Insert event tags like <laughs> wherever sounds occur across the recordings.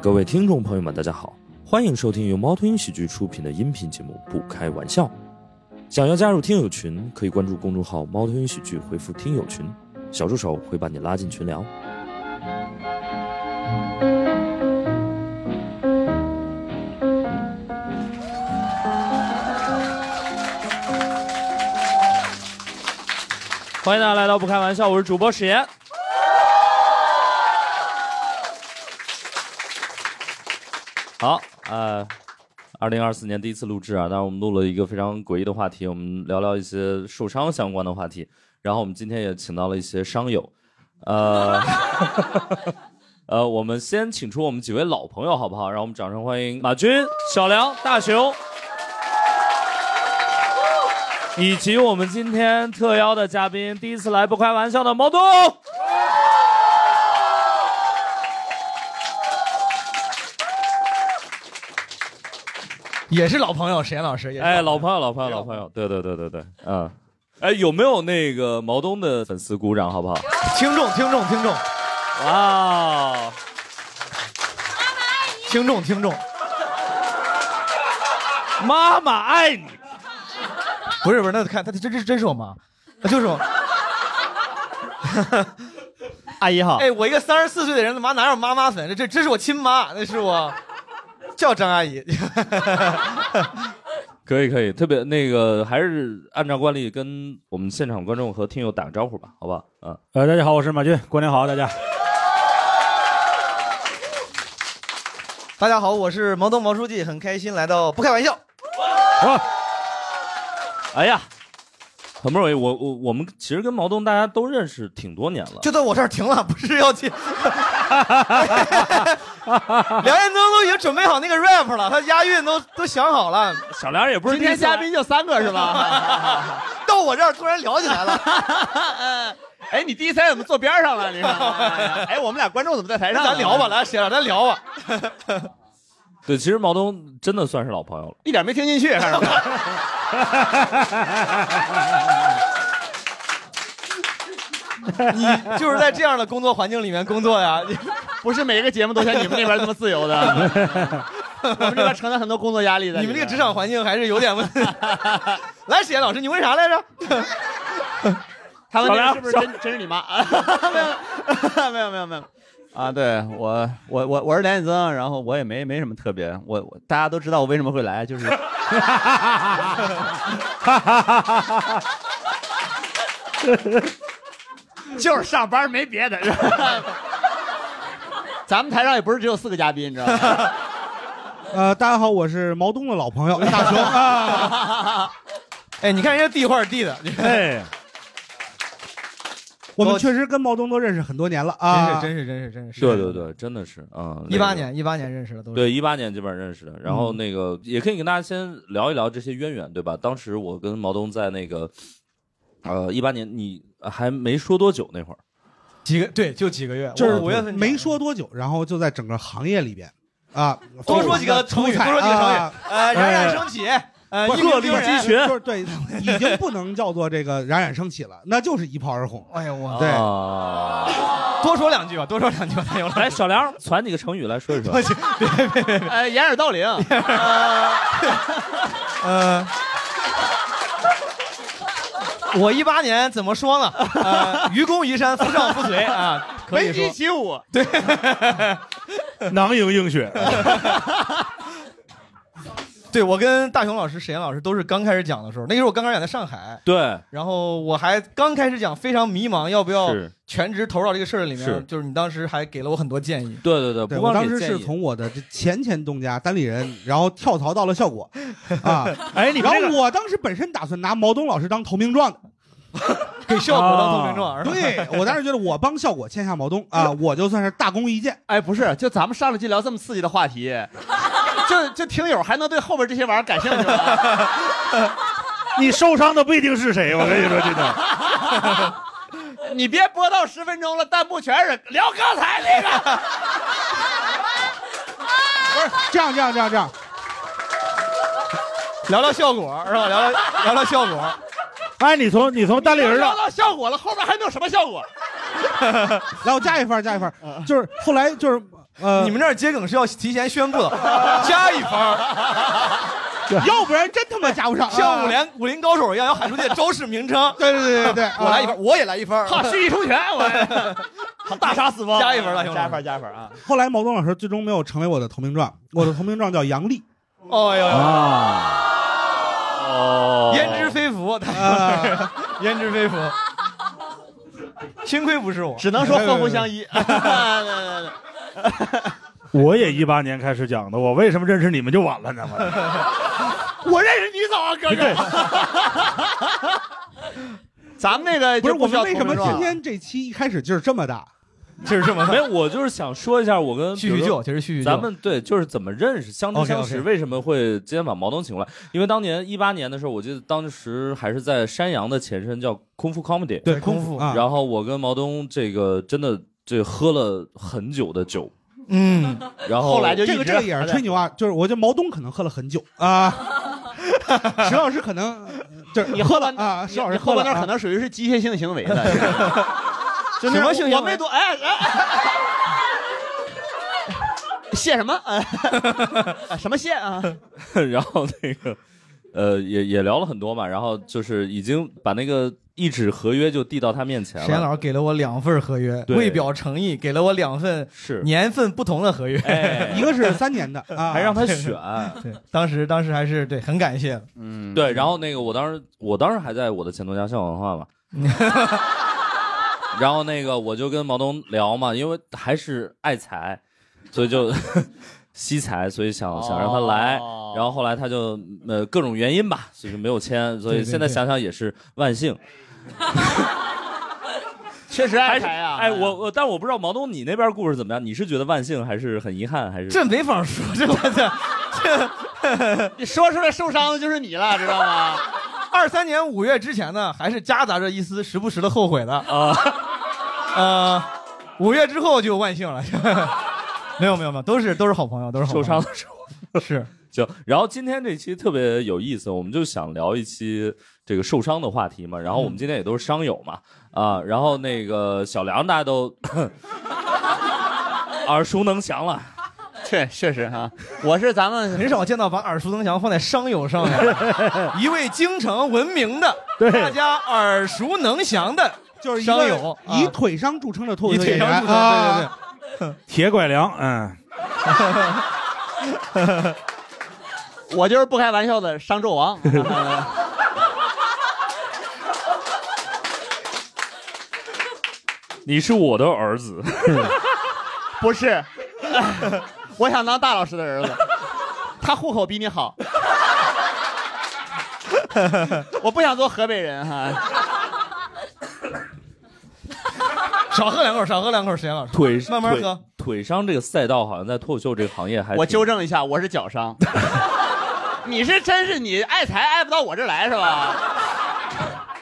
各位听众朋友们，大家好，欢迎收听由猫头鹰喜剧出品的音频节目《不开玩笑》。想要加入听友群，可以关注公众号“猫头鹰喜剧”，回复“听友群”，小助手会把你拉进群聊。欢迎大家来到不开玩笑，我是主播史岩。好，呃，二零二四年第一次录制啊，当然我们录了一个非常诡异的话题，我们聊聊一些受伤相关的话题。然后我们今天也请到了一些伤友，呃， <laughs> 呃，我们先请出我们几位老朋友好不好？让我们掌声欢迎马军、小梁、大熊。以及我们今天特邀的嘉宾，第一次来不开玩笑的毛东。也是老朋友，沈岩老师也是哎，老朋友，老朋友，老朋友，对对对对对，嗯，哎，有没有那个毛东的粉丝鼓掌，好不好？听众，听众，听众，哇，听众，听众，妈妈爱你，不是不是，那看他这这真是我妈，那就是我。阿姨好，哎，我一个三十四岁的人，他妈哪有妈妈粉？这这这是我亲妈，那是我叫张阿姨。可以可以，特别那个还是按照惯例跟我们现场观众和听友打个招呼吧，好不好？嗯，呃，大家好，我是马军，过年啊好， <laughs> 大家。大家好，我是毛东毛书记，很开心来到不开玩笑。啊哎呀，很不容易，我我我们其实跟毛东大家都认识挺多年了，就在我这儿停了，不是要去。 <laughs> 梁彦东都已经准备好那个 rap 了，他押韵都都想好了。小梁也不是今天嘉宾就三个是吧？ <laughs> <laughs> 到我这儿突然聊起来了，哎，你第一次怎么坐边上了？你看， <laughs> 哎，我们俩观众怎么在台上？咱聊吧，，来，谁让咱 <laughs> 聊吧。对，其实毛东真的算是老朋友了。一点没听进去，看着没？ <laughs> 你就是在这样的工作环境里面工作呀， <laughs> 你不是每一个节目都像你们 <laughs> 那边这么自由的，我们这边承担很多工作压力的。你们这个职场环境还是有点问题。 <laughs> 来，史岩老师，你问啥来着？ <laughs> 他们那是不是真真是你妈？ <laughs> 没有没 <laughs> 有没有没有啊！对我我我我是梁远增，然后我也没没什么特别，我我大家都知道我为什么会来，就是， <laughs> 就是上班没别的。 <laughs> 咱们台上也不是只有四个嘉宾，你知道吗？呃，大家好，我是毛东的老朋友大 <laughs> 熊啊。 <laughs> 哎，你看人家递话递的，哎， <laughs> 我们确实跟毛东都认识很多年了啊。真是真是真是真是。对对对，真的是啊，一八那个年一八年认识的都是。对，一八年这边认识的，然后那个、也可以跟大家先聊一聊这些渊源，对吧？当时我跟毛东在那个，呃，一八年你还没说多久那会儿，几个对，就几个月，就是我五月份没说多久，然后就在整个行业里边啊，哦多说几个成语，多说几个成语啊，呃，冉冉升起，呃，一鸣惊人。群就是 <laughs> 对， <laughs> 已经不能叫做这个冉冉升起了，那就是一炮而红。哎呀，我对啊、多说两句吧，多说两句吧，太有了。来小梁传几个成语来说一说，呃，掩耳盗铃，呃，我一八年怎么说呢？呃，愚公移山，夫唱妇随啊，可以文说姬。起舞， <laughs> 囊萤映雪，对，我跟大雄老师、沈岩老师都是刚开始讲的时候，那个时候我刚开始讲在上海，对，然后我还刚开始讲，非常迷茫，要不要是，全职投入到这个事儿里面？是就是你当时还给了我很多建议，对对对，对不我光当给时建是议从我的这前前东家单立人，然后跳槽到了效果， <laughs> 啊，哎，然后我当时本身打算拿毛东老师当投名状的。 <laughs> 给效果当透明状。是吧，对我当时觉得我帮效果签下毛东啊，我就算是大功一件。哎，不是，就咱们上来就聊这么刺激的话题，就就听友还能对后边这些玩意儿感兴趣 <laughs> 吗？你受伤的不一定是谁，我跟你说真的。你别播到十分钟了，弹幕全是聊刚才那个。这样这样这样这样，聊聊效果是吧？聊聊聊聊效果。 <laughs> 哎，你从你从单立人聊到效果了，后边还能有什么效果？ <laughs> 来我加一分儿加一分儿，就是后来就是呃你们那儿接梗是要提前宣布的，啊加一分儿， <laughs> 要不然真他妈加不上。像武林武林高手一样要喊出这招式名称。对对对对对，我来一分儿，我也来一分儿，哈，蓄意冲拳，我大杀四方，加一分儿了，兄弟加一分儿，加一分儿啊！后来毛东老师最终没有成为我的投名状，我的投名状叫杨丽。哦呦，啊，哦，焉知非福，啊焉知非福。幸亏不是我，只能说祸福相依。我也一八年开始讲的，我为什么认识你们就晚了呢？ <laughs> 我认识你早啊，哥哥。咱们那个不是就我需们要为什么同名今状天这期一开始就是这么大？就是这么没有，我就是想说一下，我跟叙叙比如旧，其实叙叙旧。咱们对，就是怎么认识，相知 OK，OK 相识为什么会今天把毛东请过来？因为当年一八年的时候，我记得当时还是在山羊的前身叫空腹 comedy，对，功功夫夫啊，然后我跟毛东这个真的这喝了很久的酒，嗯，然后后来就一这个直这个也是吹牛啊，就是我觉得毛东可能喝了很久 <laughs> 啊，石老师可能就是你喝了啊，你石老你师后喝了半段可能属于是机械性行为 <laughs> 了，就什么性行为我没多哎哎，谢什么？哎哎什么谢啊？然后那个，呃，也也聊了很多嘛，然后就是已经把那个一纸合约就递到他面前沈岩了，老师给了我两份合约，对为表诚意，给了我两份是，年份不同的合约。哎， <laughs> 一个是三年的 <laughs> 啊，还让他对选，对，当时当时还是对很感谢，嗯，对，然后那个我当时我当时还在我的前东家向文化嘛，然后那个我就跟毛东聊嘛，因为还是爱财，所以就惜财，所以想想让他来。哦然后后来他就呃各种原因吧，所以就没有签，所对以对现在对想想也是万幸。确实还爱是财啊！哎，我我但我不知道毛东你那边故事怎么样，你是觉得万幸还是很遗憾还是？这没法说，这这 <laughs> 这你说出来受伤的就是你了，知道吗？二三年五月之前呢，还是夹杂着一丝时不时的后悔的啊。呃，五月之后就万幸了。 <laughs> 没有没有没有，都是都是好朋友，都是好朋受友伤的时候 <laughs> 是行，然后今天这期特别有意思，我们就想聊一期这个受伤的话题嘛。然后嗯我们今天也都是伤友嘛，啊，然后那个小梁大家 <laughs> 都耳熟能详了，确确 <laughs> 实哈，我 <laughs> 是咱们很少见到把耳熟能详放在商友上面。 <laughs> 一位京城闻名的，对大家耳熟能详的就是一商个友以啊腿伤著称的脱口一秀演腿员上出啊，对对铁拐梁，嗯， <laughs> 我就是不开玩笑的商纣 <laughs> 王。你是我的儿子，不是， <laughs> 我想当大老师的儿子，他户口比你 <laughs> 好。我不想做河北人哈，对，少喝两口，少喝两口，石岩老 <laughs> 师。腿慢慢腿喝。腿伤这个赛道好像在脱口秀这个行业还我挺纠正一下，我是脚伤。你是真是你爱财爱不到我这儿来是吧？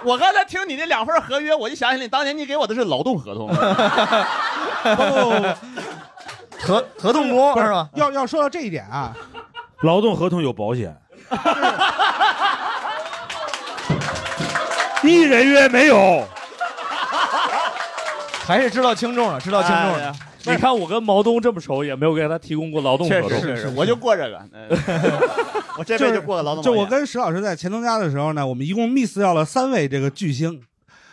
我刚才听你那两份合约，我就想起你当年你给我的是劳动合同，哦， <laughs> 合合同工不是是吧？要要说到这一点啊，劳动合同有保险，一人约没有，还是知道轻重了，知道轻重哎呀了。你看我跟毛东这么熟，也没有给他提供过劳动合确同。实是，我就过这 <laughs> 个，嗯 <laughs> 我这辈子就过个劳动保就险。我跟石老师在前东家的时候呢，我们一共 miss 掉了三位这个巨星，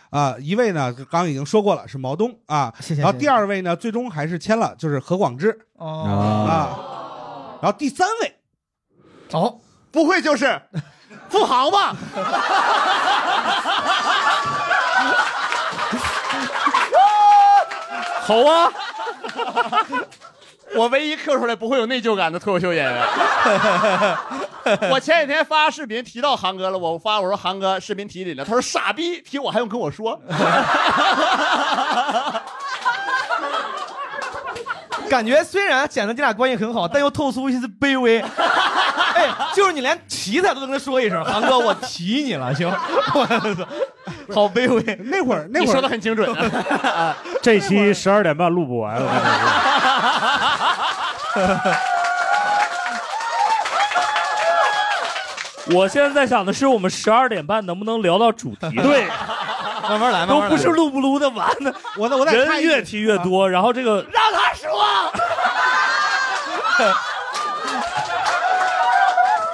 啊，一位呢刚刚已经说过了是毛东啊，谢谢。然后第二二位呢最终还是签了，就是何广智哦啊，然后第三位哦，不会 <laughs> 就是富豪吧？好啊，我唯一 Q 出来不会有内疚感的脱口秀演 <laughs> 员。我前几天发视频提到韩哥了，我发我说韩哥视频提你了，他说傻逼提我还用跟我说？感觉虽然显得你俩关系很好，但又透出一丝卑微。 <laughs> 哎，就是你连提他都跟他说一声，韩哥，我提你了，行？ <laughs> 我操，好卑微。那会儿那你会说的儿很 <laughs> 精准、啊这期十二点半录不完，我跟你说 <laughs> 我现在在想的是，我们十二点半能不能聊到主题？对，慢慢来，慢都慢来。不是录不录得完的，我在我在啊人越提越多，然后这个让他说，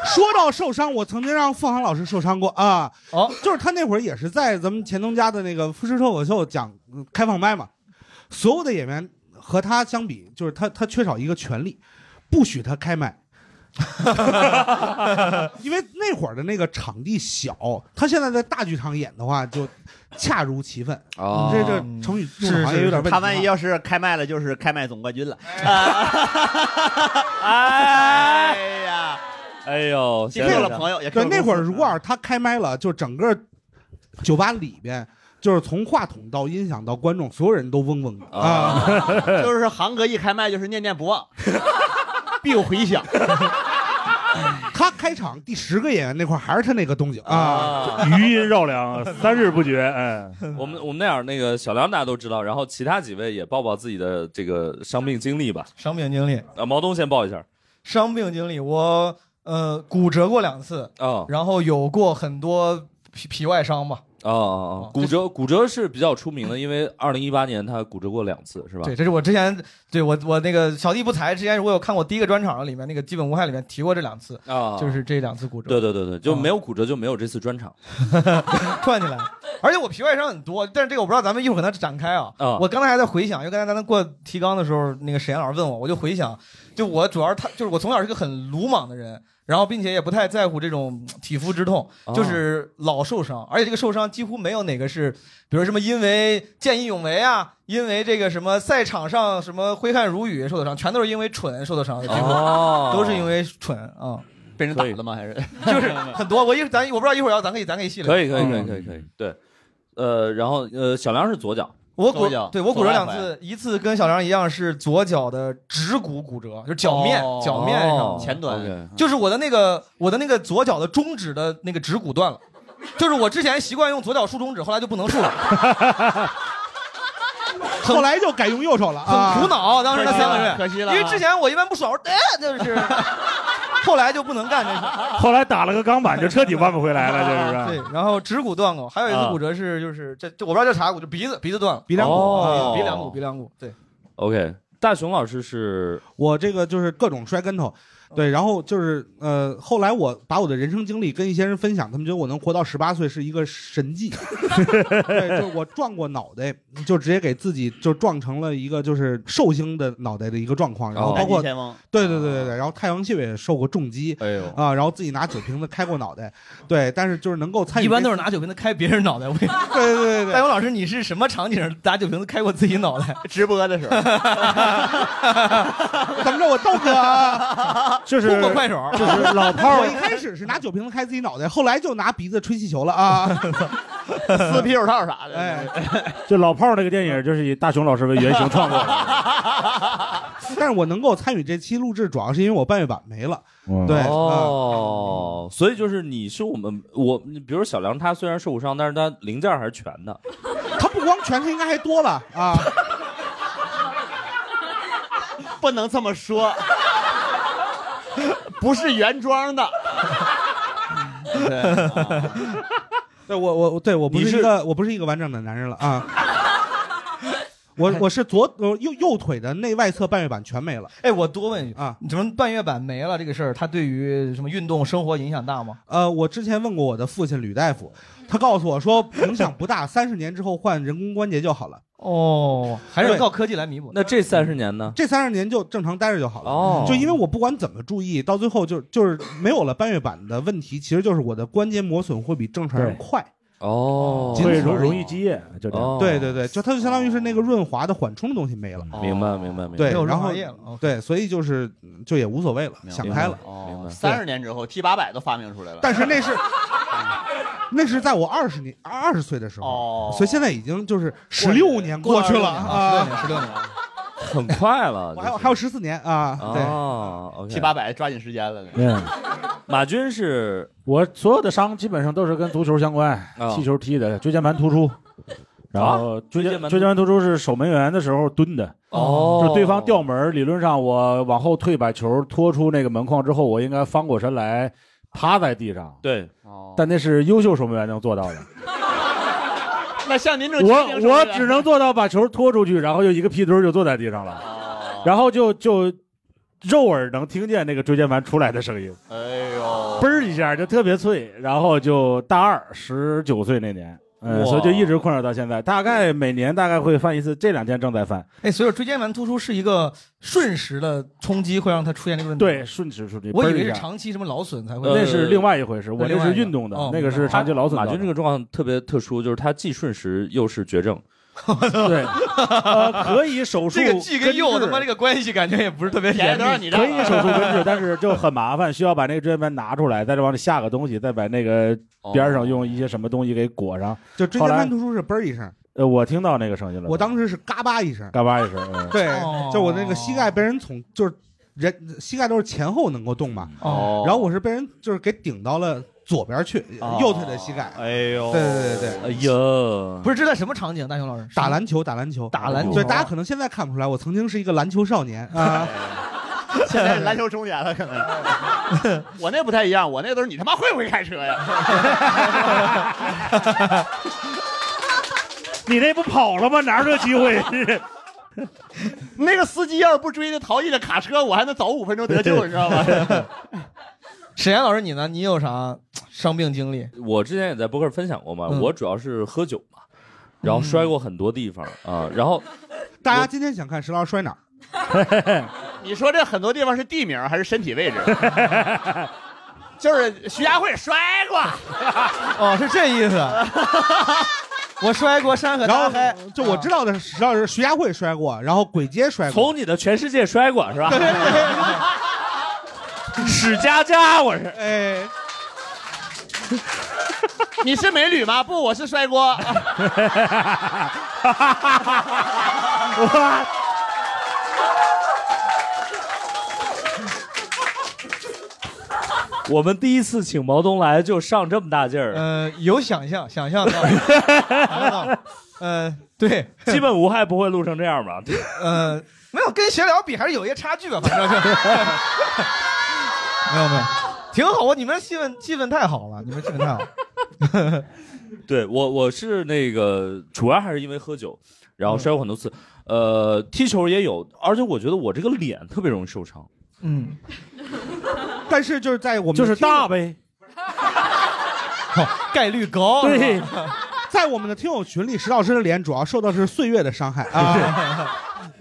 <laughs> 说到受伤，我曾经让付航老师受伤过啊。哦，就是他那会儿也是在咱们钱东家的那个《复试脱口秀》讲嗯开放麦嘛，所有的演员和他相比，就是他他缺少一个权利，不许他开麦。 <laughs> 因为那会儿的那个场地小，他现在在大剧场演的话就恰如其分。哦你这这成语用的好像有点问题啊。他万一要是开麦了，就是开麦总冠军了。啊哎哎呀，哎呦，进入了朋友也对，那会儿是如果要是他开麦了，就整个酒吧里边，就是从话筒到音响到观众，所有人都嗡嗡的啊。 <laughs> <laughs> 就是航哥一开麦就是念念不忘，必有回响。他开场第十个演员那块儿还是他那个东西啊，啊！余音绕梁，三日不绝。哎， <laughs> 我们我们那儿那个小梁大家都知道，然后其他几位也报报自己的这个伤病经历吧。 <laughs> 伤病经历，啊，毛东先报一下。伤病经历，我呃骨折过两次，哦啊然后有过很多皮皮外伤吧。哦啊啊！骨折骨折是比较出名的，因为二零一八年他骨折过两次，是吧？对，这是我之前对我我那个小弟不才之前，如果有看我第一个专场里面那个基本无害里面提过这两次，啊，就是这两次骨折啊对对对对，就没有骨折就没有这次专场。 <laughs> 串起来。而且我皮外伤很多，但是这个我不知道，咱们一会儿可能展开啊。啊我刚才还在回想，因为刚才咱们过提纲的时候，那个沈岩老师问我，我就回想，就我主要是他，就是我从小是个很鲁莽的人，然后并且也不太在乎这种体肤之痛，哦就是老受伤，而且这个受伤几乎没有哪个是，比如什么因为见义勇为啊，因为这个什么赛场上什么挥汗如雨受的伤，全都是因为蠢受的伤，几乎、哦都是因为蠢啊、被人打了吗？还是就是很多。我一会儿咱我不知道一会儿要咱可以咱可以细聊。可以可以嗯可以可以可以，对。呃，然后呃，小梁是左脚，我左骨脚对我骨折两左外次，一次跟小梁一样是左脚的趾骨骨折，就是脚面、哦脚面上，前哦端 OK 就是我的那个我的那个左脚的中指的那个趾骨断了，就是我之前习惯用左脚竖中指，后来就不能竖了，后来就改用右手了很苦啊。恼。当时那可惜三个了月，可惜了因为之前我一般不爽，我说哎，就是， <laughs> 后来就不能干这事。后来打了个钢板，就彻底弯不回来了，这对是。，然后趾骨断过，还有啊一次骨折是就是这这我不知道叫啥骨，就鼻子鼻子断了，鼻梁骨哦啊，鼻梁骨鼻梁骨，对， OK，大熊老师是我这个就是各种摔跟头，对，然后就是呃，后来我把我的人生经历跟一些人分享，他们觉得我能活到十八岁是一个神迹，对，就我撞过脑袋，就直接给自己就撞成了一个就是寿星的脑袋的一个状况，然后哦包括前锋对对对对对，然后太阳穴也受过重击哎呦啊、然后自己拿酒瓶子开过脑袋，对，但是就是能够参与一这，般都是拿酒瓶子开别人脑袋， <laughs> 我跟你 <laughs> 对对对戴对勇老师，你是什么场景拿酒瓶子开过自己脑袋？ <laughs> 直播的时候， <laughs> <laughs> 对，怎么着我豆哥、啊， <laughs> 就是通过快手，就是老炮 <laughs> 我儿一开始是拿酒瓶子开自己脑袋，后来就拿鼻子吹气球了啊，撕啤酒套啥的。哎，就老炮儿那个电影，就是以大熊老师为原型创作的。 <laughs> 但是我能够参与这期录制，主要是因为我半月板没了，嗯对，啊哦，所以就是你是我们我，比如小梁他虽然受过伤，但是他零件还是全的。他不光全，他应该还多了啊， <laughs> 不能这么说， <laughs> 不是原装的。对，啊 <laughs> 对我我对我不你是是一个我不是一个完整的男人了啊。 <laughs> 我我是左呃右右腿的内外侧半月板全没了哎，我多问一句啊，你什么半月板没了这个事儿，它对于什么运动生活影响大吗？呃，我之前问过我的父亲吕大夫，他告诉我说影响不大，三十年之后换人工关节就好了，哦，还是对靠科技来弥补。那这三十年呢？这三十年就正常待着就好了。哦就因为我不管怎么注意，到最后就就是没有了半月板的问题，其实就是我的关节磨损会比正常人对快。哦，会容容易积液，就这样。嗯哦，对对对，就它就相当于是那个润滑的缓冲的东西没了。明白明白明白。对没有然润后滑液了哦对，所以就是嗯就也无所谓了，想开了。明白哦三十年之后，T 八百都发明出来了。但是 <laughs> 那是那是在我二十年二十岁的时候，哦所以现在已经就是十六年过去了啊，十六年，16年很快了。我还有就是还有十四年啊，对，哦，OK。 T 八百抓紧时间了。嗯，马军是我所有的伤基本上都是跟足球相关啊，踢球踢的，椎间盘突出。然后椎椎间间盘椎间盘突出是守门员的时候蹲的，哦就是对方掉门儿，理论上我往后退，把球拖出那个门框之后，我应该翻过身来趴在地上。对哦，但那是优秀守门员能做到的， <laughs> 那像 <laughs> 您这种精英我手我艺人只能做到把球拖出去，然后就一个屁墩儿就坐在地上了，哦然后就就肉耳能听见那个椎间盘出来的声音，哎呦嘣，儿一下就特别脆，然后就大二十九岁那年，嗯，哇所以就一直困扰到现在，大概每年大概会犯一次，这两天正在犯，哎，所以椎间盘突出是一个瞬时的冲击，会让它出现这个问题。对，瞬时出去，我以嘣儿为一是下长期什么劳损才会，那是另外一回事，我另那外一是个运动的哦，那个是长期劳损呃马造军成这个的。状况特别特殊，就是他既顺时又是绝症。对，呃，可以手术 <laughs> 这根治，个既跟右他妈这个关系感觉也不是特别钱严都重。让你可让以手术根治，但是就很麻烦，需要把那个椎间盘拿出来，再往里下个东西，再把那个边上用一些什么东西给裹上。就椎间后来盘突出是嘣儿一声，呃，我听到那个声音了，我当时是嘎巴一声，嘎巴一声，嗯对哦，就我那个膝盖被人捅，就是人膝盖都是前后能够动嘛，嗯哦，然后我是被人就是给顶到了左边去，哦右嗯腿的膝盖。哎呦，对对对哎对，呀，不是这在什么场景？大熊老师打篮球，打篮球，打篮球对，大家可能现在看不出来，我曾经是一个篮球 <laughs> 少年啊。 <laughs> 现在篮球中年了，可能 <laughs> 哎我那不太一样，我那都是你他妈会不会开车呀？ <laughs> <laughs> 你那不跑了吗？哪有这机会？ <laughs> 那个司机要是不追那逃逸的卡车，我还能早五分钟得救，你知道吗？ <laughs> 沈岩老师，你呢？你有啥伤病 <laughs> 经历？我之前也在博客分享过嘛，嗯我主要是喝酒嘛，然后摔过很多地方啊，然后大家今天想看石老师摔哪儿？ <laughs> 你说这很多地方是地名还是身体 <laughs> 位置？就是徐家汇摔过，哦，是这 <laughs> 意思。我摔过山河然大后海，就我知道的石老师，徐家汇摔过，然后鬼街摔过，从你的全世界摔过是吧？史佳佳，我是哎， <laughs> 你是美女吗？不，我是摔 <laughs> 锅。我们第一次请毛东来就上这么大劲儿，呃，有想象，想象到， <laughs> 想象到，呃，对，基本无害不会录成这样吧？ <laughs> 呃，没有跟闲聊比还是有一些差距吧，反正是。没有没有，挺好，我你们气氛气氛太好了，你们气氛太好。对我我是那个主要还是因为喝酒，然嗯后摔过很多次，呃，踢球也有，而且我觉得我这个脸特别容易受伤。 <laughs> 嗯，但是就是在我们就是的听友大呗。概率高。对是吧， <laughs> 在我们的听友群里，石老师的脸主要受到是岁月的伤害啊。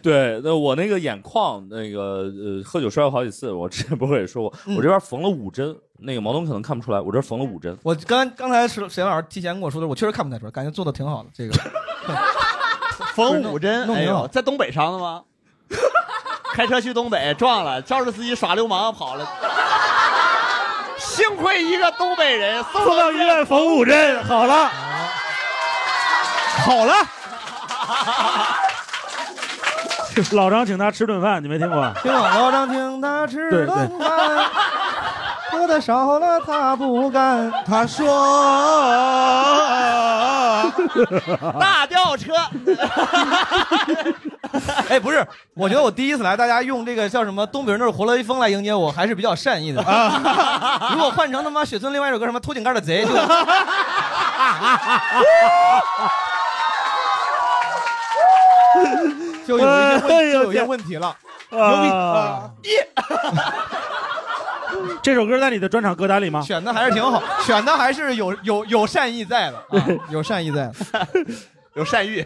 对，那我那个眼眶那个呃，喝酒摔过好几次，我之前不是也说过，我这边缝了五针，那个毛东可能看不出来，我这缝了五针。我刚刚才石沈老师提前跟我说的，我确实看不太出来，感觉做的挺好的。<laughs> 这个缝五针，弄哎弄呦，好在东北伤的吗？ <laughs> 开车去东北撞了，肇事司机耍流氓跑了，幸亏一个东北人送送到医院缝五针，好了，好了。 <laughs> 老张请他吃顿饭，你没听过？听我老张听他吃对对顿饭，喝的少了他不干。他啊说，大吊车， <laughs> 哎，不是，我觉得我第一次来，大家用这个叫什么“东北人都是活雷锋”来迎接我，还是比较善意的。啊如果换成他妈雪村另外一首歌什么“偷井盖 <laughs> 的贼”，就就有一些问哎呦就有一些天问题了。啊！这首歌在你的专场歌单里吗？选的还是 <laughs> 挺好，选的还是有有有善意在的，啊、有善意在的。 <laughs> 有善 <laughs> 意，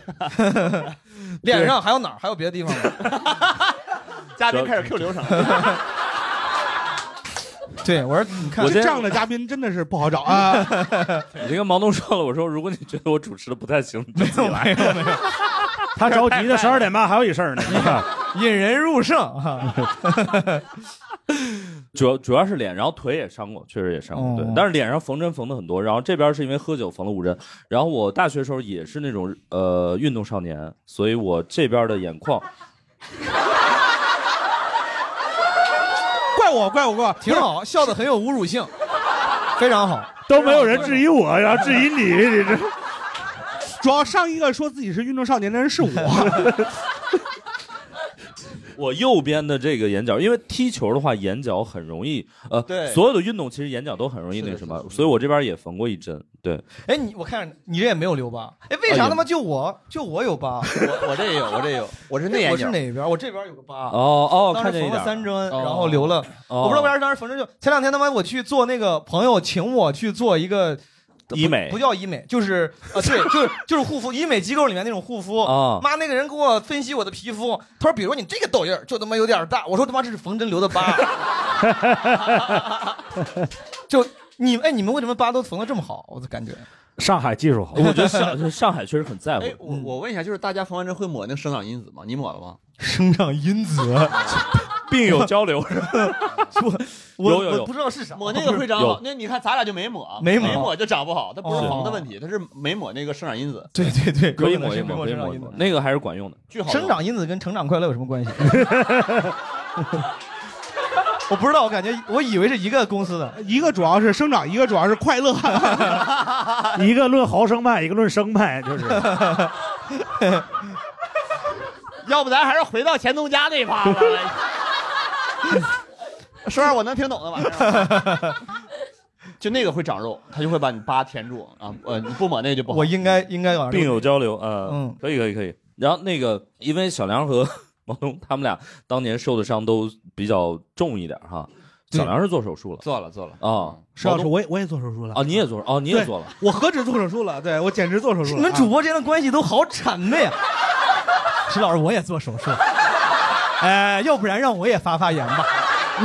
脸上还有哪儿？还有别的地方吗？嘉宾开始 Q 流程了。 <laughs> 对，我说你看我，这样的嘉宾真的是不好找 <laughs> 啊。你跟毛东说了，我说如果你觉得我主持的不太行，你就自己来。他着急的，十二点半还有一事儿呢。你看，引人入胜啊！主要主要是脸，然后腿也伤过，确实也伤过。对哦，但是脸上缝针缝的很多，然后这边是因为喝酒缝了五针，然后我大学时候也是那种呃运动少年，所以我这边的眼眶怪我，怪我，怪我！挺好，笑的很有侮辱性，非常好。都没有人质疑我，然后质疑你，你这主要上一个说自己是运动少年的人是我，我右边的这个眼角，因为踢球的话眼角很容易，呃，对所有的运动其实眼角都很容易那什么，所以我这边也缝过一针，对，哎，你我看你这也没有留疤，哎，为啥他妈就我就我有疤？我我这也有，我这也有，哎我是内眼我角。是 <laughs> 哪边？我这边有个疤。哦哦当看时见一缝点儿了三针，哦然后留了。哦我不知道为啥当时缝针就前两天他妈我去做那个朋友请我去做一个。医美不叫医美，就是啊，对，就是就是护肤，医美机构里面那种护肤。哦妈，那个人给我分析我的皮肤，他说，比如你这个痘印儿就他妈有点儿大，我说他妈这是缝针留的疤。 <laughs> 就你哎，你们为什么疤都缝的这么好？我的感觉， <laughs> 上海技术好，我觉得上上海确实很在乎哎，我我问一下，就是大家缝完针会抹那个生长因子吗？你抹了吗？生长因子， <laughs> <laughs> 病友交流， <laughs> 我有有有我不知道是啥。抹那个会长有好，那你看咱俩就没抹，没抹抹，就长不好，它不哦是缝的问题，它是没抹那个生长因子，对对对，可以有抹一能是抹，可以生长抹一因抹子，。那个还是管用的。巨好用。生长因子跟成长快乐有什么关系？ <laughs> 我不知道，我感觉我以为是一个公司的。一个主要是生长，一个主要是快乐。一个论毫升麦，一个论升麦，就是要不咱还是回到前东家那一趴吧。说点我能听懂的玩意儿。就那个会长肉，它就会把你疤填住啊。呃，你不抹那个就不好。我应该应该往病友交流，呃，嗯可以可以可以。然后那个，因为小梁和毛东他们俩当年受的伤都比较重一点哈，对小梁是做手术了做了做了，嗯啊，石老师，我也我也做手术了啊，你也做哦，你也做了，我何止做手术了？对我简直做手术了。你们主啊播之间的关系都好谄媚啊！ <laughs> 石老师，我也做手术，哎，要不然让我也发发言吧。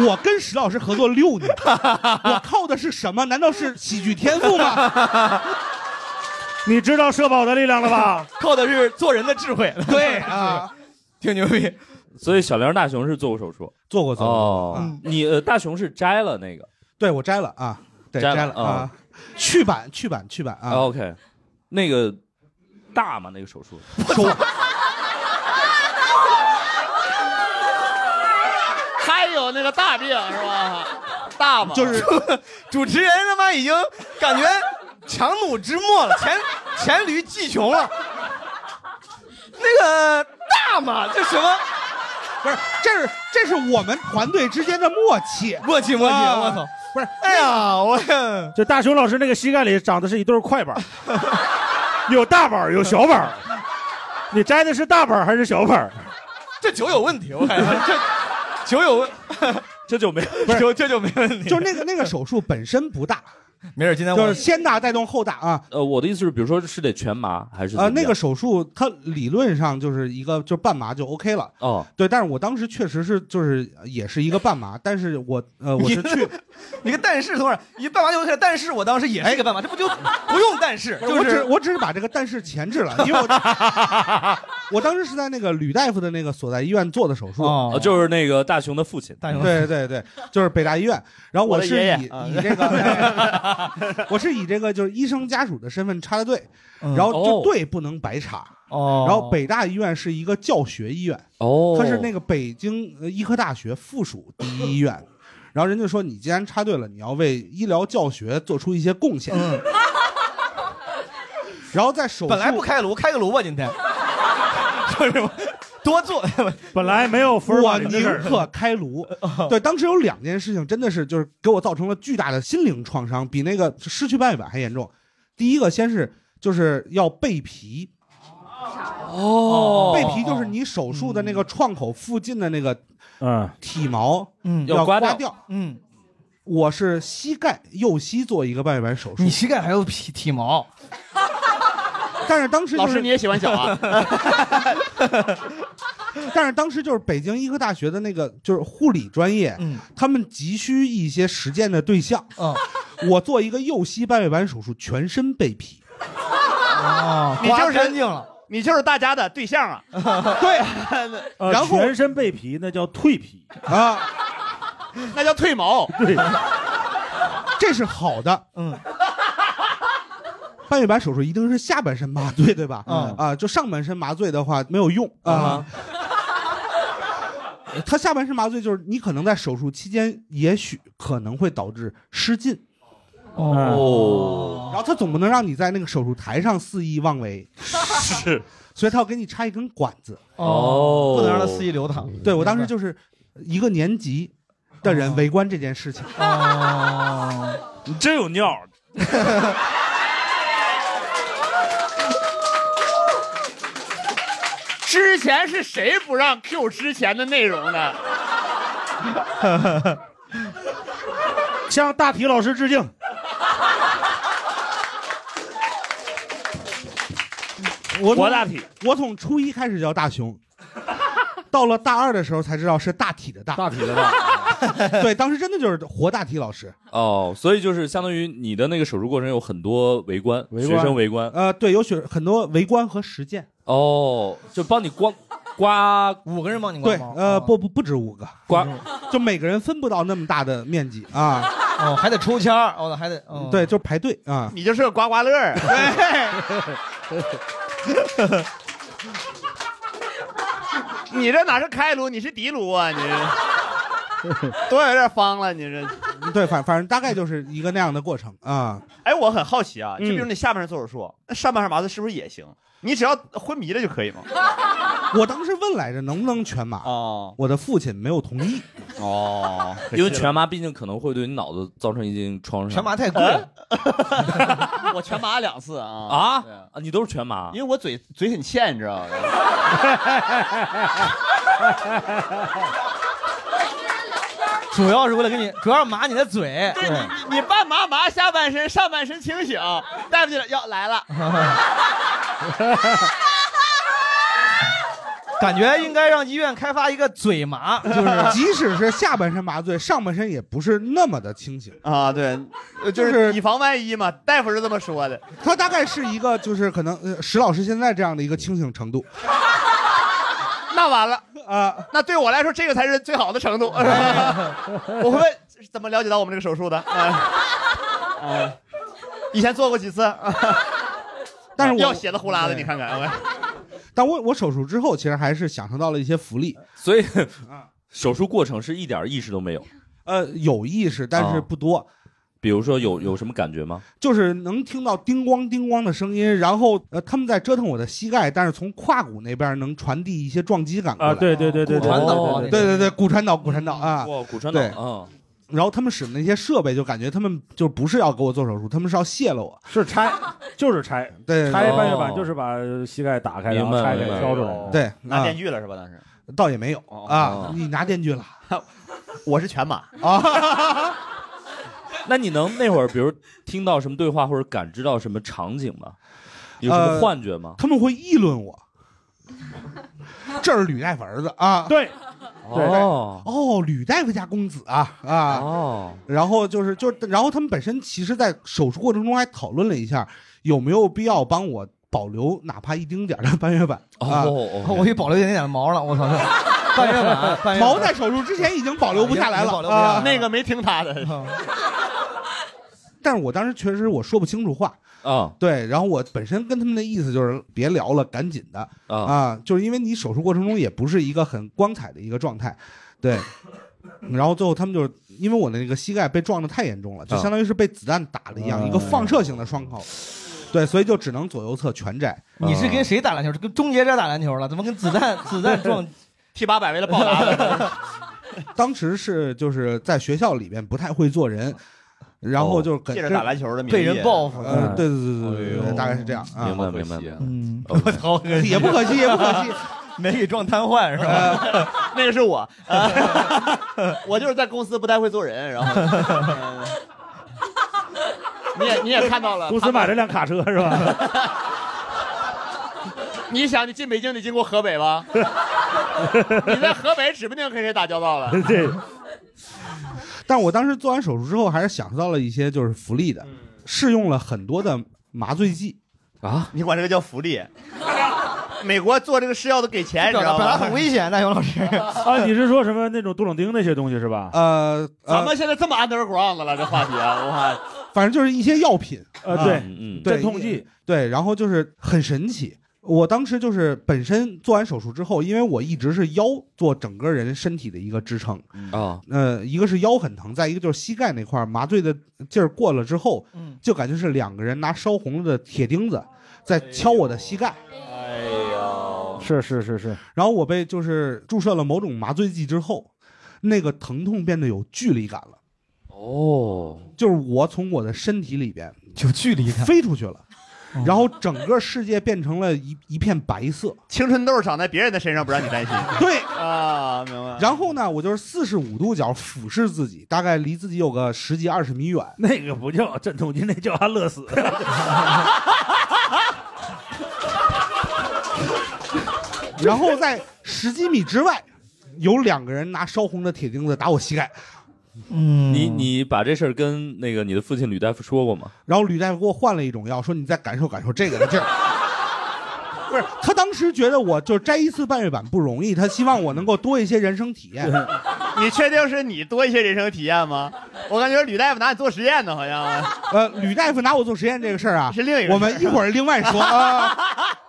我跟石老师合作六年，我靠的是什么？难道是喜剧天赋吗？ <laughs> 你知道社保的力量了 <laughs> 吧？靠的是做人的智慧，对啊，挺牛逼。所以小梁大熊是做过手术做过做嗯过，哦。你呃大熊是摘了那个对我摘了啊，对摘了摘了啊，去版去版去版啊，哦，OK，那个大吗？那个手术手还有那个大病是吧？大嘛， <laughs> 就是主持人他妈已经感觉强弩之末了，黔黔驴技穷了。那个 <laughs> 大嘛，这什么 <laughs> 不是这是这是我们团队之间的默契。默契默契？啊我操！不是哎呀，我就大熊老师那个膝盖里长的是一对快板儿，有大板儿有小板儿，你摘的是大板儿还是小板儿？这酒有问题，我感觉这酒有问， <laughs> 这就没不是酒这就没问题。就是那个那个手术本身不 <laughs> 大，没事，今天我就是先大带动后大啊。呃，我的意思是，比如说是得全麻还是怎呃，么那样个手术它理论上就是一个就半麻就 OK 了，哦，对。但是我当时确实是就是也是一个半麻，但是我呃我是 <laughs> 去，你个但是从哪儿？你半麻就开始，但是我当时也是一个半麻，这不就不用但是，就我只是我只是把这个但是前置了， <laughs> 因为我我当时是在那个吕大夫的那个所在医院做的手术，哦呃就是那个大熊的父亲，大熊对对对，就是北大医院。然后我的是爷爷以啊以这个，哎我是以这个就是医生家属的身份插的队，嗯然后哦就队不能白插。哦然后北大医院是一个教学医院，哦它是那个北京呃医科大学附属第一医院。然后人家说，你既然插队了，你要为医疗教学做出一些贡献。嗯然后在手术本来不开炉，开个炉吧， <laughs> 今天就是我多做。本来没有福尔马我林的宁事儿，可开炉。对，当时有两件事情真的是就是给我造成了巨大的心灵创伤，比那个失去半月板还严重。第一个先是就是要备皮，哦备皮就是你手术的那个创口附近的那个嗯，体毛嗯要刮刮掉嗯，我是膝盖右膝做一个半月板手术你，膝盖还有体体毛， <laughs> 但是当时老就师你是也喜欢小 <laughs> 啊？但是当时就是北京医科大学的那个就是护理专业，嗯他们急需一些实践的对象。嗯我做一个右膝半月板手术，全身被皮。啊，你就是刮干净了。你就是大家的对象啊！对 <laughs> 呃然后全身被皮那叫蜕皮，啊，那叫褪毛。对，这是好的。嗯， <laughs> 半月板手术一定是下半身麻醉，对吧？嗯啊，就上半身麻醉的话没有用啊。他下半身麻醉就是你可能在手术期间，也许可能会导致失禁，嗯哦，然后他总不能让你在那个手术台上肆意 <laughs> 妄为，是，所以他要给你插一根管子，哦不能让他肆意流淌对我当时就是一个年级的人围观这件事情，哦，你真有尿， <laughs> 之前是谁不让 Q 之前的内容的？向大体老师致敬。我我大体，我从初一开始叫大熊， <laughs> 到了大二的时候才知道是大体的大，大体的大， <laughs> 对，当时真的就是活大体老师，哦，所以就是相当于你的那个手术过程有很多围观，围学观生围观，呃，对，有学很多围观和实践，哦，就帮你刮刮五个人帮你对，呃，不不不止五个，刮， <laughs> 就每个人分不到那么大的面积啊，哦，还得抽签儿，哦，还得，哦对，就排队啊，你就是个刮刮乐儿。 <laughs> 你这哪是开颅，你是迪卢啊！你多有点方了，你这。 <laughs> 对，反反正大概就是一个那样的过程啊。哎，我很好奇啊，就嗯比如你下半身做手术，那上半身麻醉是不是也行？你只要昏迷了就可以吗？ <laughs> 我当时问来着，能不能全麻？哦，我的父亲没有同意。哦，因为全麻毕竟可能会对你脑子造成一定创伤，全麻太贵了， <laughs> 我全麻两次啊啊啊，你都是全麻因为我嘴嘴很欠，你知道吗？主要是为了给你，主要是麻你的嘴， <laughs> 对你，你半麻麻下半身，上半身清醒，大夫就要来了。感觉应该让医院开发一个嘴麻，就是即使是下半身麻醉，上半身也不是那么的清醒。啊，对，呃就就是是以防万一嘛，大夫是这么说的。他大概是一个，就是可能呃石老师现在这样的一个清醒程度那完了，啊。那对我来说，这个才是最好的程度。 <laughs> 我会问怎么了解到我们这个手术的？ <laughs> 啊、啊以前做过几 <laughs> 次？啊但是我要血的呼啦的，你看看，我但我我手术之后，其实还是享受到了一些福利，所以嗯手术过程是一点意识都没有。啊呃，有意识，但是不多，比如说有有什么感觉吗？就是能听到叮咣叮咣的声音，然后呃，他们在折腾我的膝盖，但是从胯骨那边能传递一些撞击感过来。啊，对对对对对，骨传导哦那对对对，骨传导，骨传导啊。哇，骨传导对啊，然后他们使的那些设备，就感觉他们就不是要给我做手术，他们是要卸了我。是 <laughs> 拆，就是拆，对拆哦半月板就是把膝盖打开，然后明白拆开明白挑出来。对，拿啊电锯了是吧？当时倒也没有哦啊，你拿电锯了 <laughs> 啊我是全麻， <laughs> 那你能那会儿，比如听到什么对话或者感知到什么场景吗？有什么呃幻觉吗？他们会议 <laughs> 论我，这是吕大夫儿子啊，对，对哦哦，吕大夫家公子啊啊，哦，然后就是就是，然后他们本身其实，在手术过程中还讨论了一下，有没有必要帮我保留哪怕一丁点儿的半月板啊。哦，我一保留一点点毛了，我操，半月 <laughs> 板，半月板毛在手术之前已经保留不下来已经了保留不下来啊了！嗯那个没听他的，但是我当时确实我说不清楚话，啊对，然后我本身跟他们的意思就是别聊了，赶紧的啊，啊，就是因为你手术过程中也不是一个很光彩的一个状态，对。然后最后他们就是因为我的那个膝盖被撞得太严重了，就啊相当于是被子弹打了一啊样，一个放射性的伤口，对，所以就只能左右侧全摘。你是跟谁打篮球？跟终结者打篮球了？怎么跟子弹子弹撞？ T 八百为了报答我。当时是就是在学校里面不太会做人，然后就是跟借着跟打篮球的名义被人报复了。呃，对对对对对哎对，呦大概是这样明啊，白明好 <laughs> 可白惜啊明白。 <laughs> 嗯， OK 好恶心也不可惜，也不可惜。没给撞瘫痪是吧？那个是 <laughs> 我，啊 <laughs> 我就是在公司不太会做人，然后。 <laughs> 嗯 <laughs> 你也你也看到了，公司买了辆卡车是吧？你想，你进北京得经过河北吧？你在河北指不定跟谁打交道了。对，但我当时做完手术之后，还是享受到了一些就是福利嗯的，试用了很多的麻醉剂。啊，你管这个叫福利？美国做这个试药都给钱，你表知达道表达吗很？危险，大勇老师。 <laughs> 啊，你是说什么那种杜冷丁那些东西是吧？呃，啊咱呃 <laughs> 们现在这么 underground 了，这话题啊，我反正就是一些药品，呃，啊对，嗯嗯，对镇痛剂，对，然后就是很神奇，我当时就是本身做完手术之后，因为我一直是腰做整个人身体的一个支撑，啊，哦呃，一个是腰很疼，再一个就是膝盖那块儿麻醉的劲儿过了之后，嗯就感觉是两个人拿烧红了的铁钉子在敲我的膝盖。哎呦，是是是是。然后我被就是注射了某种麻醉剂之后，那个疼痛变得有距离感了。哦，就是我从我的身体里边有距离感飞出去了。哦然后整个世界变成了一一片白色，青春痘长在别人的身上，不让你担心。对啊，明白。然后呢，我就是四十五度角俯视自己，大概离自己有个十几二十米远。 <laughs> 那个不叫镇痛剂，那叫安乐死。 <laughs> 然后在十几米之外，有两个人拿烧红的铁钉子打我膝盖。嗯，你你把这事儿跟那个你的父亲吕大夫说过吗？然后吕大夫给我换了一种药，说你再感受感受这个的 <laughs> 劲儿。不是，他当时觉得我就摘一次半月板不容易，他希望我能够多一些人生体 <laughs> 验。你确定是你多一些人生体验吗？我感觉吕大夫拿你做实验呢，好像。啊呃，吕大夫拿我做实验这个事儿啊，是另一个事儿我们一会儿另外 <laughs> 说啊。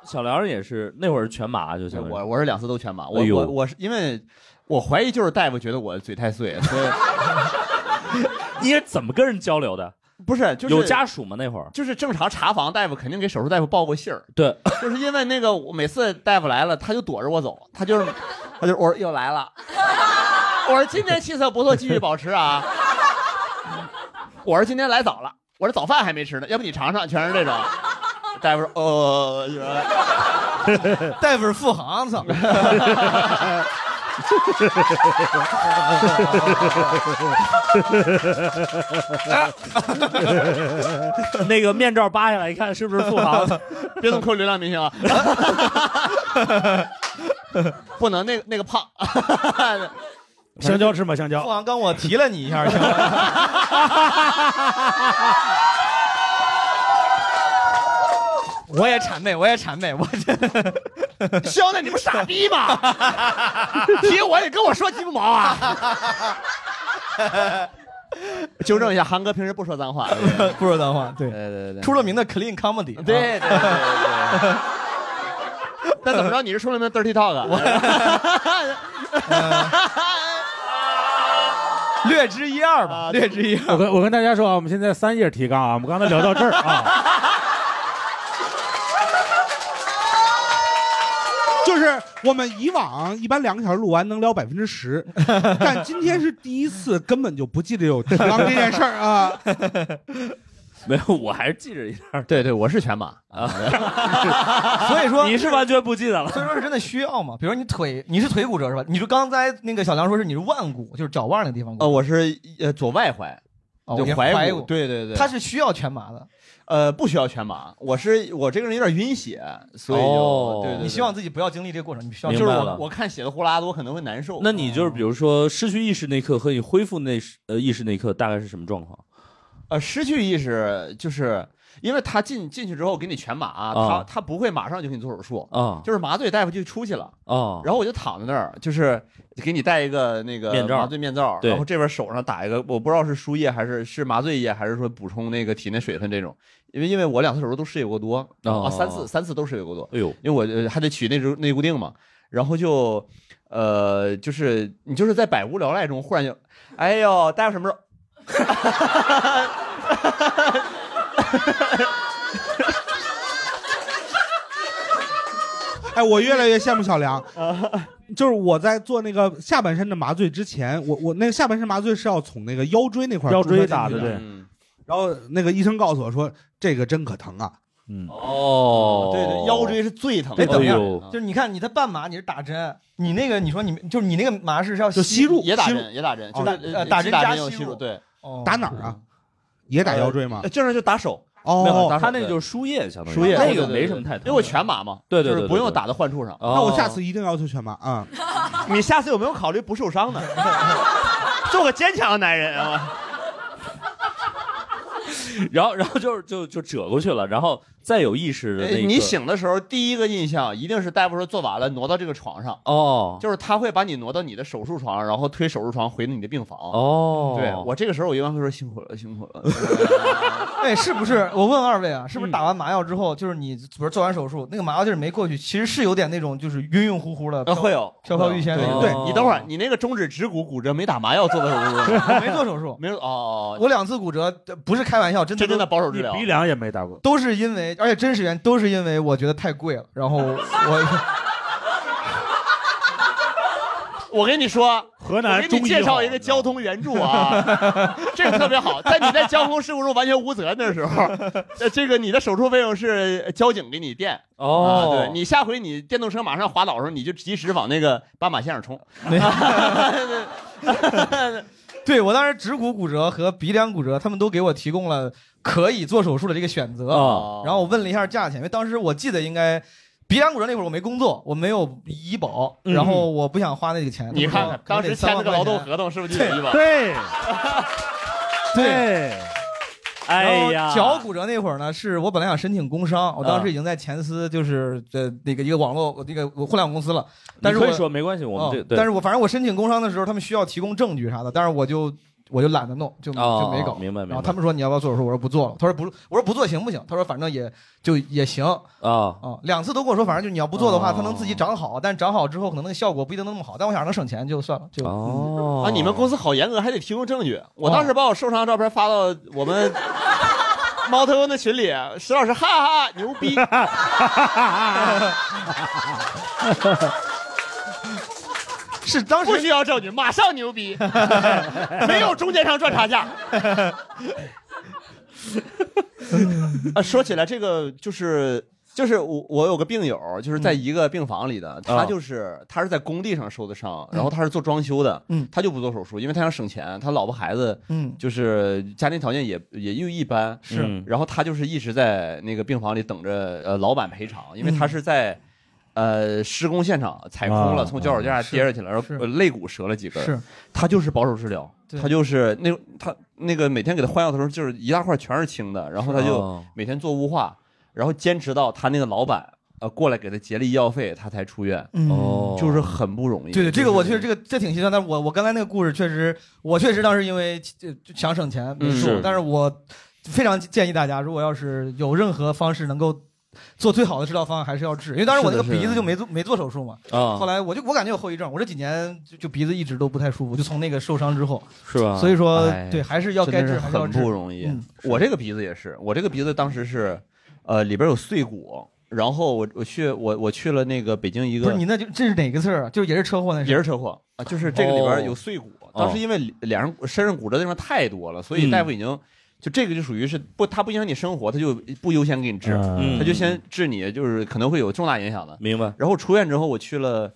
小梁也是那会儿全麻就行了。我我是两次都全麻，我、哎呦我我是因为我怀疑就是大夫觉得我嘴太碎，所以 <laughs> 你是怎么跟人交流的？不是就是有家属吗？那会儿就是正常查房大夫肯定给手术大夫报过信儿，对， <laughs> 就是因为那个我每次大夫来了，他就躲着我走，他就是他就我说又来了，我说今天气色不错，继续保持啊，我说今天来早了，我这早饭还没吃呢，要不你尝尝，全是这种。大夫说：“哦，原来 <laughs> 大夫是副行，操！ <laughs> 那个面罩扒下来一看，是不是富豪？别总扣流量明星啊！ <laughs> 不能，那个那个胖， <laughs> 香蕉吃吗？香副蕉，行刚我提了你一下，行吗？啊 <laughs> <laughs> 我也谄媚，我也谄媚，我这 <laughs> 肖奈，你不傻逼吗？提我也跟我说鸡不毛啊！ <laughs> 纠正一下，韩哥平时不说 <laughs> 脏话。 <laughs> 不说脏话，对，对对对出了名的 clean comedy，啊对对对 <laughs> 对。那怎么着？你是出了名 dirty talk？ <laughs> 略知一二啊吧，略知一我二。跟我跟大家说啊，我们现在三页提纲啊，我们刚才聊到这 <laughs> 儿啊，就是我们以往一般两个小时录完能聊百分之十， <laughs> 但今天是第一次，根本就不记得有提纲这 <laughs> 件事儿啊。没有，我还是记着一啊下。对对，我是全马。 <laughs> 所以说你是完全不记得了。所以说是真的需要嘛？比如说你腿，你是腿骨折是吧？你就刚才那个小梁说是你是腕骨，就是脚腕那个地方骨呃，我是呃左外踝，哦就也踝骨，对对对。他是需要全麻的。呃，不需要全麻，我是我这个人有点晕血，所以就、哦对对对你希望自己不要经历这个过程，你需要明就是白我了我看血的呼啦的，我可能会难受。那你就是比如说失去意识那一刻和你恢复那时呃意识那一刻大概是什么状况？呃失去意识，就是因为他进进去之后给你全麻，啊他他不会马上就给你做手术，啊就是麻醉大夫就出去了，啊然后我就躺在那儿，就是给你戴一个那个面罩麻醉面罩，对然后这边手上打一个，我不知道是输液还是是麻醉液，还是说补充那个体内水分这种，因为因为我两次手术都失血过多、哦啊，三次三次都失血过多，哎呦，因为我呃还得取内内固定嘛，然后就，呃，就是你就是在百无聊赖中忽然就，哎呦，大夫什 <laughs> 么时候？哎，我越来越羡慕小梁，就是我在做那个下半身的麻醉之前，我我那个下半身麻醉是要从那个腰椎那块儿腰椎注射进去打的对嗯，然后那个医生告诉我说，这个针可疼啊，嗯对哦对，腰椎是最疼的，哎等一下啊就是你看你在半麻，你是打针，你那个你说你就是你那个麻是是要就吸入也打吸入针，也打针，就哦是打呃打针加也有吸吸入，入对，哦打哪儿啊？也哎打腰椎吗呃？正常就打手，没有哦打，他那个就是输液，相当于输液那对对个对没对什么太疼的，因为我全麻嘛，对对就是对对不用对打到患处上。哦。那我下次一定要求全麻啊！你下次有没有考虑不 <laughs> 受 <laughs> 伤呢？做个坚强的男人啊！ <laughs> 然后然后就是就就折过去了，然后再有意识的那哎一刻你醒的时候，第一个印象一定是大夫说做完了，挪到这个床上。哦，就是他会把你挪到你的手术床上，然后推手术床回你的病房。哦对我这个时候我一般会说辛苦了，辛苦了。哎，是不是？我问二位啊，是嗯不是打完麻药之后，就是你比如做完手术，那个麻药劲儿没过去，其实是有点那种就是晕晕乎乎的，呃，会有飘飘欲仙那种。对哦你等会儿，你那个中指指骨骨折没打麻药做的手术？ <laughs> 我没做手术，没有哦。我两次骨折呃不是开玩笑，真的真正的保守治疗你鼻梁也没打过，都是因为，而且真实原因都是因为我觉得太贵了，然后我 <laughs> 我跟你说，河南我给你中医介绍好一个交通援助啊，这个特别好。在你在交通事故中完全无责那时候，呃，这个你的手术费用是交警给你垫哦啊对你下回你电动车马上滑倒的时候，你就及时往那个斑马线上冲。对我当时指骨骨折和鼻梁骨折，他们都给我提供了可以做手术的这个选择。哦然后我问了一下价钱，因为当时我记得应该鼻梁骨折那会儿我没工作，我没有医保，嗯然后我不想花那个钱。你看看他当们说时可能签得了个3万劳块钱动合同，是不是就有医保？对，对。哎然呀，后脚骨折那会儿呢，是我本来想申请工伤，我当啊时已经在前司就是呃那个一个网络那个互联网公司了，但是你我可以说没关系，我们这、哦对但是我反正我申请工伤的时候，他们需要提供证据啥的，但是我就我就懒得弄，就、哦就没搞。明白明白然后他们说你要不要做手术，我说不做了。他说不，我说不做行不行？他说反正也就也行啊、啊两次都跟我说，反正就你要不做的话，哦它能自己长好，但长好之后可能那个效果不一定能那么好。但我想让它省钱，就算了，就嗯哦啊，你们公司好严格，还得提供证据。我当哦时把我受伤的照片发到我们 <laughs> 猫头鹰的群里，石老师哈哈牛逼。 <laughs> 是当时不需要证据，马上牛 <laughs> 逼，没有中间商赚差价。啊，说起来这个就是就是我我有个病友，就是在嗯一个病房里的，啊他就是他是在工地上受的伤，然后他是做装修的，嗯他就不做手术，因为他想省钱，他老婆孩子，嗯就是家庭条件也也又一般，是嗯然后他就是一直在那个病房里等着呃老板赔偿，因为他嗯是在。呃，施工现场踩空了，啊从脚手架是跌下去了，然后是呃肋骨折了几根。是，他就是保守治疗，对他就是那他那个每天给他换药的时候，就是一大块全是青的，然后他就哦每天做雾化，然后坚持到他那个老板呃过来给他结了医药费，他才出院。嗯哦就是很不容易。对对，这个我确就是实这个这挺心酸，但是我我刚才那个故事确实，我确实当时因为呃就想省钱没嗯做，是但是我非常建议大家，如果要是有任何方式能够做最好的治疗方案，还是要治，因为当时我那个是的是的鼻子就没做没做手术嘛，啊后来我就我感觉有后遗症，我这几年就就鼻子一直都不太舒服，就从那个受伤之后，是吧？所以说哎对还是要该真的治是还是要很治，不容易嗯。我这个鼻子也是，我这个鼻子当时是，呃，里边有碎骨，然后我我去我我去了那个北京一不个是你那就这是哪个字儿啊？就是也是车祸那也是是车祸啊，就是这个里边有碎骨。哦当时因为脸上身上骨折的地方太多了，所以嗯大夫已经就这个就属于是不，他不影响你生活，他就不优先给你治，嗯他就先治你，就是可能会有重大影响的。明白然后出院之后，我去了。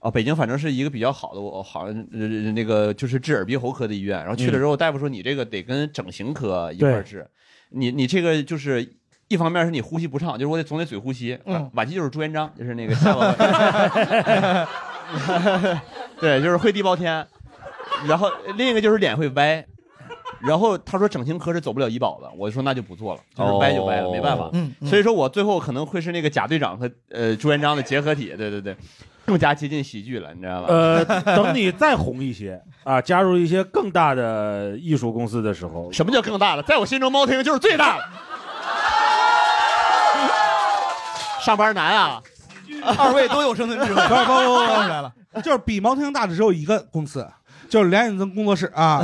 啊，北京反正是一个比较好的，我好像呃那个就是治耳鼻喉科的医院，然后嗯去了之后，大夫说你这个得跟整形科一块儿治，你你这个就是一方面是你呼吸不畅，就是我得总得嘴呼吸，嗯晚期就是朱元璋，就是那个下巴，对，就是会地包天，然后另一个就是脸会歪，然后他说整形科是走不了医保的，我说那就不做了，就是歪就歪了，哦没办法，嗯嗯所以说我最后可能会是那个贾队长和呃朱元璋的结合体，对对对，更加接近喜剧了，你知道吧？呃，等你再红一 <laughs> 些啊，加入一些更大的艺术公司的时 <laughs> 候，什么叫更大了？在我心中，猫头鹰就是最大的。上班难啊， <laughs> 二位都有生存智慧，不不不不看出来了，不，就是比毛听大只有一个公司，就是梁远增工作室啊。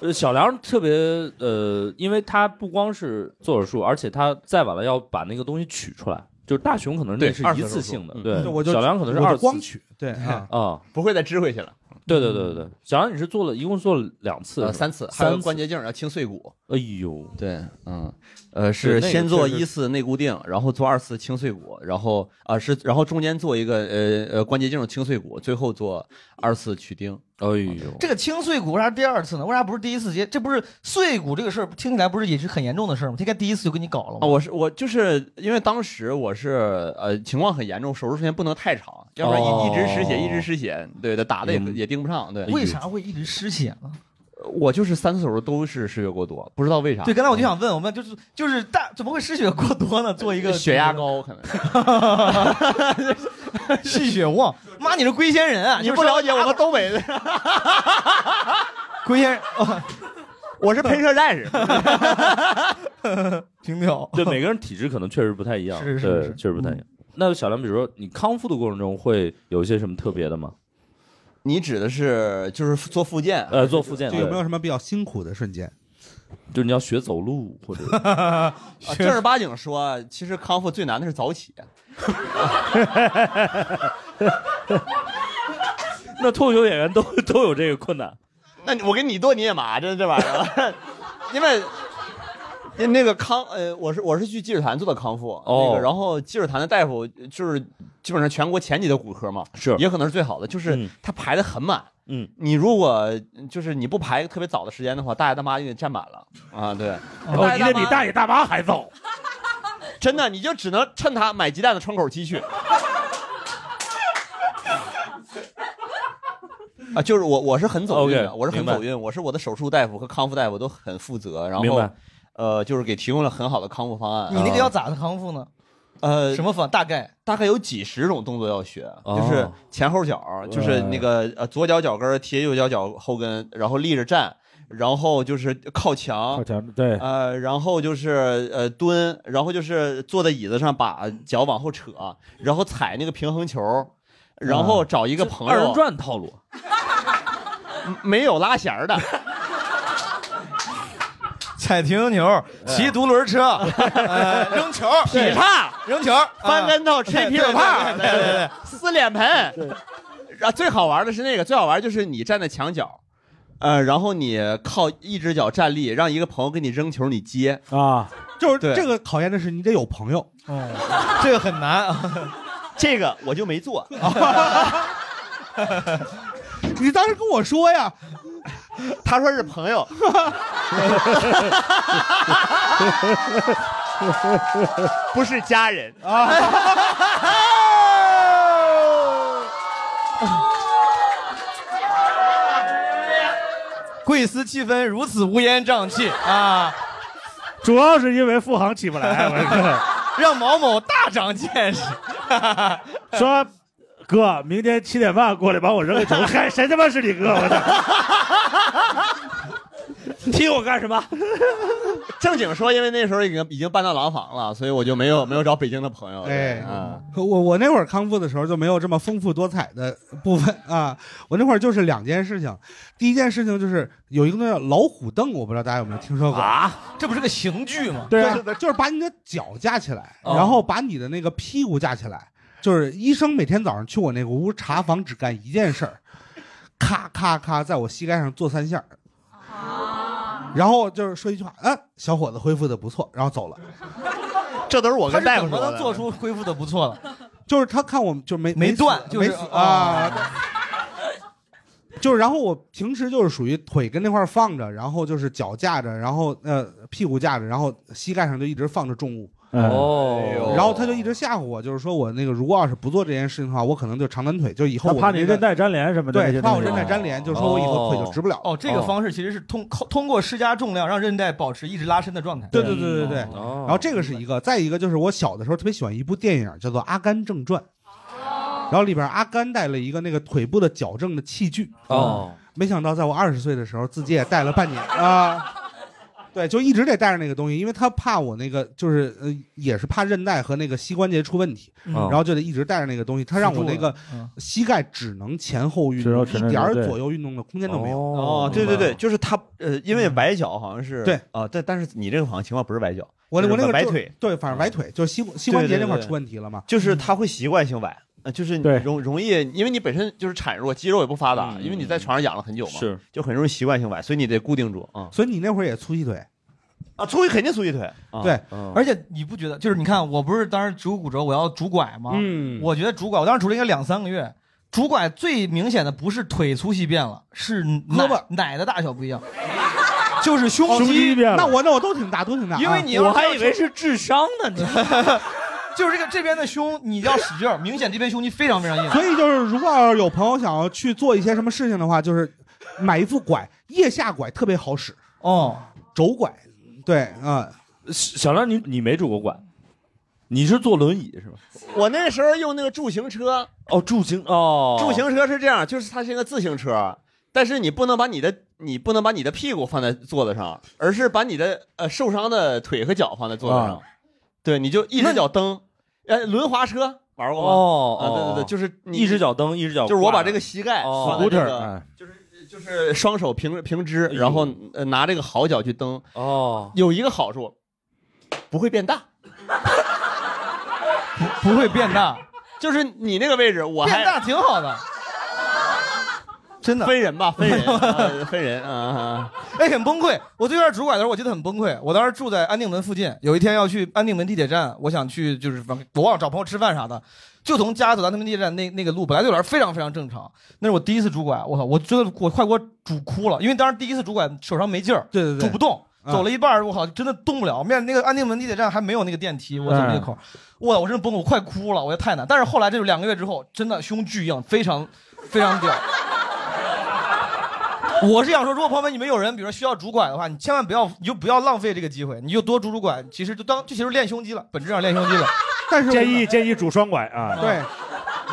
呃小梁特别呃，因为他不光是做手术，而且他再晚了要把那个东西取出来，就是大熊可能那对是二一次手次术性的，嗯对，我就小梁可能是我就二次光取， <laughs> 对啊，啊、不会再支回去了。对对对对对，小梁你是做了一共做了两次是呃，吧，三次，还三有次关节镜要清碎骨。哎呦，对，嗯，呃，对是那个先做确实一次内固定，然后做二次清碎骨，然后啊、是，然后中间做一个呃呃关节镜清碎骨，最后做二次取钉。哎呦，这个清碎骨为啥第二次呢？为啥不是第一次直接？这不是碎骨这个事儿，听起来不是也是很严重的事儿吗？他应该第一次就给你搞了吗？啊，我是我就是因为当时我是呃情况很严重，手术时间不能太长，要不然一、哦一直失血，一直失血，对的，打的也明白也盯不上，对。为啥会一直失血呢？我就是三次手术都是失血过多，不知道为啥。对，刚才我就想问，我们就是就是大怎么会失血过多呢？做一个血压高可能。气 <laughs> 血旺，妈，你是龟仙人啊！你不了解我们东北的， <laughs> 龟仙人，哦哦我 <laughs> 是喷射战士。挺屌。 <laughs> 对，每个人体质可能确实不太一样，是是对是确实不太嗯一样。那小梁，比如说你康复的过程中会有一些什么特别的吗？你指的是就是做复健？啊呃，做复健就有没有对什么比较辛苦的瞬间？就是你要学走路 <laughs> 或者啊 <laughs> 正儿八经说，其实康复最难的是早起。 <laughs> 那脱口秀演员都 <laughs> 都有这个困难。那你我跟你多你也麻，这这玩意儿， <laughs> 因为。因为那个康，呃，我是我是去积水潭做的康复，哦那个，然后积水潭的大夫就是基本上全国前几的骨科嘛，是也可能是最好的，就是嗯他排的很满，嗯，你如果就是你不排一个特别早的时间的话，大爷大妈就得占满了啊，对，哦，爷你得妈比大爷大妈还早。 <laughs> 真的，你就只能趁他买鸡蛋的窗口 <laughs> 期去。啊，就是我，我是很走运的 OK，我是很明白走运，我是我的手术大夫和康复大夫都很负责，然明后白，呃，就是给提供了很好的康复方案。啊你那个要咋的康复呢？呃，什么方？大概大概有几十种动作要学，哦就是前后脚，就是那个呃左脚脚跟儿贴右脚脚后跟，然后立着站，然后就是靠墙好，强，对，呃，然后就是呃蹲，然后就是坐在椅子上把脚往后扯，然后踩那个平衡球，然后找一个朋二人友，转套路， <laughs> 没有拉弦儿的， <laughs> 踩平衡球、骑独 <laughs> 轮车、呃扔球、劈叉、扔球、啊翻跟头、吹啤酒泡，对对对对对，撕脸盆。然后啊最好玩的是那个，最好玩就是你站在墙角。呃，然后你靠一只脚站立，让一个朋友给你扔球，你接。啊，就是对这个考验的是你得有朋友，哦这个很难啊。 <laughs> 这个我就没 <laughs> 做，你当时跟我说呀， <laughs> 他说是朋 <laughs> 友， <laughs> 不是家 <laughs> 人。 <laughs> 贵司气氛如此乌烟瘴气啊，主要是因为付航起不来。我 <laughs> 让毛某大长见识。 <laughs> 靠，说哥，明天七点半过来把我扔个球，嗨，谁他妈是你哥？我操！ <laughs> 踢我干什么？ <laughs> 正经说，因为那时候已经已经搬到廊坊了，所以我就没有没有找北京的朋友。哎啊，我我那会儿康复的时候就没有这么丰富多彩的部分啊，我那会儿就是两件事情，第一件事情就是有一个那叫老虎凳，我不知道大家有没有听说过。啊，这不是个刑具吗？对啊，就是就是把你的脚架起来，哦然后把你的那个屁股架起来。就是医生每天早上去我那个屋查房，只干一件事儿，咔咔咔，在我膝盖上做三下儿。然后就是说一句话，啊，小伙子恢复的不错，然后走了。这都是我他跟是大怎夫么说能的。做出恢复的不错了？ <laughs> 就是他看我们就没没死断就是没死哦啊。 <laughs> 就是，然后我平时就是属于腿跟那块儿放着，然后就是脚架着，然后呃屁股架着，然后膝盖上就一直放着重物，哎嗯，哦然后他就一直吓唬我，就是说我那个如果要是不做这件事情的话，我可能就长短腿，就以后他我怕你那个韧带粘连什么的，对，怕我韧带粘。粘连，就是说我以后腿就直不了。哦，这个方式其实是通靠通过施加重量让韧带保持一直拉伸的状态。对对对对对。哦嗯然后这个是一个，再一个就是我小的时候特别喜欢一部电影，叫做《阿甘正传》，然后里边阿甘带了一个那个腿部的矫正的器具，啊哦，没想到在我二十岁的时候自己也戴了半年啊。对，就一直得带着那个东西，因为他怕我那个就是呃，也是怕韧带和那个膝关节出问题，嗯然然后就得一直带着那个东西。他让我那个嗯膝盖只能前后运只动，能一只能点儿对左右运动的空间都没有。嗯哦，对对对，，就是他呃，因为崴脚好像是对啊，但但是你这个好像情况不是崴脚，我就是我那个崴就腿，对，反正崴腿，就是膝膝对关对节对那块儿对出问题了嘛。嗯就是他会习惯性崴，呃，就是对容容易，因为你本身就是孱弱，肌肉也不发达，嗯因为你在床上养了很久嘛，是就很容易习惯性崴，所以你得固定住啊所以你那会儿也粗细腿，啊，粗腿肯定粗一腿，啊对，哦而且你不觉得，就是你看，我不是当时植入骨折，我要拄拐吗？嗯我觉得拄拐，我当时拄了应该两三个月。拄拐最明显的不是腿粗细变了，是胳胳膊奶的大小不一样， <laughs> 就是胸胸肌变了，那我那我都挺大，都挺大啊。因为你要我是还以为是智商 <laughs> 呢，你就是这个这边的胸，你要使劲儿，明显这边胸肌非常非常硬。所以就是，如果要是有朋友想要去做一些什么事情的话，就是买一副拐，腋下拐特别好使哦，肘拐，对啊、小亮，你你没拄过拐，你是坐轮椅是吧？我那时候用那个助行车，哦，助行哦，助行车是这样，就是它是一个自行车，但是你不能把你的你不能把你的屁股放在座子上，而是把你的呃受伤的腿和脚放在座子上，啊对，你就一只脚蹬，呃，轮滑车玩过吗？哦啊，对对对，就是你一只脚蹬，一只脚就是我挂把着这个膝盖哦放在这个 Scooter，哎就是就是双手平平支，然后呃拿这个好脚去蹬，哦，有一个好处，不会变大，不会变大，就是 <laughs> 你那个位置我还变大挺 <laughs> 好的。真的分人吧，分人，啊分人啊。 <laughs> 哎，很崩溃。我最开始拄拐的时候，我记得很崩溃。我当时住在安定门附近，有一天要去安定门地铁站，我想去就是往我忘了找朋友吃饭啥的，就从家走到安定门地铁站那那个路，本来对我来说非常非常正常。那是我第一次拄拐，我操，我真的我快给我拄哭了，因为当时第一次拄拐手上没劲儿，对对对，拄不动。嗯走了一半儿，我靠，真的动不了。面那个安定门地铁站还没有那个电梯，我哎走嗯那个口儿，我操我真的崩溃，我快哭了，我也太难。但是后来这就两个月之后，真的胸巨硬，非常非常屌。我是想说，如果朋友们你们有人，比如说需要拄拐的话，你千万不要，你就不要浪费这个机会，你就多拄拄拐。其实就当这其实练胸肌了，本质上练胸肌了。 <laughs> 但是建议建议拄双哎拐啊，对，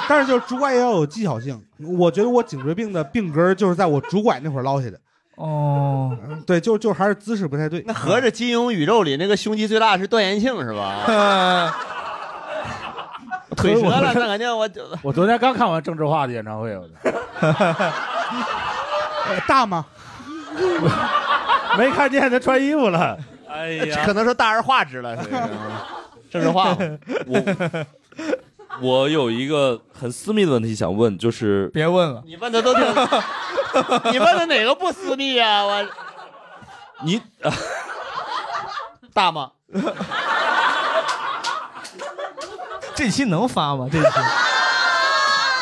但是就是拄拐也要有技巧性。我觉得我颈椎病的病根儿就是在我拄拐那会儿落下的。嗯哦，对，就就还是姿势不太对。那合着金庸宇宙里那个胸肌最大是段延庆是吧？ <laughs> 腿折了，那肯定我就 <laughs> 我昨天刚看完郑智化的演唱会，我大吗？ <laughs> 没看见他穿衣服了。哎 <laughs> 可能说大而化之了，是 <laughs> 不是郑智化嘛。我我有一个很私密的问题想问，就是别问了，你问的都挺， <laughs> 你问的哪个不私密呀？我你、大吗？ <laughs> 这期能发吗？这期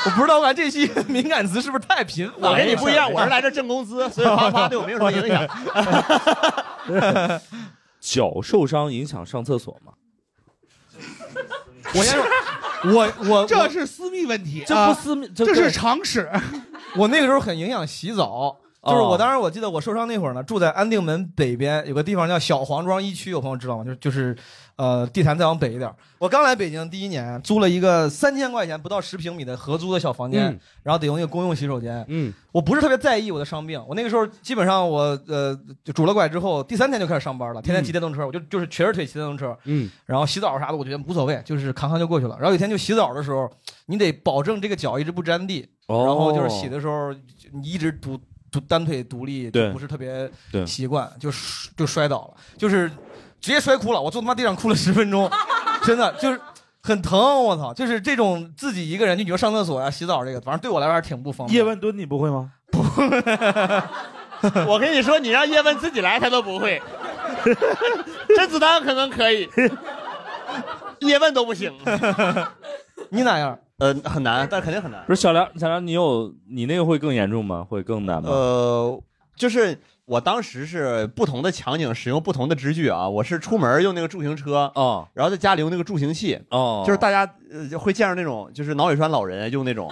我不知道，我啊感觉这期 <laughs> 敏感词是不是太频繁了？我跟你不一样，我是来这挣工资，所以啪啪对我没有什么影响。 <laughs> 脚受伤影响上厕所吗？我先说，我我这是私密问题，这啊不私密，这对是常识。 <laughs> 哦我那个时候很影响洗澡，就是我当时我记得我受伤那会儿呢，住在安定门北边有个地方叫小黄庄一区，有朋友知道吗？就是就是，呃，地坛再往北一点儿。我刚来北京第一年，租了一个三千块钱不到十平米的合租的小房间，嗯然后得用那个公用洗手间。嗯，我不是特别在意我的伤病，我那个时候基本上我呃就拄了拐之后，第三天就开始上班了，天天骑电动车，我就就是瘸着腿骑电动车。嗯，然后洗澡啥的，我觉得无所谓，就是扛扛就过去了。然后有一天就洗澡的时候，你得保证这个脚一直不沾地，哦然后就是洗的时候你一直独独单腿独立，对就不是特别对习惯，就摔就摔倒了，就是直接摔哭了。我坐他妈地上哭了十分钟， <laughs> 真的就是很疼，我操！就是这种自己一个人，就你说上厕所呀、啊洗澡这个，反正对我来说还是挺不方便。叶问蹲你不会吗？我跟你说，你让叶问自己来，他都不 <laughs> 会。甄子丹可能可以，叶问都不行。 <laughs> 你哪样？呃，很难，但是肯定很难。不是小梁，小梁，你有你那个会更严重吗？会更难吗？呃，就是我当时是不同的场景使用不同的支具啊，我是出门用那个助行车，哦然后在家里用那个助行器，哦，就是大家呃就会见着那种就是脑血栓老人用那种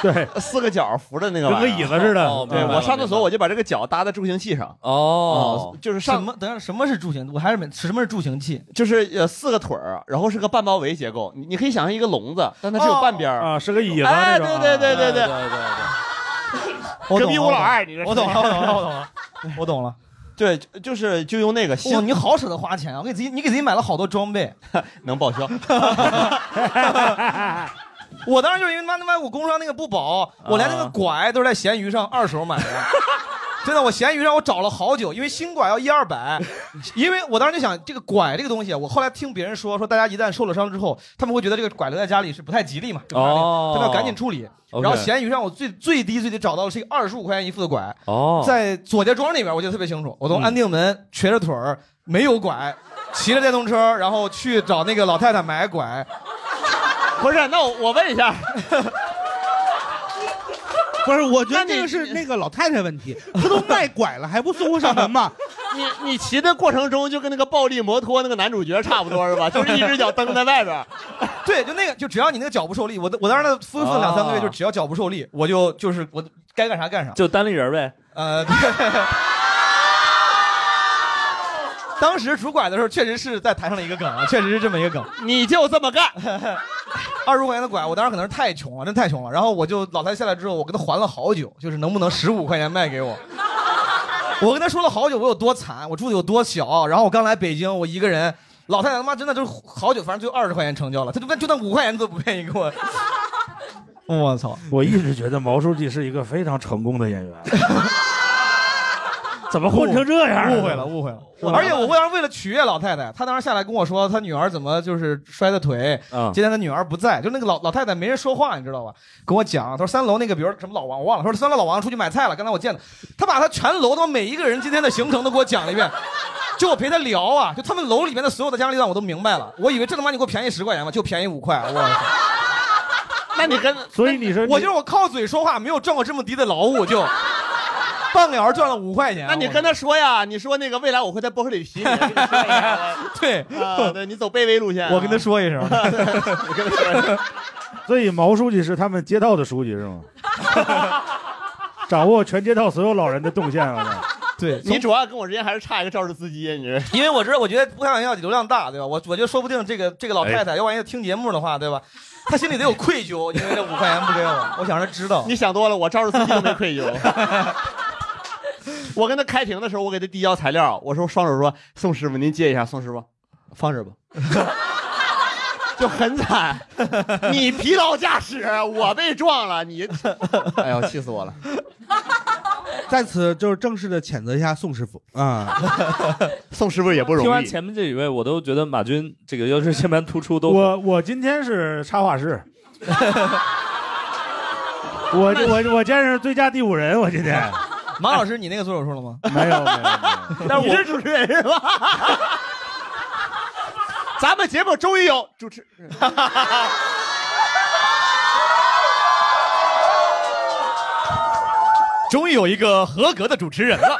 对， <laughs> 四个角扶着那个跟玩意个儿椅子似的。哦对明白了我上厕所我就把这个脚搭在助行器上，哦哦，就是什上么？等一下，什么是助行？我还是没什么是助行器？就是呃四个腿儿，然后是个半包围结哦构，你你可以想象一个笼子，但它是有半边儿。啊，是个椅子哎，那种对啊。对对对对，对对，我隔懂壁了，吴老二，你这我懂了，我懂了，我懂了， <laughs> 我懂了。对，就就是就用那个哇，新你好舍得花钱啊！我给自己，你给自己买了好多装备。 <laughs> 能报销。 <laughs> 我当时就是因为妈他妈我工伤那个不保，我连那啊个拐都是在闲鱼上二手买的。真的，我闲鱼上我找了好久，因为新拐要一二百，因为我当时就想这个拐这个东西，啊我后来听别人说说大家一旦受了伤之后，他们会觉得这个拐留在家里是不太吉利嘛，哦他们要赶紧处理。 OK 然后闲鱼上我最最低最低找到的是一个二十五块钱一副的拐，哦，在左家庄那边，我记得特别清楚。我从安定门瘸着腿儿，没 <laughs> 有拐，骑着电动车，然后去找那个老太太买拐。 <laughs> 不是，那我我问一 <laughs> 下， <laughs> 不是，我觉那你得这个是那个老太太问题，她都卖拐了还不送我上门吗？啊你你骑的过程中就跟那个暴力摩托那个男主角差不多是吧？就是一只脚蹬在外边儿，对，就那个，就只要你那个脚不受力，哦我我当时那夫妇两三个月，就只要脚不受力，我就就是我该干啥干啥。就单立人呗。呃，对 <laughs> 当时拄拐的时候，确实是在台上的一个梗啊，确实是这么一个梗。 <laughs> 你就这么干， <laughs> 二十块钱的拐，我当时可能是太穷了，真太穷了。然后我就老太太下来之后，我跟她还了好久，就是能不能十五块钱卖给我？我跟她说了好久，我有多惨，我住的有多小。然后我刚来北京，我一个人，老太太他妈真的就是好久，反正就二十块钱成交了，她就那就那五块钱都不愿意给我。我操！我一直觉得毛书记是一个非常成功的演员，怎么混成这样？啊误会了，误会了。而且我当时为了取悦老太太，她当时下来跟我说，她女儿怎么就是摔的腿。嗯今天她女儿不在，就那个老老太太没人说话，你知道吧？跟我讲，她说三楼那个，比如什么老王，我忘了。她说三楼老王出去买菜了，刚才我见的，她把她全楼的每一个人今天的行程都给我讲了一遍。就我陪她聊啊，就他们楼里面的所有的家长里短我都明白了。我以为这他妈你给我便宜十块钱吧，就便宜五块，我。那你跟 <laughs> 所以你说我就是我靠嘴说话，没有赚过这么低的劳务，就半个小时赚了五块钱。那你跟他说呀，你说那个未来我会在薄荷 <laughs> 里洗你。对啊，对你走卑微路线啊。我跟他说一声我跟他说一 <laughs> 声。所以毛书记是他们街道的书记是吗？掌握全街道所有老人的动线了。对你主要跟我之间还是差一个肇事司机，你这。因为我知道，我觉得不开玩笑，流量大，对吧？我我觉得说不定这个这个老哎太太，要万一听节目的话，对吧？她心里得有愧疚，因为这五块钱不给我，我想让她知道。你想多了，我肇事司机都没愧 <laughs> 疚。我跟他开庭的时候，我给他递交材料，我说双手说：“宋师傅，您接一下。”宋师傅，放这儿吧， <laughs> 就很惨。你疲劳驾驶，我被撞了，你， <laughs> 哎呦，气死 <laughs> 我了！在此就是正式的谴责一下宋师傅啊，宋师傅也不听完前面这几位，我都觉得马军这个要是键盘突出都我我今天是插画 <laughs> 师，我我我今天是最佳第五人，我今天马老师，你那个做手术了吗？没有没有。 <laughs> 但是我主持人是吧？咱们节目终于有主持， <laughs> 终于有一个合格的主持人 <laughs> 了。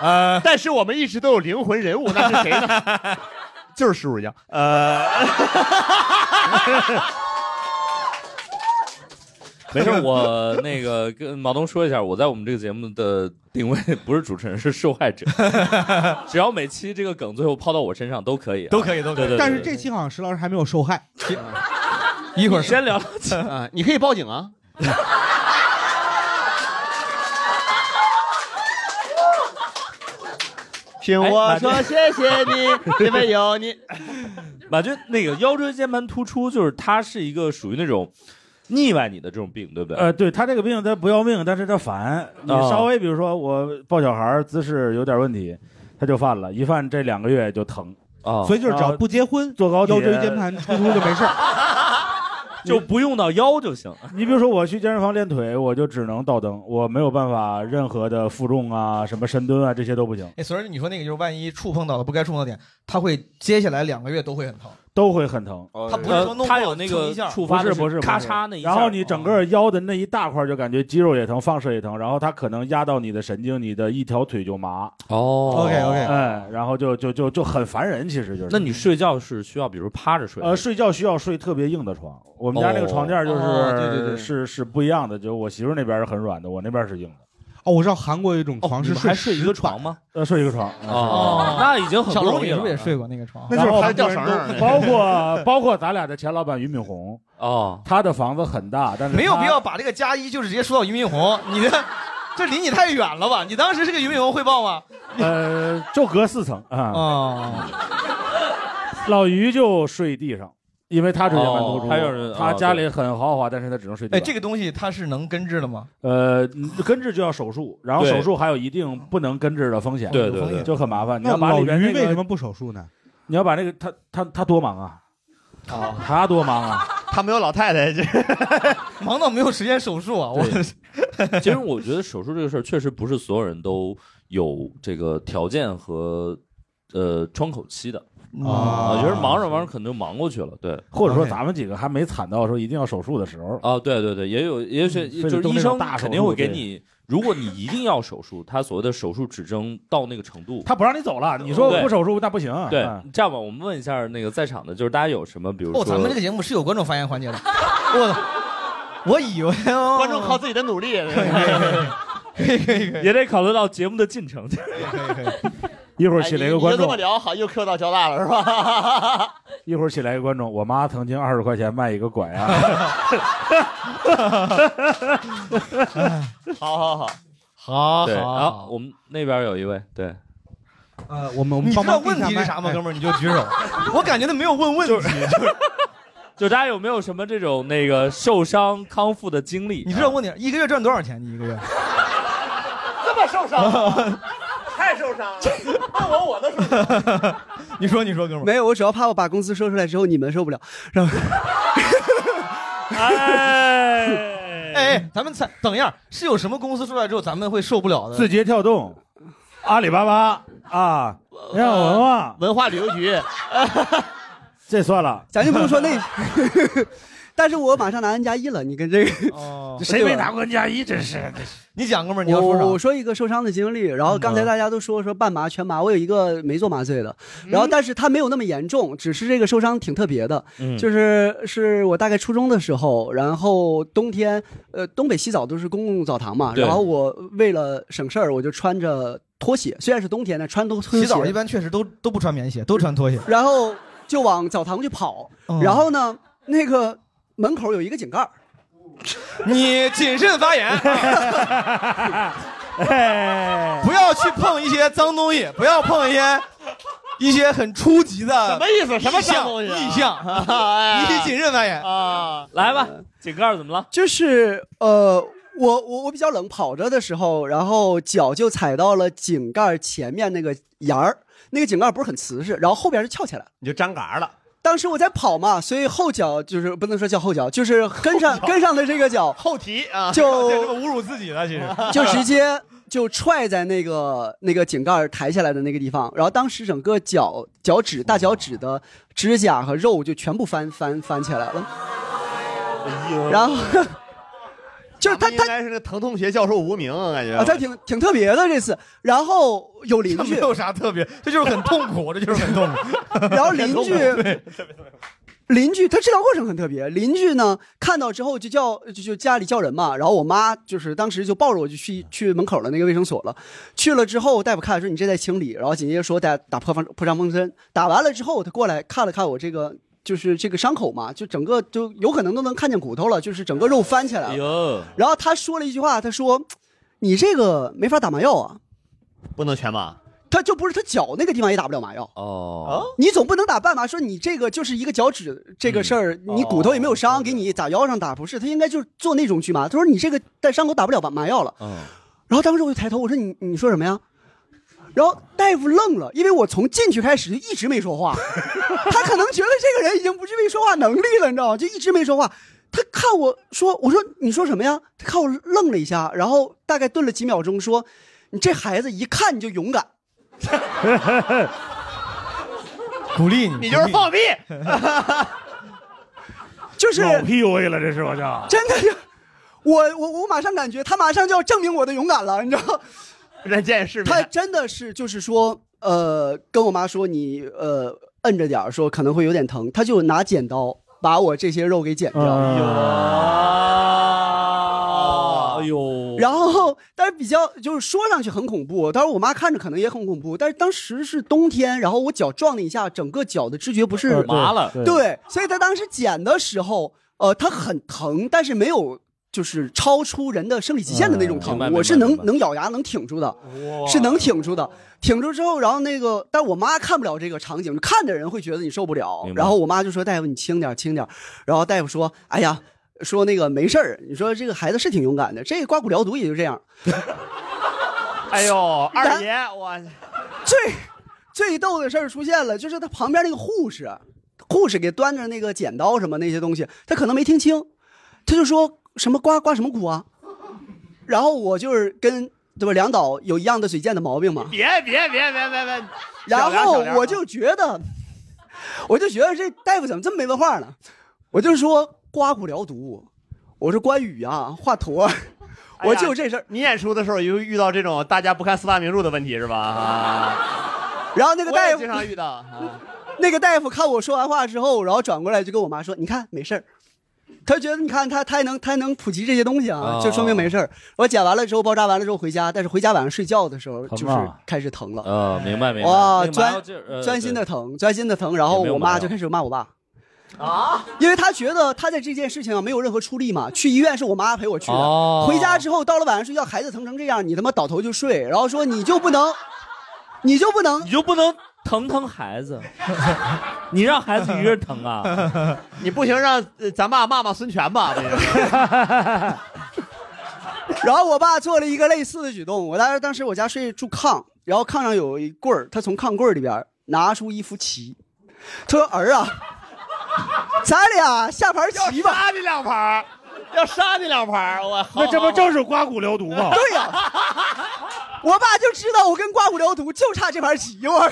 呃，但是我们一直都有灵魂人物，那是谁呢？ <laughs> 就是叔叔一样。 <laughs> 呃， <laughs> 没事，我那个跟毛东说一下，我在我们这个节目的定位 <laughs> 不是主持人，是受害 <laughs> 者。只要每期这个梗最后抛到我身上都可以啊，都可以都可以对对对但是这期好像石老师还没有受害，一会儿先聊，呃啊， <laughs> 你可以报警啊。听我说，谢谢你，因为有你。 <laughs> 马军那个腰椎间盘突出，就是它是一个属于那种腻歪你的这种病，对不对？呃，对他这个病，他不要命，但是他烦。呃你哦稍微比如说我抱小孩儿姿势有点问题，他就犯了，一犯这两个月就疼，啊，所以就是只要不结婚，坐高铁腰椎间盘突出就没事儿。就不用到腰就行。你比如说我去健身房练腿，我就只能倒蹬，我没有办法任何的负重啊、什么深蹲啊这些都不行，哎，所以你说那个就是万一触碰到了不该触碰的点，他会接下来两个月都会很疼。都会很疼。哦他不是呃说弄它爆有那蹭个一下触不发是的不是，咔不是嚓那一下，然后你整个腰的那一大块就感觉肌肉也疼，放射也疼，然后它可能压到你的神经，你的一条腿就麻，哦 OK，OK 哎，然后就就就就很烦人，其实就是。那你睡觉是需要比如趴着睡还呃，是，睡觉需要睡特别硬的床，我们家那个床垫就是、哦对对对是是不一样的，就我媳妇儿那边是很软的，我那边是硬的。哦，我知道韩国有一种哦床你是们还睡睡一十个款床吗？呃，睡一个床，哦，那已经很小不龙容易你是了不是也睡过那个床？那就是然后韩国还人吊绳儿都呢包 <laughs> 括包括咱俩的前老板俞敏洪，哦。他的房子很大，但是没有他必要。把这个加一就是直接说到俞敏洪，你的这离你太远了吧？你当时是个俞敏洪汇报吗？呃，就隔四层啊、啊，老俞就睡地上，因为他椎间盘突哦出，还有人他哦家里很豪华，但是他只能睡地哎，板。这个东西它是能根治的吗？呃，根治就要手术，然后对手术还有一定不能根治的风险，对对对就很麻烦。你那要把老里边于那为什个，么不手术呢？你要把那个他他他多忙啊，他多忙啊。哦 <laughs> 他没有老太太，这忙到没有时间手术啊！我对 <laughs> 其实我觉得手术这个事儿，确实不是所有人都有这个条件和呃窗口期的啊。啊有人忙着忙着可能就忙过去了，对嗯或者说 OK 咱们几个还没惨到说一定要手术的时候。啊，对对对，也有也许嗯非得就是动医那种生大手肯定会术给对你，如果你一定要手术，他所谓的手术指征到那个程度，他不让你走了，你说对不手术那不行。对嗯，这样吧，我们问一下那个在场的，就是大家有什么，比如说哦，咱们这个节目是有观众发言环节的。我我以为、哦、啊观众靠自己的努力。可以可以也得考虑到节目的进 <laughs> 程。一会儿起来一个观哎你就这众么，聊，好，又 Q 到交大了是吧？ <laughs> 一会儿起来一个观众，我妈曾经二十块钱卖一个拐 <laughs> 啊，好好好，好对，好啊，我们那边有一位，对，呃，我们你我们知帮道忙问题是哎啥吗，哥们儿？你就举手。 <laughs> 我感觉他没有问问题，就是就大家有没有什么这种那个受伤康复的经历？啊你知道问题，一个月赚多少钱？你一个月？这么受伤 <laughs> 吗，太受伤了。问我我都 <laughs> 受伤。 <laughs> 你说你说，哥们儿。没有，我主要怕我把公司说出来之后你们受不了。然后哎，哎， <laughs> 哎咱们才等一下，是有什么公司出来之后咱们会受不了的？字节跳动、阿里巴巴啊，呃让文化呃文化旅游局，这算了，咱就不 <laughs> 用说那， <laughs> 但是我马上拿 N 加一了，你跟这个。 <laughs> 哦，谁没拿过 N 加一？真是的，你讲，哥们儿，你要说啥嗯我？我说一个受伤的经历，然后刚才大家都说说半麻全麻，我有一个没做麻醉的，嗯然后但是他没有那么严重，只是这个受伤挺特别的，嗯就是是我大概初中的时候，然后冬天，呃，东北洗澡都是公共澡堂嘛，对然后我为了省事儿，我就穿着拖鞋，虽然是冬天呢，穿拖拖洗澡一鞋，般确实都都不穿棉鞋，都穿拖鞋。然后就往澡堂去跑，嗯然后呢，那个门口有一个井盖儿， <laughs> 你谨慎发言，啊哎，不要去碰一些脏东西，不要碰一些一些很初级的什么意思？什么脏意象东西啊？意哎象，你象谨慎发言。啊！来吧，井盖儿怎么了？ <laughs> 就是呃，我我我比较冷，跑着的时候，然后脚就踩到了井盖前面那个沿儿，那个井盖不是很瓷实，然后后边就翘起来了。你就粘嘎了，当时我在跑嘛，所以后脚就是不能说叫后脚，就是跟上跟上的这个脚，后蹄啊， <laughs> 这这就个侮辱自己了，其实。 <laughs> 就直接就踹在那个那个井盖抬起来的那个地方，然后当时整个脚脚趾大脚趾的指甲和肉就全部翻翻翻起来了，哎然 <laughs> 后就是他应他该是那疼痛学教授无名啊，感觉啊，他挺挺特别的这次。然后有邻这没居，有啥特别，这就是很痛苦， <laughs> 这就是很痛苦。 <laughs> 然后邻居，邻居他治疗过程很特别。邻居呢看到之后就叫就就家里叫人嘛，然后我妈就是当时就抱着我就去去门口的那个卫生所了。去了之后，大夫看说你这在清理，然后紧接着说打打破伤破伤风针，打完了之后他过来看了看我这个。就是这个伤口嘛，就整个就有可能都能看见骨头了，就是整个肉翻起来了哎。呦，然后他说了一句话，他说：“你这个没法打麻药啊。”不能全麻，他就不是他脚那个地方也打不了麻药，哦，你总不能打半麻，说你这个就是一个脚趾这个事儿，你骨头也没有伤，给你打腰上打不是，他应该就是做那种局麻。他说你这个在伤口打不了麻麻药了，嗯，然后当时我就抬头我说你你说什么呀？然后大夫愣了，因为我从进去开始就一直没说话，他可能觉得这个人已经不具备说话能力了，你知道吗？就一直没说话。他看我说，我说你说什么呀？他看我愣了一下，然后大概顿了几秒钟，说：“你这孩子一看你就勇敢。”鼓励你，你就是放屁，就是老 PUA 了，这是我 <laughs> 操！真的是，我我我马上感觉他马上就要证明我的勇敢了，你知道？人见世他面。真的是就是说，呃，跟我妈说你呃摁着点儿，说可能会有点疼，他就拿剪刀把我这些肉给剪掉。哦哎呦，然后，但是比较就是说上去很恐怖，当时我妈看着可能也很恐怖，但是当时是冬天，然后我脚撞了一下，整个脚的知觉不是麻了，对，所以他当时剪的时候，呃，他很疼，但是没有就是超出人的生理极限的那种嗯明疼，白我明是白能明白能咬牙能挺住的，是 <laughs> 能挺住的。挺住之后，然后那个，但是我妈看不了这个场景，看的人会觉得你受不了明。白然后我妈就说：“大夫，你轻点儿，轻点儿。”然后大夫说：“哎呀。”说那个没事儿，你说这个孩子是挺勇敢的，这个刮骨疗毒也就这样。哎呦，二爷， <laughs> 我最最逗的事儿出现了，就是他旁边那个护士，护士给端着那个剪刀什么那些东西，他可能没听清，他就说什么刮刮什么骨啊，然后我就是跟对吧梁导有一样的嘴贱的毛病嘛，别别别别别别，小然梁后小梁啊我就觉得，我就觉得这大夫怎么这么没文化呢？我就说刮骨疗毒，我是关羽啊，华佗，我就这事儿。哎你演出的时候又遇到这种大家不看四大名著的问题是吧？啊， <laughs> 然后那个我大也夫经，常 <laughs> 遇到。啊那个大夫看我说完话之后，然后转过来就跟我妈说：“你看没事儿。”他觉得你看他他还能他还能普及这些东西啊哦，就说明没事儿。我剪完了之后爆炸完了之后回家，但是回家晚上睡觉的时候疼就是吗开始疼了。呃，明白明白。哇，那个麻哦钻药劲儿呃钻心的对疼，钻心的疼。然后也没有我麻妈药就开始骂我爸。啊，因为她觉得她在这件事情啊上没有任何出力嘛，去医院是我妈陪我去的，哦回家之后到了晚上睡觉，孩子疼成这样，你他妈倒头就睡，然后说你就不能，你就不能，你就不能疼疼孩子，你让孩子一个人疼啊？ <laughs> 你不行让呃咱爸骂骂孙权吧？这个 <laughs> 然后我爸做了一个类似的举动，我当时当时我家睡住炕，然后炕上有一棍儿，他从炕棍儿里边拿出一副棋，他说儿啊，咱俩下盘棋吧，杀你两盘儿，要杀你两盘儿，我好那这不正是刮骨疗毒吗？对呀、我爸就知道我跟刮骨疗毒就差这盘棋，我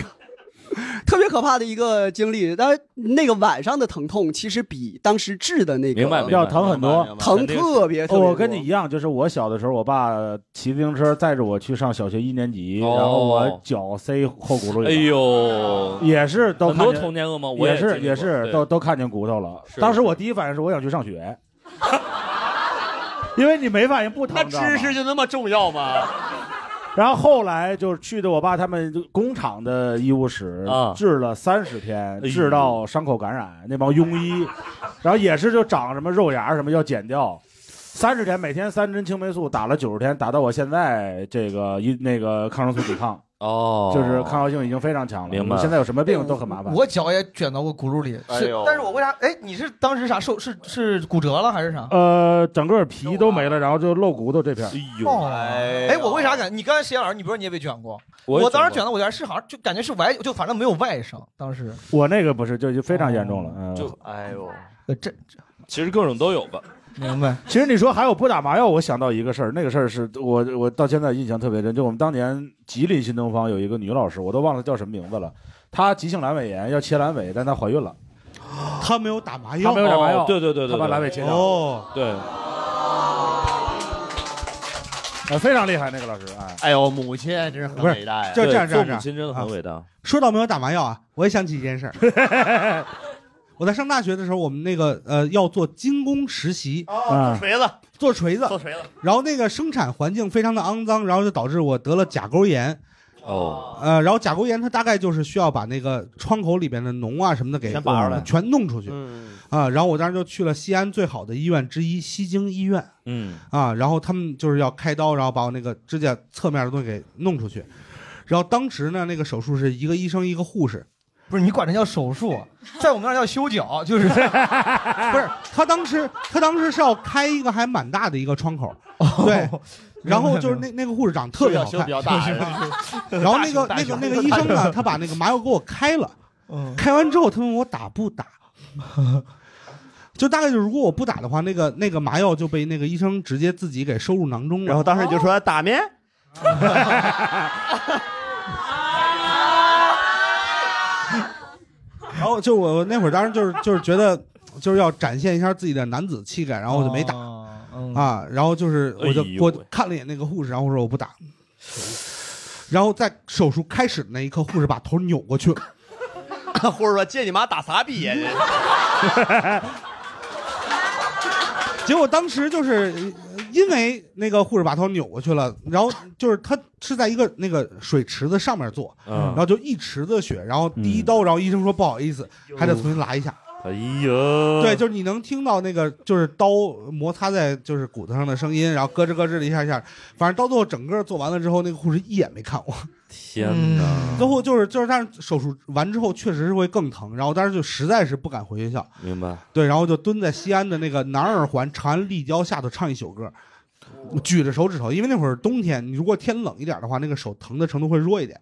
特别可怕的一个经历。但那个晚上的疼痛其实比当时治的那个明白明白，要疼很多哦明白疼特别特别多我跟你一样，就是我小的时候，我爸骑自行车载着我去上小学一年级，哦然后我脚塞后轱辘哎里了，呦，也是都很看多见童年噩梦，我也经历是过也是对都都看见骨头了。是当时我第一反应是我想去上学， <laughs> 因为你没反应不疼那知道吗知识就那么重要吗？然后后来就是去的我爸他们工厂的医务室啊治了三十天，呦治到伤口感染，那帮庸医，然后也是就长什么肉芽什么要剪掉，三十天每天三针青霉素打了九十天，打到我现在这个一那个抗生素抵抗，哦，就是抗药性已经非常强了。明白你现在有什么病都很麻烦。我脚也卷到过轱辘里，哎是呦，但是我为啥？哎，你是当时啥受？是是骨折了还是啥？呃，整个皮都没了，然后就露骨头这片儿。哎呦，哦，哎哎，我为啥感？你刚才沈阳老师，你不是你也被卷过？嗯我我当时觉卷到我家是好像就感觉是崴，就反正没有外伤。当时我那个不是，就就非常严重了。嗯，就哎呦，呃，这这其实各种都有吧。 <laughs> 明白其实你说还有不打麻药，我想到一个事儿，那个事儿是我我到现在印象特别深，就我们当年吉林新东方有一个女老师，我都忘了叫什么名字了，她急性阑尾炎要切阑尾，但她怀孕了， <laughs> 他没有打麻她药没，有打麻药，哦对对对对她把对阑尾切掉，哦，对，呃非常厉害那个老师，哎，哎呦，母亲真是很 <coughs> 不是伟大呀！就这样对这做样这母样。啊亲真的很伟大。说到没有打麻药啊，我也想起一件事儿。 <laughs> 我在上大学的时候，我们那个呃要做精工实习，啊嗯，哦锤子，做锤子，做锤子，然后那个生产环境非常的肮脏，然后就导致我得了甲沟炎。哦，呃，然后甲沟炎它大概就是需要把那个窗口里边的脓啊什么的给全拔出来全弄出去嗯，啊。然后我当时就去了西安最好的医院之一西京医院嗯，啊，然后他们就是要开刀，然后把我那个指甲侧面的东西给弄出去。然后当时呢，那个手术是一个医生一个护士，不是你管这叫手术，在我们那儿叫修脚，就是不是他当时他当时是要开一个还蛮大的一个窗口， <laughs> 对，哦然后就是那那个护士长得特别好修看比，较 <laughs> 大，然后那个大那熊大熊个那个医生呢，他把那个麻药给我开 <laughs> 了，嗯开完之后他问我打不打，就大概就是如果我不打的话，那个那个麻药就被那个医生直接自己给收入囊中了。哦然后当时你就说打面，然后就我我那会儿当时就是就是觉得就是要展现一下自己的男子气概，然后我就没打。哦嗯啊，然后就是我就、哎呦我喂看了一眼那个护士，然后我说我不打。然后在手术开始的那一刻，护士把头扭过去了，护士说借你妈打啥逼呀？这 <laughs> 结果当时就是呃因为那个护士把头扭过去了，然后就是他是在一个那个水池子上面做，嗯然，后就一池子血，然后第一刀，然后医生说不好意思，还得重新拉一下。哎呦，对，就是你能听到那个就是刀摩擦在就是骨头上的声音，然后咯吱咯吱的一下一下，反正到最后整个做完了之后，那个护士一眼没看我。天嗯 <laughs> 哪，最后就是就是，但是手术完之后确实是会更疼，然后当时就实在是不敢回学校，明白。对，然后就蹲在西安的那个南二环长安立交下头唱一宿歌，举着手指头，因为那会儿冬天，你如果天冷一点的话，那个手疼的程度会弱一点，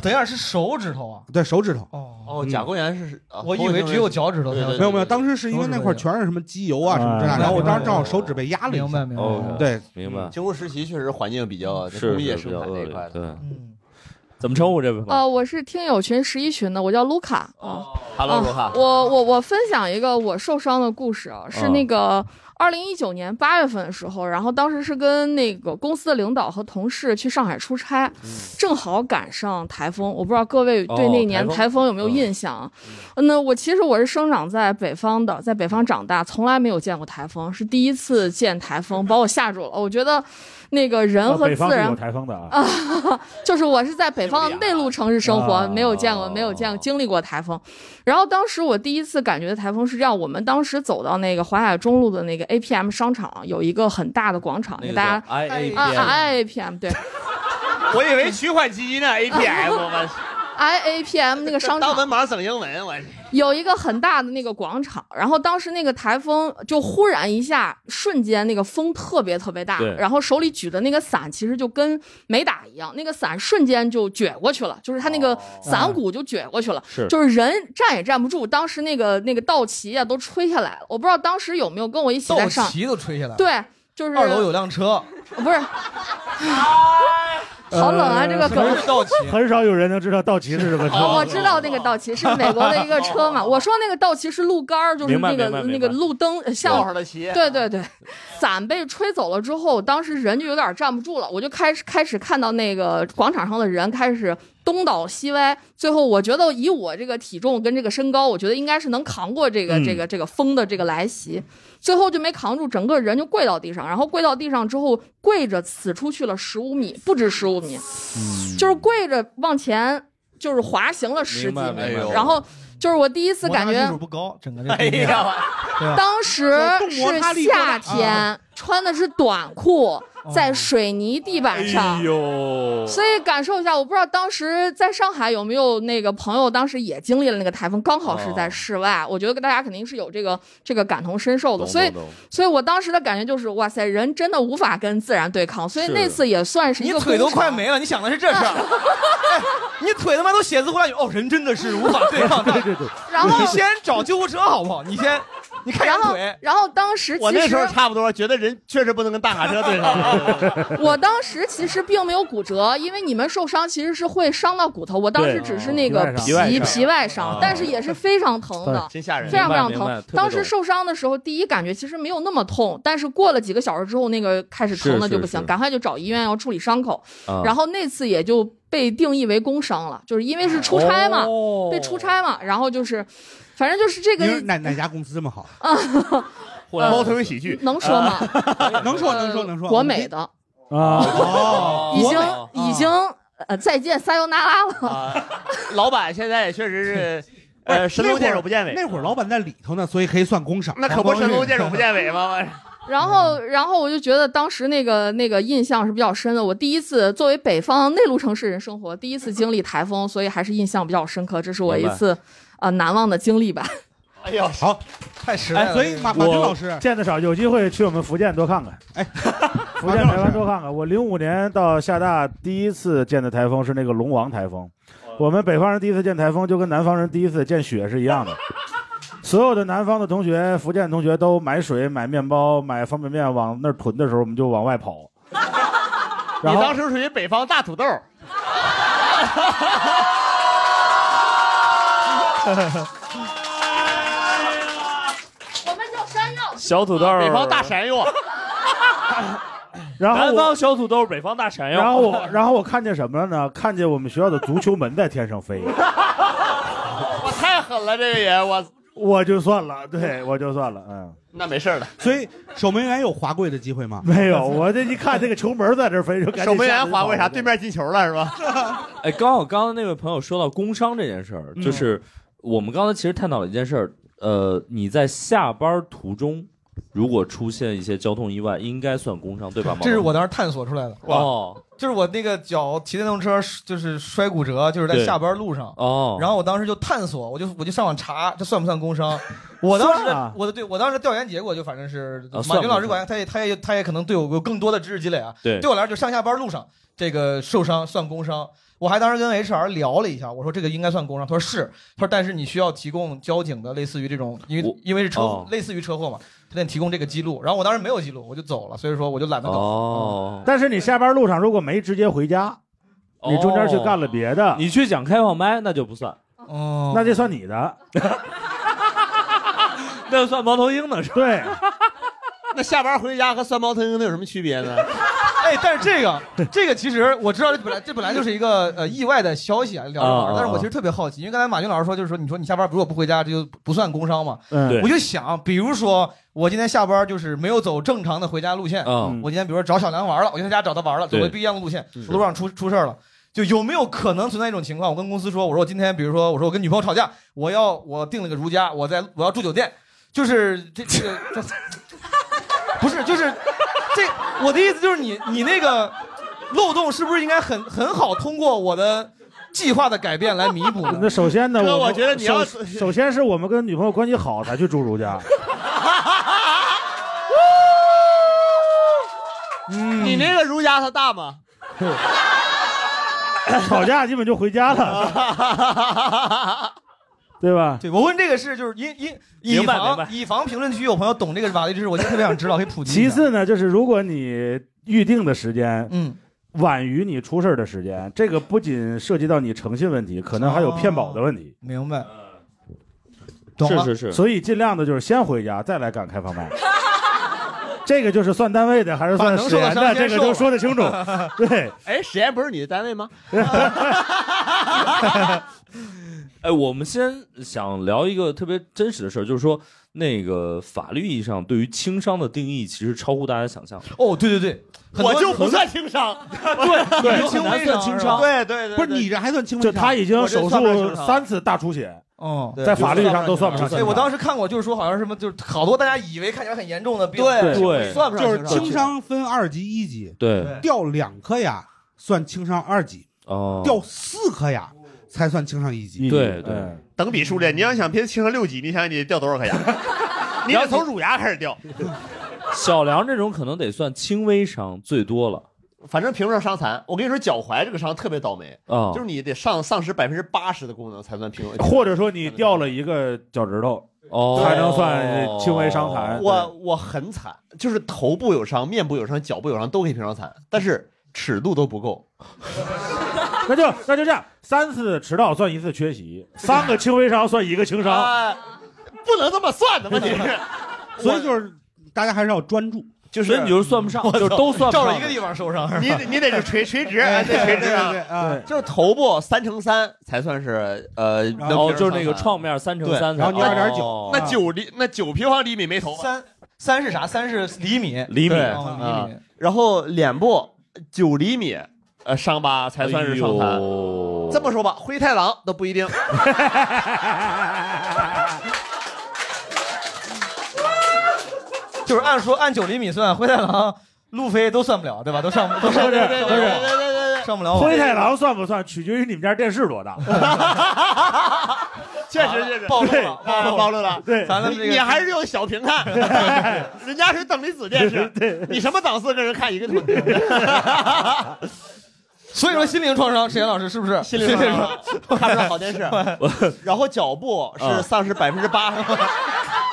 等一下是手指头啊？对手指头。哦，哦，甲沟炎是，啊我以为只有脚趾头才对对有对嗯没有没有，当时是因为那块儿全是什么机油啊什么这哎那，啊然后我当时正好手指被压了一明下白，明哦白。对，明白，经过实习确实环境比较是工业是生比较产恶这一劣块的。对，嗯，怎么称呼这位朋友？呃，我是听友群十一群的，我叫卢卡啊。 Hello，罗哈嗯我我我分享一个我受伤的故事啊，是那个、二零一九年八月份的时候，然后当时是跟那个公司的领导和同事去上海出差，嗯正好赶上台风。我不知道各位对哦那年台台风风有没有印象啊？嗯那我其实我是生长在北方的，在北方长大，从来没有见过台风，是第一次见台风，把我吓住了。我觉得那个人啊和北方自是然有台风的啊。啊， <laughs> 就是我是在北方的内陆城市生活啊，没有见过，没有哦见过经历过台风。然后当时我第一次感觉的台风是这样，我们当时走到那个淮海中路的那个 APM 商场，有一个很大的广场，那给个大家叫 IAPM 啊 IAPM <laughs> 对 <laughs> 我以为取款机呢，APM <laughs> 我 IAPM 那个商当文场。盲省英文，我有一个很大的那个广场，然后当时那个台风就忽然一下，瞬间那个风特别特别大对，然后手里举的那个伞其实就跟没打一样，那个伞瞬间就撅过去了，就是它那个伞骨就撅过去了，哦是就是人站也站不住。当时那个那个道奇啊都吹下来了，我不知道当时有没有跟我一起道在上，奇都吹下来了。，对，就是二楼有辆车，不是， <laughs> 好冷呃啊呃这个梗很道奇， <laughs> 很少有人能知道道奇是什么车。哦，我知道那个道奇是美国的一个车 <laughs> 嘛。我说那个道奇是路杆儿，就是明白那个明白那明个白路灯呃像上的旗对对对，伞被吹走了之后，当时人就有点站不住了，我就开始开始看到那个广场上的人开始东倒西歪。最后我觉得以我这个体重跟这个身高，我觉得应该是能扛过这个、嗯这个这个风的这个来袭。最后就没扛住，整个人就跪到地上，然后跪到地上之后，跪着呲出去了十五米，不止十五米。就是跪着往前，就是滑行了十几明白明白米哎呦，然后就是我第一次感摩擦技觉术，不高，整个这哎呀，对吧当时摩擦是力过夏大天，穿的是短裤，在水泥地哎板哎上。呦所以感受一下，我不知道当时在上海有没有那个朋友，当时也经历了那个台风，刚好是在室外。我觉得大家肯定是有这个这个感同身受的，懂所以懂懂，所以我当时的感觉就是，哇塞，人真的无法跟自然对抗。所以是那次也算是一你个腿都工快程没了，你想的是这 <laughs> 事儿？哎你腿他妈都血渍呼啦圈，哦，人真的是无法对抗。对对对，然后你先找救 <laughs> 护车好不好？你先，你看一下腿。然后当时我其那时候实差不多，觉得人确实不能跟大卡车对 <laughs> 上。我当时其实并没有骨折，因为你们受伤其实是会伤到骨头，我当时只是那个对啊皮皮外伤皮外伤哦，但是也是非常疼的对， <laughs> 真吓人非常非常明白明白疼特。别当时懂受伤的时候，第一感觉其实没有那么痛，但是过了几个小时之后，那个开始疼的是就不行是，是赶快就找医院要处理伤口啊。然后那次也就被定义为工伤了，就是因为是出差嘛哦，被出差嘛，然后就是，反正就是这个你是哪哪家公司这 <laughs> 么好？互联网公司猫头鹰喜剧能说吗？能说能说能说。国美的。啊哦，已经国美已经哦呃再见撒由那拉啊了。老板现在也确实是，呃，神龙见首不见尾，那会儿老板在里头呢，所以可以算工伤。那可不神龙见首不见尾吗？ <laughs> 我然后，嗯然后我就觉得当时那个那个印象是比较深的。我第一次作为北方内陆城市人生活，第一次经历台风，所以还是印象比较深刻。这是我一明白次呃难忘的经历吧。哎呦，好，太实哎，所以马马我军老师，见得少，有机会去我们福建多看看。哎， <laughs> 福建台湾多看看。我零五年到厦大第一次见的台风是那个龙王台风，哦我们北方人第一次见台风就跟南方人第一次见雪是一样的。所有的南方的同学、福建同学都买水、买面包、买方便面往那儿囤的时候，我们就往外哦跑。你然后当时属于北方大土豆， <laughs> 我们叫山药小土豆儿北方大啊山药， <laughs> 然后我南方小土豆，北方大闪耀。然后 <laughs> 我，然后我看见什么了呢？看见我们学校的足球门在天上飞。我太狠了，这个也我我就算了， <laughs> 对我就算了，嗯，那没事儿了。所以守门员有滑跪的机会吗？ <laughs> 没有，我这一看这个球门在这儿飞，就赶紧 <laughs> 守门吓员得划跑为啥了对面进球了 <laughs> 是吧？ <laughs> 哎，刚好刚刚那位朋友说到工伤这件事儿，就是我们刚才其实探讨了一件事儿，呃，你在下班途中如果出现一些交通意外，应该算工伤对吧？这是我当时探索出来的。哦，就是我那个脚骑电动车就是摔骨折，就是在对下班路上。哦，然后我当时就探索，我就我就上网查，这算不算 <laughs> 工伤？我当时算啊的我的对我当时调研结果就反正是啊马算军老师管他也他也他也可能对我有更多的知识积累啊。对对我来说就上下班路上这个受伤算工伤。我还当时跟 HR 聊了一下，我说这个应该算工伤，他说是，他说但是你需要提供交警的类似于这种，因为因为是车、哦类似于车祸嘛，他得提供这个记录。然后我当时没有记录，我就走了，所以说我就懒得搞。哦，但是你下班路上如果没直接回家，你中间去干了别的，哦你去讲开放麦那就不算，哦那这算你的，那算猫头鹰的是吧？对。 <laughs> 那下班回家和酸毛疼那有什么区别呢？哎，但是这个这个其实我知道，这本来这本来就是一个呃意外的消息啊，聊着玩啊啊儿。但是我其实特别好奇，因为刚才马军老师说，就是说你说你下班如果不回家，这就不算工伤嘛。嗯对我就想，比如说我今天下班就是没有走正常的回家路线，嗯我今天比如说找小梁玩了，我就在家找他玩了，走对了不一样的路线，路上出出事儿了。就有没有可能存在一种情况？我跟公司说，我说我今天，比如说，我说我跟女朋友吵架，我要我订了个如家，我在我要住酒店，就是这这个这，不是就是这我的意思就是你你那个漏洞是不是应该很很好通过我的计划的改变来弥补呢？那首先呢，哥们我觉得你要首首先是我们跟女朋友关系好才去住如家，嗯你那个如家它大吗？ <laughs> <laughs> 吵架基本就回家 <laughs> 了，对吧？ <laughs> 对我问这个是就是因因以明白明防白以防评论区有朋友懂这个法律知识，我就特别想知道，可以普及一其下。次呢，就是如果你预定的时间，嗯，晚于你出事儿的时间，这个不仅涉及到你诚信问题，可能还有骗保的问题。明白，懂了是是是所以尽量的就是先回家，再来赶开放麦。 <laughs> 这个就是算单位的还是把算能时受的延伤的，先这受。个都说得清楚 <laughs> 对，哎，实验不是你的单位吗？哎，我们先想聊一个特别真实的事儿，就是说，那个法律意义上对于轻伤的定义，其实超乎大家想象。哦，对对对，我就不算轻 <laughs> 伤，对对你就很难算轻伤对对对，不是对你这还算轻就他已经我这手算不上术正常三次大出血，嗯在法律上都算不上正对，常。我当时看过，就是说好像什么，就是好多大家以为看起来很严重的病，对对算 <laughs> 不上就是轻伤分二级、一级，对掉两颗牙算轻伤二级，哦掉四颗牙才算轻伤一级。对对等比数列，你要想别轻伤六级，你想想你掉多少颗牙？ <laughs> 你得从乳牙开始 <laughs> 掉。小梁这种可能得算轻微伤最多了。反正评不上伤残。我跟你说，脚踝这个伤特别倒霉，哦啊就是你得上丧失百分之八十的功能才算评论。或者说你掉了一个脚趾头，哦才能算轻微伤哦残。我我很惨，就是头部有伤、面部有伤、脚部有伤都可以评上残，但是尺度都不够。 <laughs> 那就那就这样，三次迟到算一次缺 <laughs> 席，三个轻微伤算一个轻伤。哎不能这么算的，问题是。所以就是大家还是要专注，就是所以你就是算不 <laughs> 上就是都算不上照着一个地方受伤是吧你得你得是垂垂 <laughs> 直哎，对垂直啊对啊，就是头部三乘三才算是呃，然后能评上就是那个残创面3乘对3才然后你算2.9那九厘那九平方厘米没头发，哦啊三三是啥？三是厘米，对哦啊厘米。然后脸部九厘米，呃，伤疤才算是伤哎残。呦这么说吧，灰太狼都不一定。就是按说按九厘米算，灰太狼、路飞都算不了，对吧？都上不都上不了，对对对都上不对了对上不了网灰太狼算不算？取决于你们家电视多大。确实确实暴露了啊暴露暴露了。对咱们你这个你还是用小屏 <laughs> 看，人家是等离子电 <laughs> 视，你什么档次跟人看一个腿？所以说心灵创伤，沈岩老师是不是？心灵创伤，看不 <laughs> 上好电视。 <laughs> 然后脚步是丧失百分之八，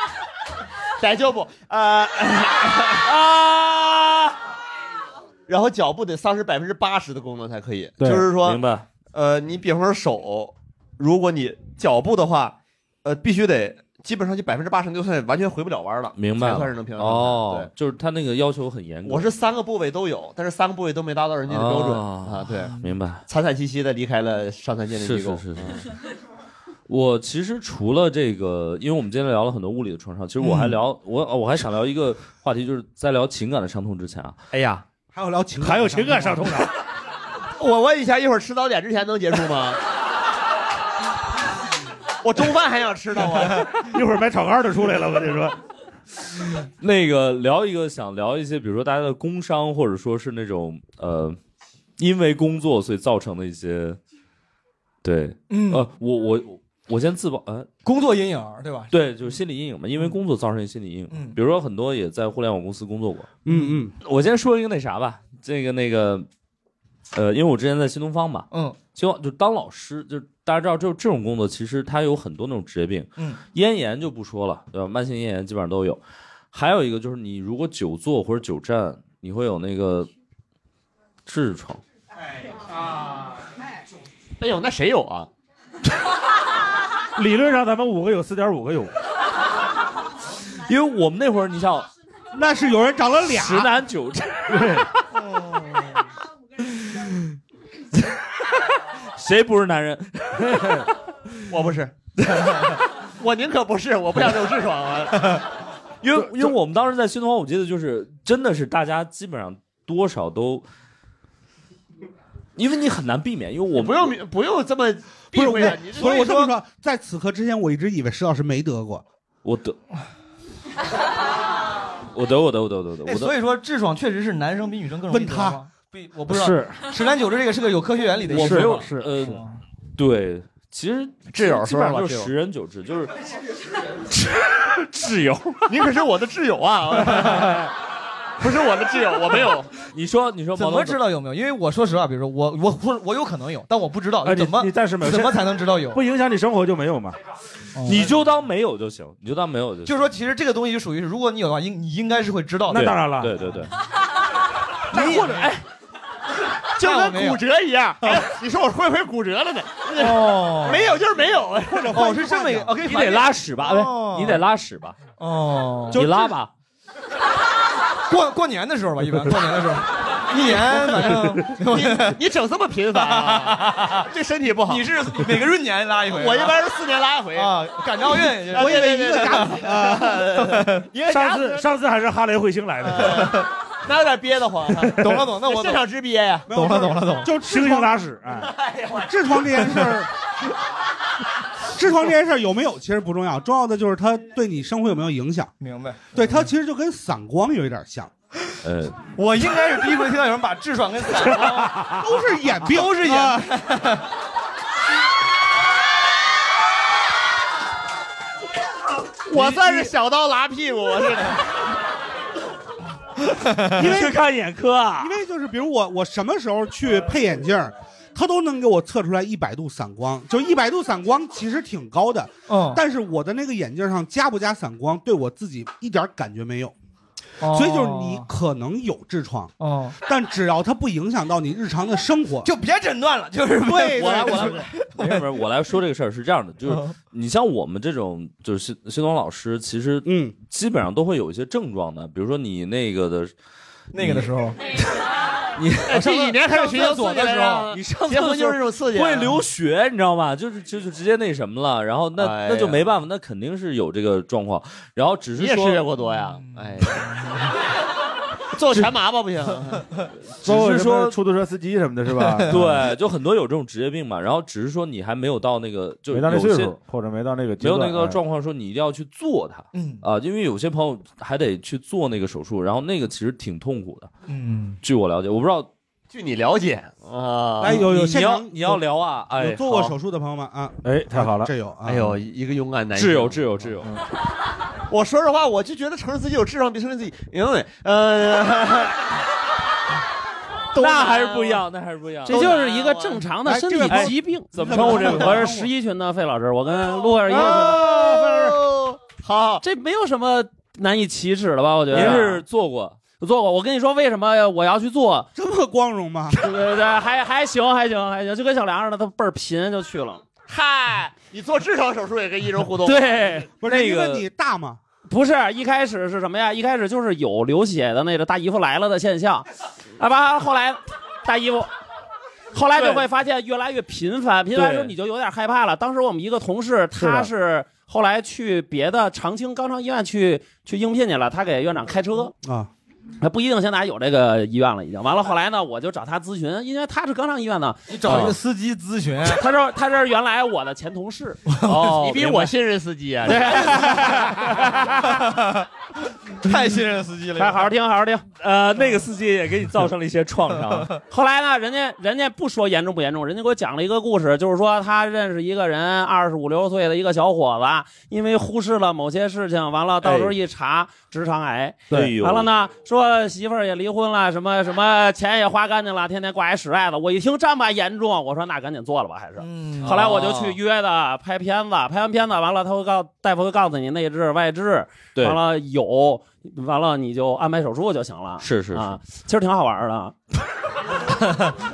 <laughs> 逮脚步，呃 <laughs> 啊，然后脚步得丧失百分之八十的功能才可以，对就是说，明白？呃，你比方说手，如果你脚步的话，呃，必须得基本上就百分之八十，就算完全回不了弯了，明白了才算是能平衡。哦，就是他那个要求很严对，格。我是三个部位都有，但是三个部位都没达到人家的标准啊哦，对，明白。惨惨兮兮的离开了上残鉴定机构。嗯是是是是我其实除了这个，因为我们今天聊了很多物理的创伤，其实我还嗯聊、我我还想聊一个话题，就是在聊情感的伤痛之前啊，哎呀，还有聊情，还有情感伤痛的。 <laughs> 我问一下，一会儿吃早点之前能结束吗？我中饭还想吃呢，我 <laughs> 一会儿买炒肝的出来了，我跟你说。那个聊一个想聊一些，比如说大家的工伤，或者说是那种呃，因为工作所以造成的一些，对，嗯呃，我我我先自曝，呃，工作阴影，对啊吧？对，就是心理阴影嘛，因为工作造成的心理阴影。嗯比如说很多也在互联网公司工作过。嗯嗯，我先说一个那啥吧，这个那个，呃，因为我之前在新东方嘛，嗯，新东方就当老师，就大家知道，就这种工作其实它有很多那种职业病，嗯，咽炎就不说了，对吧？慢性咽炎基本上都有。还有一个就是你如果久坐或者久站，你会有那个痔疮。哎呦，那谁有啊？ <laughs> 理论上咱们五个有四点五个有，因为我们那会儿，你像那是有人长了 <laughs> 俩，十男九痔。谁不是男人？我不是， <laughs> 我宁可不是，我不想有痔疮啊。因为因为我们当时在新东方，我记得就是真的是大家基本上多少都，因为你很难避免，因为我不用不用这么不避是我，讳啊，你不是我这么说，在此刻之前，我一直以为石老师没得过，我得，我得我得我得我得我得，哎所以说痔疮确实是男生比女生更容易问得他吗，比我不知道是十男九痔这个是个有科学原理的一我个没说有法，呃，对，其实挚友基本上说吧就挚是友十人九痔， <laughs> 就是挚友，你可是我的挚友啊， <laughs> 不是我的挚友，我没有。你说你说怎么知道有没有？因为我说实话，比如说我我我我有可能有，但我不知道啊，你怎么你暂时没有，怎么才能知道有？哦不影响你生活就没有嘛。你就当没有就行，你就当没有就行。就是说，其实这个东西就属于是，如果你有的话，应你应该是会知道的。对对对对，你或者哎，就跟骨折一样。哎，你说我会不会骨折了呢？哦没有就是没有，或者哦是这么一个个，<laughs>，OK，你得拉屎吧？哦对，哎你得拉屎吧？哦，你拉吧。 <laughs> 过过年的时候吧，一般过年的时候，一年反正你你整这么频繁 <laughs> 啊， <laughs> 对身体不好。你是每个闰年拉一回，我一般是四年拉一回啊，赶着奥运也 <laughs> 是啊对对对对甲对啊一个上夹次子上次还是哈雷彗星来呃 <laughs> 的，那有点憋得慌。啊 <laughs> 懂了懂了那我懂现场直啊憋呀，懂了懂了懂了，就猩痔猩疮拉屎，哎，痔疮这件事儿，痔疮这件事儿有没有其实不重要，重要的就是它对你生活有没有影响。明白。对，它其实就跟散光有一点像，呃， <laughs> 我应该是第一回听到有人把痔疮跟散光都是眼病，都是眼啊 <laughs> 我算是小刀拉屁股，我是因 <laughs> 为去看眼科啊因。为就是比如我我什么时候去配眼镜儿，它都能给我测出来一百度散光，就一百度散光其实挺高的，嗯但是我的那个眼镜上加不加散光，对我自己一点感觉没有，哦所以就是你可能有痔疮，哦，但只要它不影响到你日常的生活，就别诊断了， <laughs> 就是对我来，对我来，没事没事，我来说这个事儿是这样的，就是嗯你像我们这种，就是新新东老师，其实嗯，基本上都会有一些症状的，比如说你那个的，那个 <laughs> 的时候，哎这几年开始学校上厕所的时候你上结厕所婚就是这种刺激啊，会流血，你知道吗？就是就就直接那什么了，然后那、哎呀那就没办法，那肯定是有这个状况，然后只你是也吃越说，嗯过多呀？哎， <laughs> 做全麻吧不行， <laughs> 只包括是什么说。出租车司机什么的，是 <laughs> 吧？嗯对，就很多有这种职业病嘛，然后只是说你还没有到那个，就没到那有岁些数，或者没到那个阶没有段那个哎状况说你一定要去做它，嗯啊，因为有些朋友还得去做那个手术，然后那个其实挺痛苦的。嗯，据我了解，我不知道据你了解啊，哎有有你现你要场你要聊啊，哎有，做过好手术的朋友们啊，哎，太好了，这有啊，哎呦，一个勇敢男挚性友挚友挚友，嗯我说实话，我就觉得承认自己有智商比承认自己，因为呃， <laughs> 都啊那难还是不一样，那还是不一样。这就是一啊哎个正常的身体疾病。怎么称呼称这这个？个？我是十一群的费老师，我跟陆老师一个群的，哦，好，啊这没有什么难以启齿了吧？我觉得您是做过我做过。我跟你说，为什么我要去做？这么光荣吗？对对对，还还行，还行，还行，就跟小梁似的，他倍儿贫就去了。 <laughs> 嗨，你做痔疮手术也跟医生互动，，对，不是那因个为你大吗？不是一开始是什么呀？一开始就是有流血的那个大姨夫来了的现象，啊吧，后来大姨夫。后来就会发现越来越频繁，频繁的时候对你就有点害怕了。当时我们一个同事，是的他是后来去别的长青肛肠医院去去应聘去了，他给院长开车，啊，那不一定现在有这个医院了已经。完了后来呢，我就找他咨询，因为他是肛肠医院的，你找一个司机咨询，他说他是原来我的前同事，哦，你比明白我信任司机啊，对，太信任司机了。来好好听，好好听。呃那个司机也给你造成了一些创 <laughs> 伤。后来呢，人家人家不说严重不严重，人家给我讲了一个故事，就是说他认识一个人，二十五六岁的一个小伙子，因为忽视了某些事情，完了到时候一查，直肠癌。哎呦完了呢，说媳妇儿也离婚了，什么什么钱也花干净了，天天挂一屎袋子。我一听这么严重，我说那赶紧做了吧，还是。嗯后来我就去约哦的拍片子，拍完片子完了，他会告大夫会告诉你内痔外痔，对完了有，完了你就安排手术就行了。是是是，啊，其实挺好玩儿 <laughs> 的。啊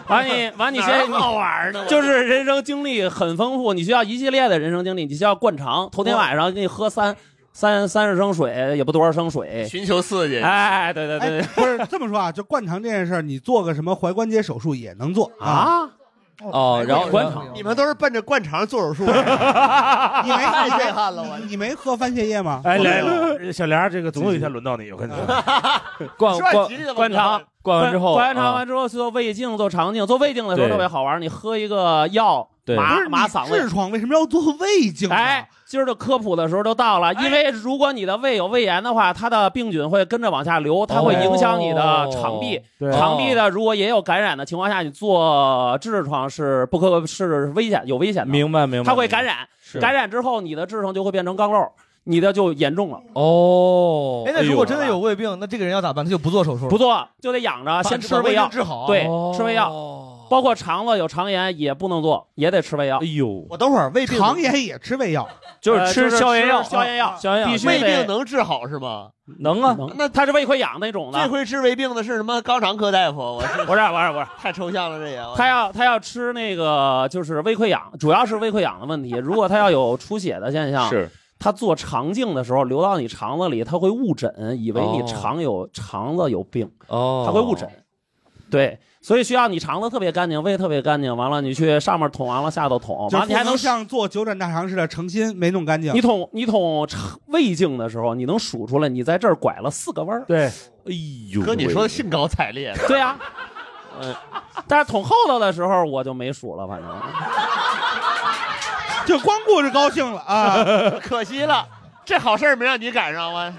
完你完你先好玩呢，就是人生经历很丰富，你需要一系列的人生经历，你需要灌肠。头天晚上给你喝三三三十升水也不多少升水，寻求刺激哎，对对对，哎，不是这么说啊，就灌肠这件事儿，你做个什么踝关节手术也能做啊。哎哦然后灌肠你们都是奔着灌肠做 <laughs> 手术， <laughs> 你 <laughs> 没啊太震撼了我你你没喝番茄叶吗？哎，来，小梁，这个总有一天轮到你，我跟你 <laughs> 说。 <laughs> 灌灌灌肠，灌完之后灌完啊肠完之后去做胃镜、做肠镜，做胃镜的时候对特别好玩，你喝一个药对麻不是麻你嗓子痔。疮为什么要做胃镜？哎哎，今儿的科普的时候都到了，因为如果你的胃有胃炎的话，它的病菌会跟着往下流，它哦会影响你的肠壁。对肠壁的如果也有感染的情况下，你做痔疮是不可是危险有危险的，明白明白，它会感染是，感染之后你的痔疮就会变成肛瘘，你的就严重了。哦哎，那如果真的有胃病，那这个人要咋办？他就不做手术了。不做就得养着，先这吃个胃胃药病治好对哦，吃胃药，包括肠子有肠炎也不能做，也得吃胃药。哎呦，我等会儿胃肠炎也吃胃药，呃就是吃消炎药消炎药，消炎药必须胃得病能治好是吗？能啊，那他是胃溃疡那种的。这回治胃病的是什么肛肠科大夫？我是不是啊不是不是，太抽象了这也。他要他要吃那个就是胃溃疡，主要是胃溃疡的问题。如果他要有出血的现象，是他做肠镜的时候流到你肠子里，他会误诊，以为哦你肠有、肠子有病，哦他会误诊。对，所以需要你肠子特别干净，胃特别干净。完了，你去上面捅，完了下头捅，就完了你是还不能像做九转大肠似的，诚心没弄干净。你捅你捅肠胃镜的时候，你能数出来你在这儿拐了四个弯儿。对，哎呦哥，你说的兴高采烈的，对呀、嗯，但是捅后头的时候我就没数了，反正就光顾 <laughs> 着高兴了啊！可惜了，这好事儿没让你赶上我。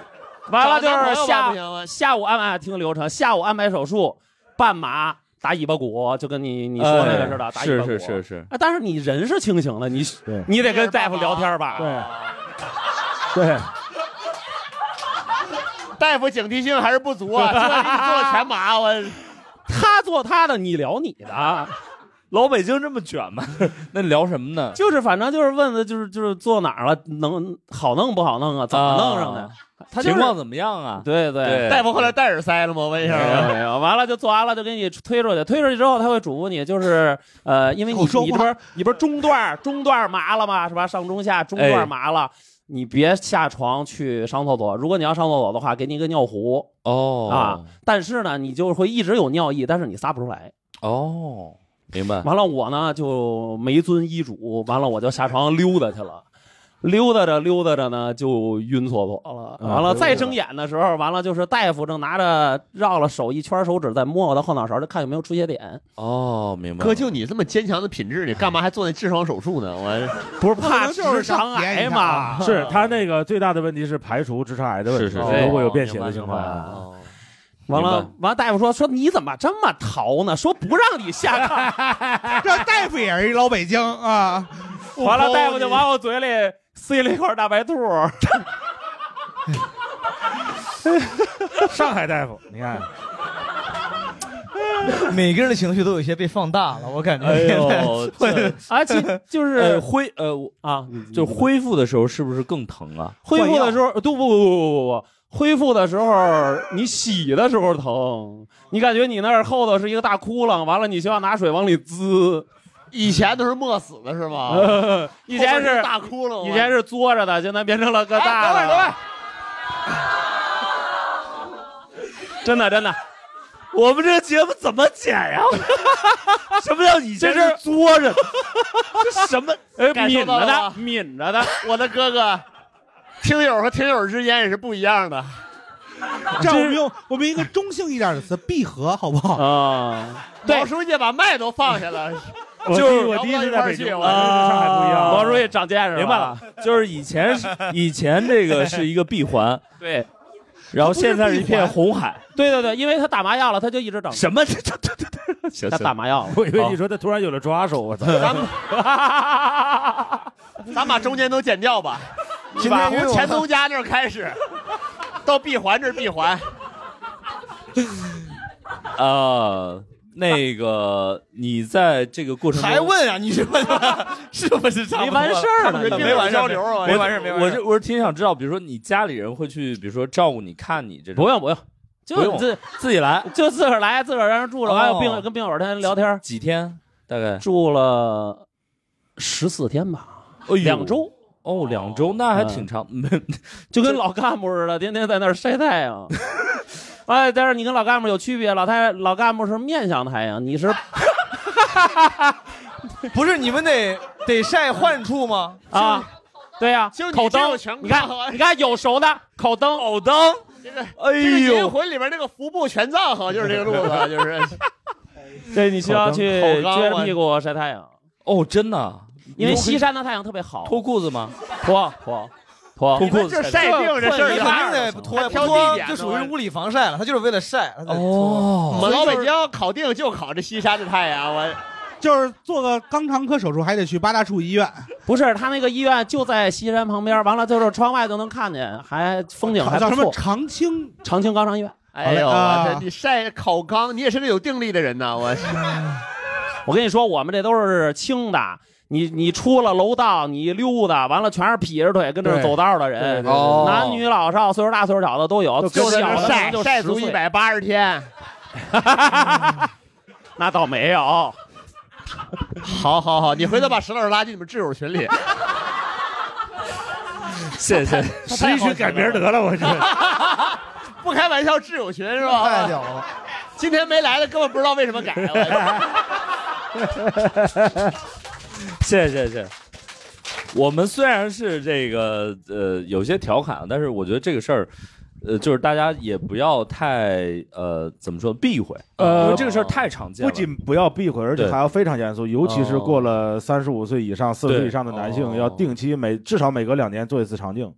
完了就找男朋是友吧下不行吗？下午安排听流程，下午安排手术，半麻打尾巴骨，就跟你你说那个似的，打尾哎是巴骨。是是是，啊，但是你人是清醒了，你对你得跟大夫聊天吧？对，对，大夫警惕性还是不 <laughs> 足啊，就让你做了全麻，我他做他的，你聊你的，老北京这么卷 <laughs> 吗？那聊什么呢？就是反正就是问的，就是就是做哪儿了，能好弄不好弄啊？怎么弄上的？啊他就是情况怎么样啊？对对哎对大夫后来戴耳塞了吗？我问一没有哎下，没有，完了就做完了就给你推出去，推出去之后他会嘱咐你，就是呃，因为你我说话你这边你不是中段中段麻了吗？是吧？上中下中哎段麻了，你别下床去上厕所。如果你要上厕所的话，给你一个尿壶哦啊，但是呢，你就会一直有尿意，但是你撒不出来。哦，明白。完了，我呢就没遵医嘱，完了我就下床溜达去了。溜达着溜达着呢，就晕厕所啊了。嗯完了，再睁眼的时候，完了就是大夫正拿着绕了手一圈手指在摸我的后脑勺，就看有没有出血点。哦，明白。哥，就你这么坚强的品质，你干嘛还做那痔疮手术呢？我不是可怕能就是直想肠体验癌一下嘛啊？是他那个呃最大的问题是排除直肠癌的问题，是是是如果有便血的情况明白下明白。哦完明白了，完了，大夫说说你怎么这么淘呢？说不让你下炕，这大夫也是一老北京啊，完了，大夫就往我嘴里塞了一块大白兔。 <laughs> 上海大夫，你看， <laughs> 每个人的情绪都有一些被放大了，我感觉。哎呦， <laughs> 这啊，其就是呃恢呃我啊，就恢复的时候是不是更疼啊？恢复的时候，呃都不不不不不不，恢复的时候你洗的时候疼，你感觉你那儿后头是一个大窟窿，完了你需要拿水往里滋。以前都是没死的是吗？ <laughs> <laughs> 以前后面是大窟窿，啊以前是嘬着的，现在变成了个哎大等会儿的。等会儿， <laughs> 真的真的， <laughs> 我们这个节目怎么剪呀？ <laughs> 什么叫以前这是作 <laughs> 着？这什 <laughs> 么？哎，感抿受到着的了吧，抿着的。我的哥哥，听友和听友之间也是不一样的。这样我们用我们一个中性一点的词，闭合好不好？啊，毛书记把麦都放下了， <laughs> 我第就是一我第一次在北京，啊聊啊我不到一块儿去我啊跟上海不一样。毛主席长见识明白了，，就是以前是以前这个是一个闭环，对然后现在是一片红海。对对对，因为他打麻药了，他就一直长。什么？这这这这这行他打行，麻药了，我以为你说他突然有了抓手，我操！ <laughs> <laughs> 咱把中间都剪 <laughs> 掉吧。你把从前东家那儿开始，到闭环这儿闭环，呃，那个你在这个过程中还问啊？你这 <laughs> 是不是差不多没完事儿呢。没完事儿交流啊，我没完事儿没完事儿我是我是挺想知道，比如说你家里人会去，比如说照顾你、看你这种，不用不用，不就用自自己来 <laughs> 就自个儿来，自个儿让人住着，完有哦病跟病友天聊天，几天大概住了十四天吧，哎呦两周，嗯哦，两周那还挺长， <laughs> 就跟老干部似的，天天在那儿晒太阳。哎，但是你跟老干部有区别，老太老干部是面向太阳，你是不是你们得得晒患处吗？啊，对呀、就你口灯这种情，啊况你看你看有熟的口灯、藕灯，这个哎呦这个银魂里边那个服部全藏好像就是这个路子，啊 <laughs> 就是对你需要去口缸撅啊着屁股晒太阳，哦，真的，因为西山的太阳特别好。脱裤子吗？脱脱脱啊脱裤子这晒病这事儿你就肯定二得了不脱，还不挑地脱点呢就属于我物理防晒了，他就是为了晒。他得哦我们老北京烤定就烤这西山的太阳，我就是做个肛肠科手术还得去八大处医院，不是他那个医院就在西山旁边，完了就是窗外都能看见，还风景还叫不什错。么长青长青肛肠医院，哎呦，啊我这你晒哎烤缸，你也是个有定力的人呐， <laughs> 我我跟你说，我们这都是轻的。你你出了楼道，你一溜达，完了全是劈着腿跟这儿对走道的人，对对哦对男女老少，岁数大岁数小的都有，就就在小那的可能晒就晒10足岁一百八十天。 <laughs> 那倒没有。 <laughs> 好好好，你回头把石老师拉进你们挚友 <laughs> 群里。谢谢。十一群改名得了，我这 <laughs> 不开玩笑，挚友群是吧？太屌了！ <laughs> 今天没来的根本不知道为什么改。 <laughs> 我谢谢谢谢。我们虽然是这个呃有些调侃，但是我觉得这个事儿，呃，就是大家也不要太呃怎么说避讳，呃因为这个事儿太常见不了。仅不要避讳，而且对哦还要非常严肃，尤其是过了三十五岁以上、四十对岁以上的男性，哦要定期每至少每隔两年做一次 <laughs> 肠镜，哦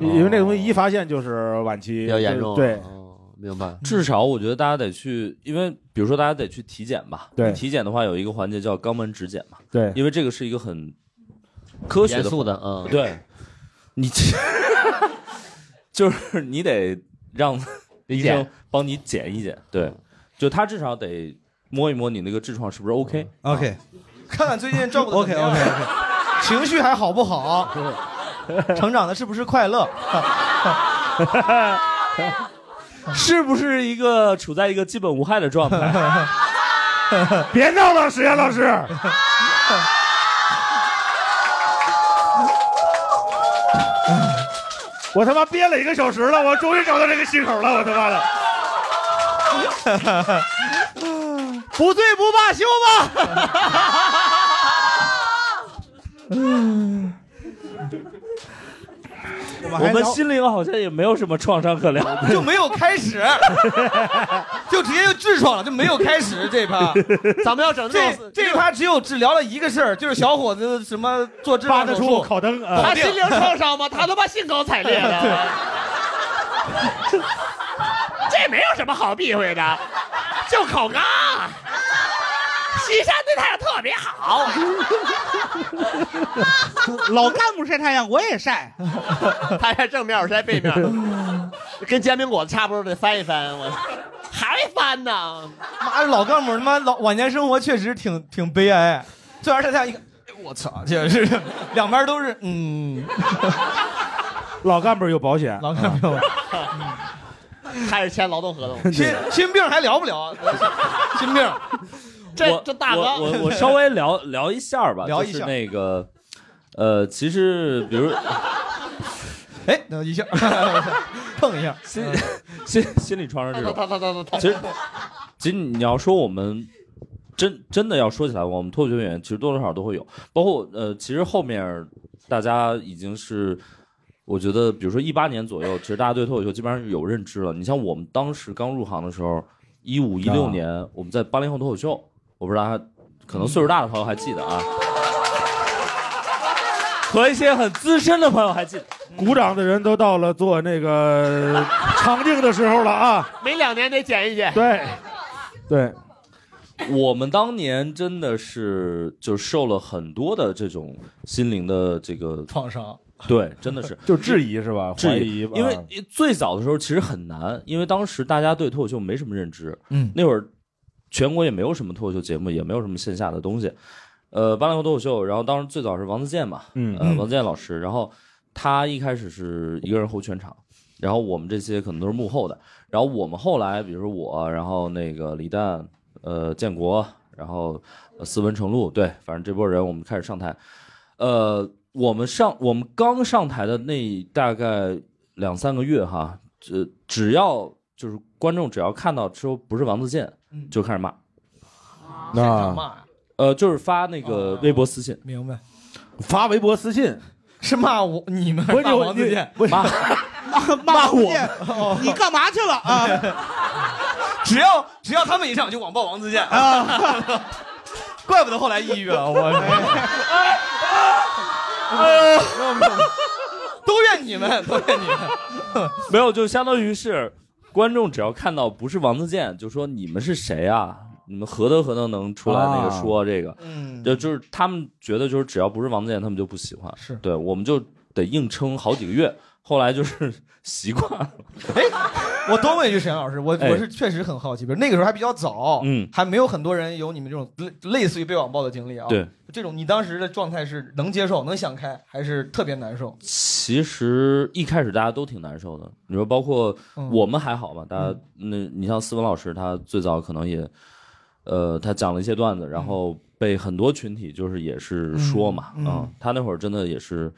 因为那个东西一发现就是晚期，比较严重，对，哦，明白。至少我觉得大家得去，因为比如说大家得去体检吧。对体检的话有一个环节叫肛门指检嘛，对，因为这个是一个很科学严的肃的，嗯，对，你 <laughs> <laughs> 就是你得让医解生帮你检一检，对，就他至少得摸一摸你那个痔疮是不是 OK。嗯 OK 看看最近照顾的 OK OK OK， <laughs> 情绪还好不好？成长的是不是快乐？ <laughs> 是不是一个处在一个基本无害的状态？别闹了，石岩 <laughs> <laughs> 老师，我他妈憋了一个小时了，我终于找到这个气口了，我他妈的。 <laughs> 不醉不罢休 <laughs> 吧。我们我还们聊心灵好像也没有什么创伤可聊。 <laughs> <laughs> 就没有开始，就直接就痔疮了，就没有开始这一趴。 <laughs> 咱们要整这这种这一趴只有只聊了一个事儿，就是小伙子什么做扒痔疮得手出术。烤灯啊！他心灵创伤吗？他都把兴高采烈的， <laughs> 这没有什么好避讳的，就烤缸。西山对太阳特别好，老干部晒太阳，我也晒。 <laughs> 他晒正面，我晒背面， <laughs> 跟煎饼果子差不多，得翻一翻，我还翻呢。妈，老干部他妈老晚年生活确实挺挺悲哀。最玩晒太阳一看，哎我操，这是两边都是嗯，老干部有保险，啊老干部 <laughs> 开始签劳动合同，心心病还聊不聊？ <laughs> 心病这我啊这大我哥，我我稍微聊聊一下儿吧，聊就一是下儿那个，呃，其实比如 <laughs> 哎，<laughs> 等一下碰一下，嗯心 <laughs> 心心理创伤这种， <laughs> 他他他他他，其实，其实你要说我们真真的要说起来，我们脱口秀演员其实多多少少都会有，包括呃，其实后面大家已经是，我觉得比如说一八年左右，其实大家对脱口秀基本上是有认知了。你像我们当时刚入行的时候，一五一六啊年，我们在八零后脱口秀，我不知道大家可能岁数大的朋友还记得啊， <laughs> 和一些很资深的朋友还记得。鼓掌的人都到了做 <laughs> 那个肠镜的时候了啊！每两年得减一减。对，对，我们当年真的是就受了很多的这种心灵的这个创伤。对，真的是 <laughs> 就质疑是吧？怀质疑疑啊吧，，因为最早的时候其实很难，因为当时大家对脱口秀没什么认知，嗯那会儿全国也没有什么脱口秀节目，也没有什么线下的东西，呃，八零后脱口秀，然后当时最早是王自健嘛，嗯呃，王自健老师，然后他一开始是一个人吼全场，然后我们这些可能都是幕后的，然后我们后来，比如说我，然后那个李诞，呃，建国，然后呃斯文成露，对，反正这波人我们开始上台，呃，我们上我们刚上台的那大概两三个月哈，只只要就是观众只要看到说不是王自健，嗯就开始骂。啊啊那骂啊呀呃，就是发那个微博私信，哦明白？发微博私信是骂我你们不是骂王自健，不是骂 <laughs> 骂我 <laughs> 我，你干嘛去了啊？只要只要他们一上，我就网暴王自健啊！ <laughs> 怪不得后来抑郁了，我。哎呦， <laughs> 都怨你们，都怨你们。 <laughs> 没有，就相当于是观众只要看到不是王自健，就说你们是谁啊？你们何德何能能出来那个啊说这个？嗯就就是他们觉得就是只要不是王自健，他们就不喜欢。是对，我们就得硬撑好几个月，后来就是习惯了。哎我多问一句，沈阳老师，我哎我是确实很好奇，比如那个时候还比较早，嗯还没有很多人有你们这种类类似于被网暴的经历啊。对，这种你当时的状态是能接受、能想开，还是特别难受？其实一开始大家都挺难受的，你说包括嗯我们还好吧？大家那你像思文老师，他最早可能也，呃，他讲了一些段子，嗯然后被很多群体就是也是说嘛，啊、嗯嗯他那会儿真的也是，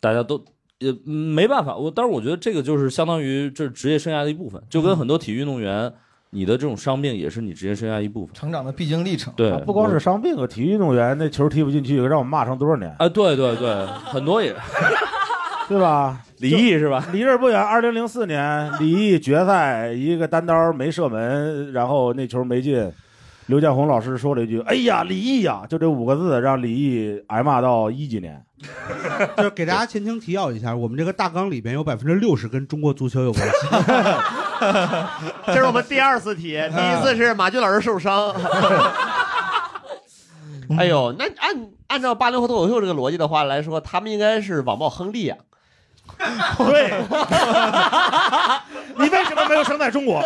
大家都也嗯没办法。我但是我觉得这个就是相当于这是职业生涯的一部分，嗯就跟很多体育运动员，你的这种伤病也是你职业生涯一部分。成长的必经历程。对，不光我是伤病啊，体育运动员那球踢不进去，让我骂上多少年，啊，对对对，很多也对 <laughs> 吧？李毅是吧？离这儿不远，二零零四年李毅决赛一个单刀没射门，然后那球没进。刘建宏老师说了一句：“哎呀，李毅呀、就这五个字，让李毅挨骂到一几年。 <laughs> 就是给大家前情提要一下，我们这个大纲里边有百分之六十跟中国足球有关系。 <laughs> 这是我们第二次题，第一次是马俊老师受 <laughs> 伤。哎呦，那按按照八零后脱口秀这个逻辑的话来说，他们应该是网暴亨利啊。对，你为什么没有生在中 <laughs> 国？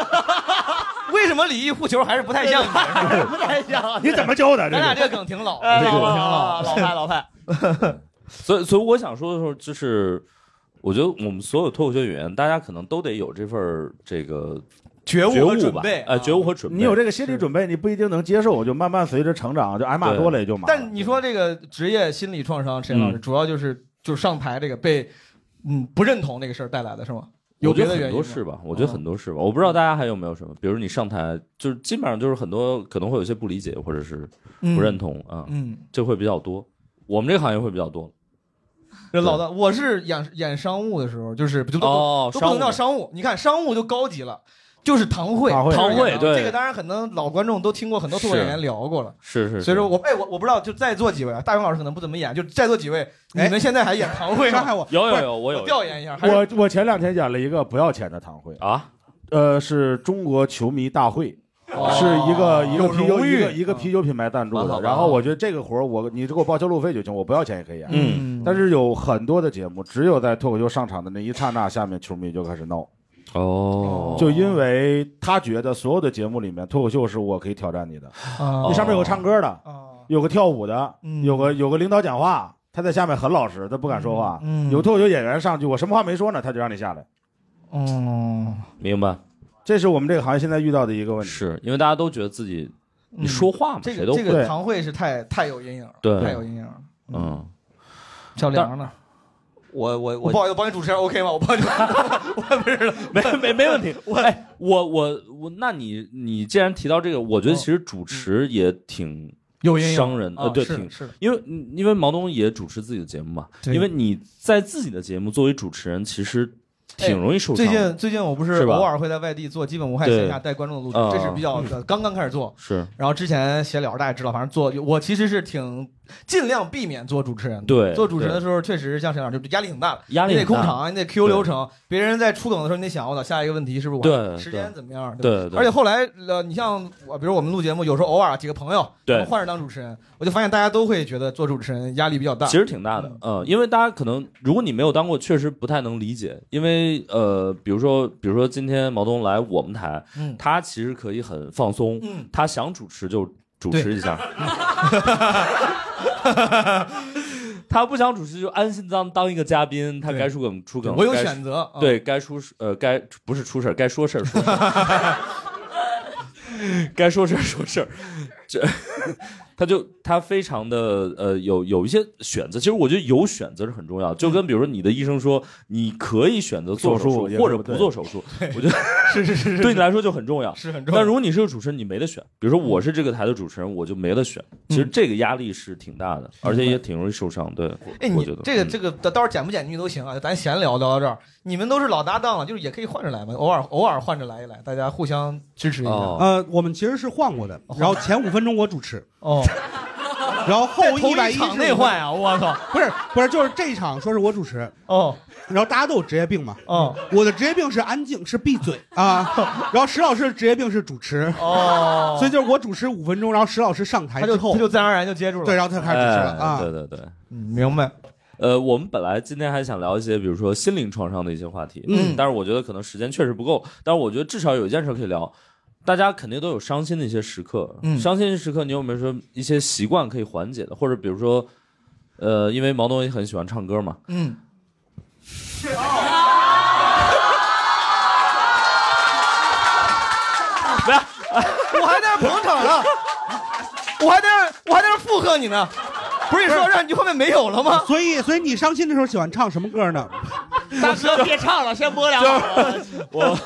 为什么李毅护球还是不太像你？ <laughs> 不太像你怎么教的这咱是俩这个梗挺老，哎这个老了老梗挺派老派。所以，所以我想说的时候，就是我觉得我们所有脱口秀演员，大家可能都得有这份儿这个觉悟悟和吧准备啊呃，觉悟和准备。你有这个心理准备，你不一定能接受，就慢慢随着成长，就挨骂嗯多了也就麻。但你说这个职业心理创伤，陈老师主要就是就上台这个被嗯不认同那个事儿带来的是吗？有我觉别得的原很因吗多是吧？我觉得嗯很多是吧？我不知道大家还有没有什么，比如你上台，就是基本上就是很多可能会有些不理解或者是嗯不认同啊，嗯，这会比较多。我们这个行业会比较多。这老大，我是演演商务的时候，就是就都、哦都不商能务叫商务，你看商务就高级了，就是堂会，堂会堂堂会对这个当然很多老观众都听过，很多脱口秀演员是聊过了。是是，所以说我哎我我不知道，就在座几位啊，大勇老师可能不怎么演，就在座几位，你们现在还演堂会吗？伤害我 <laughs> 有有有，我有调研一下，还是我我前两天演了一个不要钱的堂会啊，哦呃，是中国球迷大会。是一个一个有啤酒荣誉一嗯个一个啤酒品牌赞助蛮好的，蛮好然后我觉得这个活儿我你就给我报销路费就行，我不要钱也可以演。嗯，但是有很多的节目，只有在脱口秀上场的那一刹那，下面球迷就开始闹，哦，就因为他觉得所有的节目里面，脱口秀是我可以挑战你的，啊你上哦面有个唱歌的，哦有个跳舞的，嗯有个有个领导讲话，他在下面很老实，他不敢说话。嗯嗯有脱口秀演员上去，我什么话没说呢，他就让你下来。嗯，明白，哦这是我们这个行业现在遇到的一个问题。嗯是因为大家都觉得自己你说话嘛，这谁个都这会。个堂会是太太有阴影了，对太有阴影了。嗯，小梁呢？我我我我不好意思，帮你主持人 OK 吗？我 <laughs> 帮你，我不是了， <laughs> 没没没问题。我我我我，那你你既然提到这个，我觉得其实主持也挺哦嗯有阴影伤人啊呃，对，是挺是的因为嗯因为毛东也主持自己的节目嘛，对因为你在自己的节目作为主持人，其实哎挺容易受伤最的。近最近我不是是吧偶尔会在外地做基本无害对线下带观众的录制啊，这是比较刚刚开始做。是然后之前闲聊大家知道，反正做我其实是挺尽量避免做主持人的。对做主持人的时候确实像沈老师，就压力挺大的，压力你得很控大场，你得 Q 流程，别人在出梗的时候，你得想我操下一个问题是不是我对还时间怎么样？对对吧对而且后来呃，你像我，比如我们录节目，有时候偶尔啊几个朋友对我们换着当主持人，我就发现大家都会觉得做主持人压力比较大。其实挺大的，嗯、因为大家可能如果你没有当过，确实不太能理解，因为呃，比如说，比如说今天毛东来我们台，嗯他其实可以很放松，嗯他想主持就主持一下， <laughs> 他不想主持就安心当当一个嘉宾，他该出梗出梗，我有该选择啊对该出呃该 <laughs> 不是出事儿，该说事儿说事儿。该说事儿说事儿，这他就他非常的呃有有一些选择，其实我觉得有选择是很重要，就跟比如说你的医生说你可以选择做手手术术也或者不不对做手术，我觉得是是是，对你来说就很重要，是很重要。但如果你是个主持人，你没得选，比如说我是这个台的主持人，我就没得选，其实这个压力是挺大的，而且也挺容易受伤。对，我哎，你觉得这个嗯这个到到时候剪不剪进去都行啊，咱闲聊聊到这儿。你们都是老搭档了，就是也可以换着来嘛，偶尔偶尔换着来一来，大家 <laughs> 互相支持一下。呃，我们其实是换过的，然后前五分钟我主持，哦， <laughs> 然后后在同一一百场内换啊我靠，不是不是，就是这一场说是我主持，哦，然后大家都有职业病嘛，哦，我的职业病是安静，是闭嘴 <laughs> 啊，然后石老师的职业病是主持，哦所以就是我主持五分钟，然后石老师上台他就之后，他就自然而然就接住了，嗯对，然后他就开始主持了哎啊，对对对，明白。呃，我们本来今天还想聊一些，比如说心灵创伤的一些话题，嗯但是我觉得可能时间确实不够，但是我觉得至少有一件事可以聊，大家肯定都有伤心的一些时刻，嗯伤心的时刻你有没有说一些习惯可以缓解的，或者比如说，呃，因为毛东也很喜欢唱歌 <laughs> 嘛，嗯，不要，我还在那捧场呢，我还在那我还在那附和你呢，不是你说让你后面没有了吗？所以所以你伤心的时候喜欢唱什么歌呢？大哥别唱了，先播两首。 <laughs> 我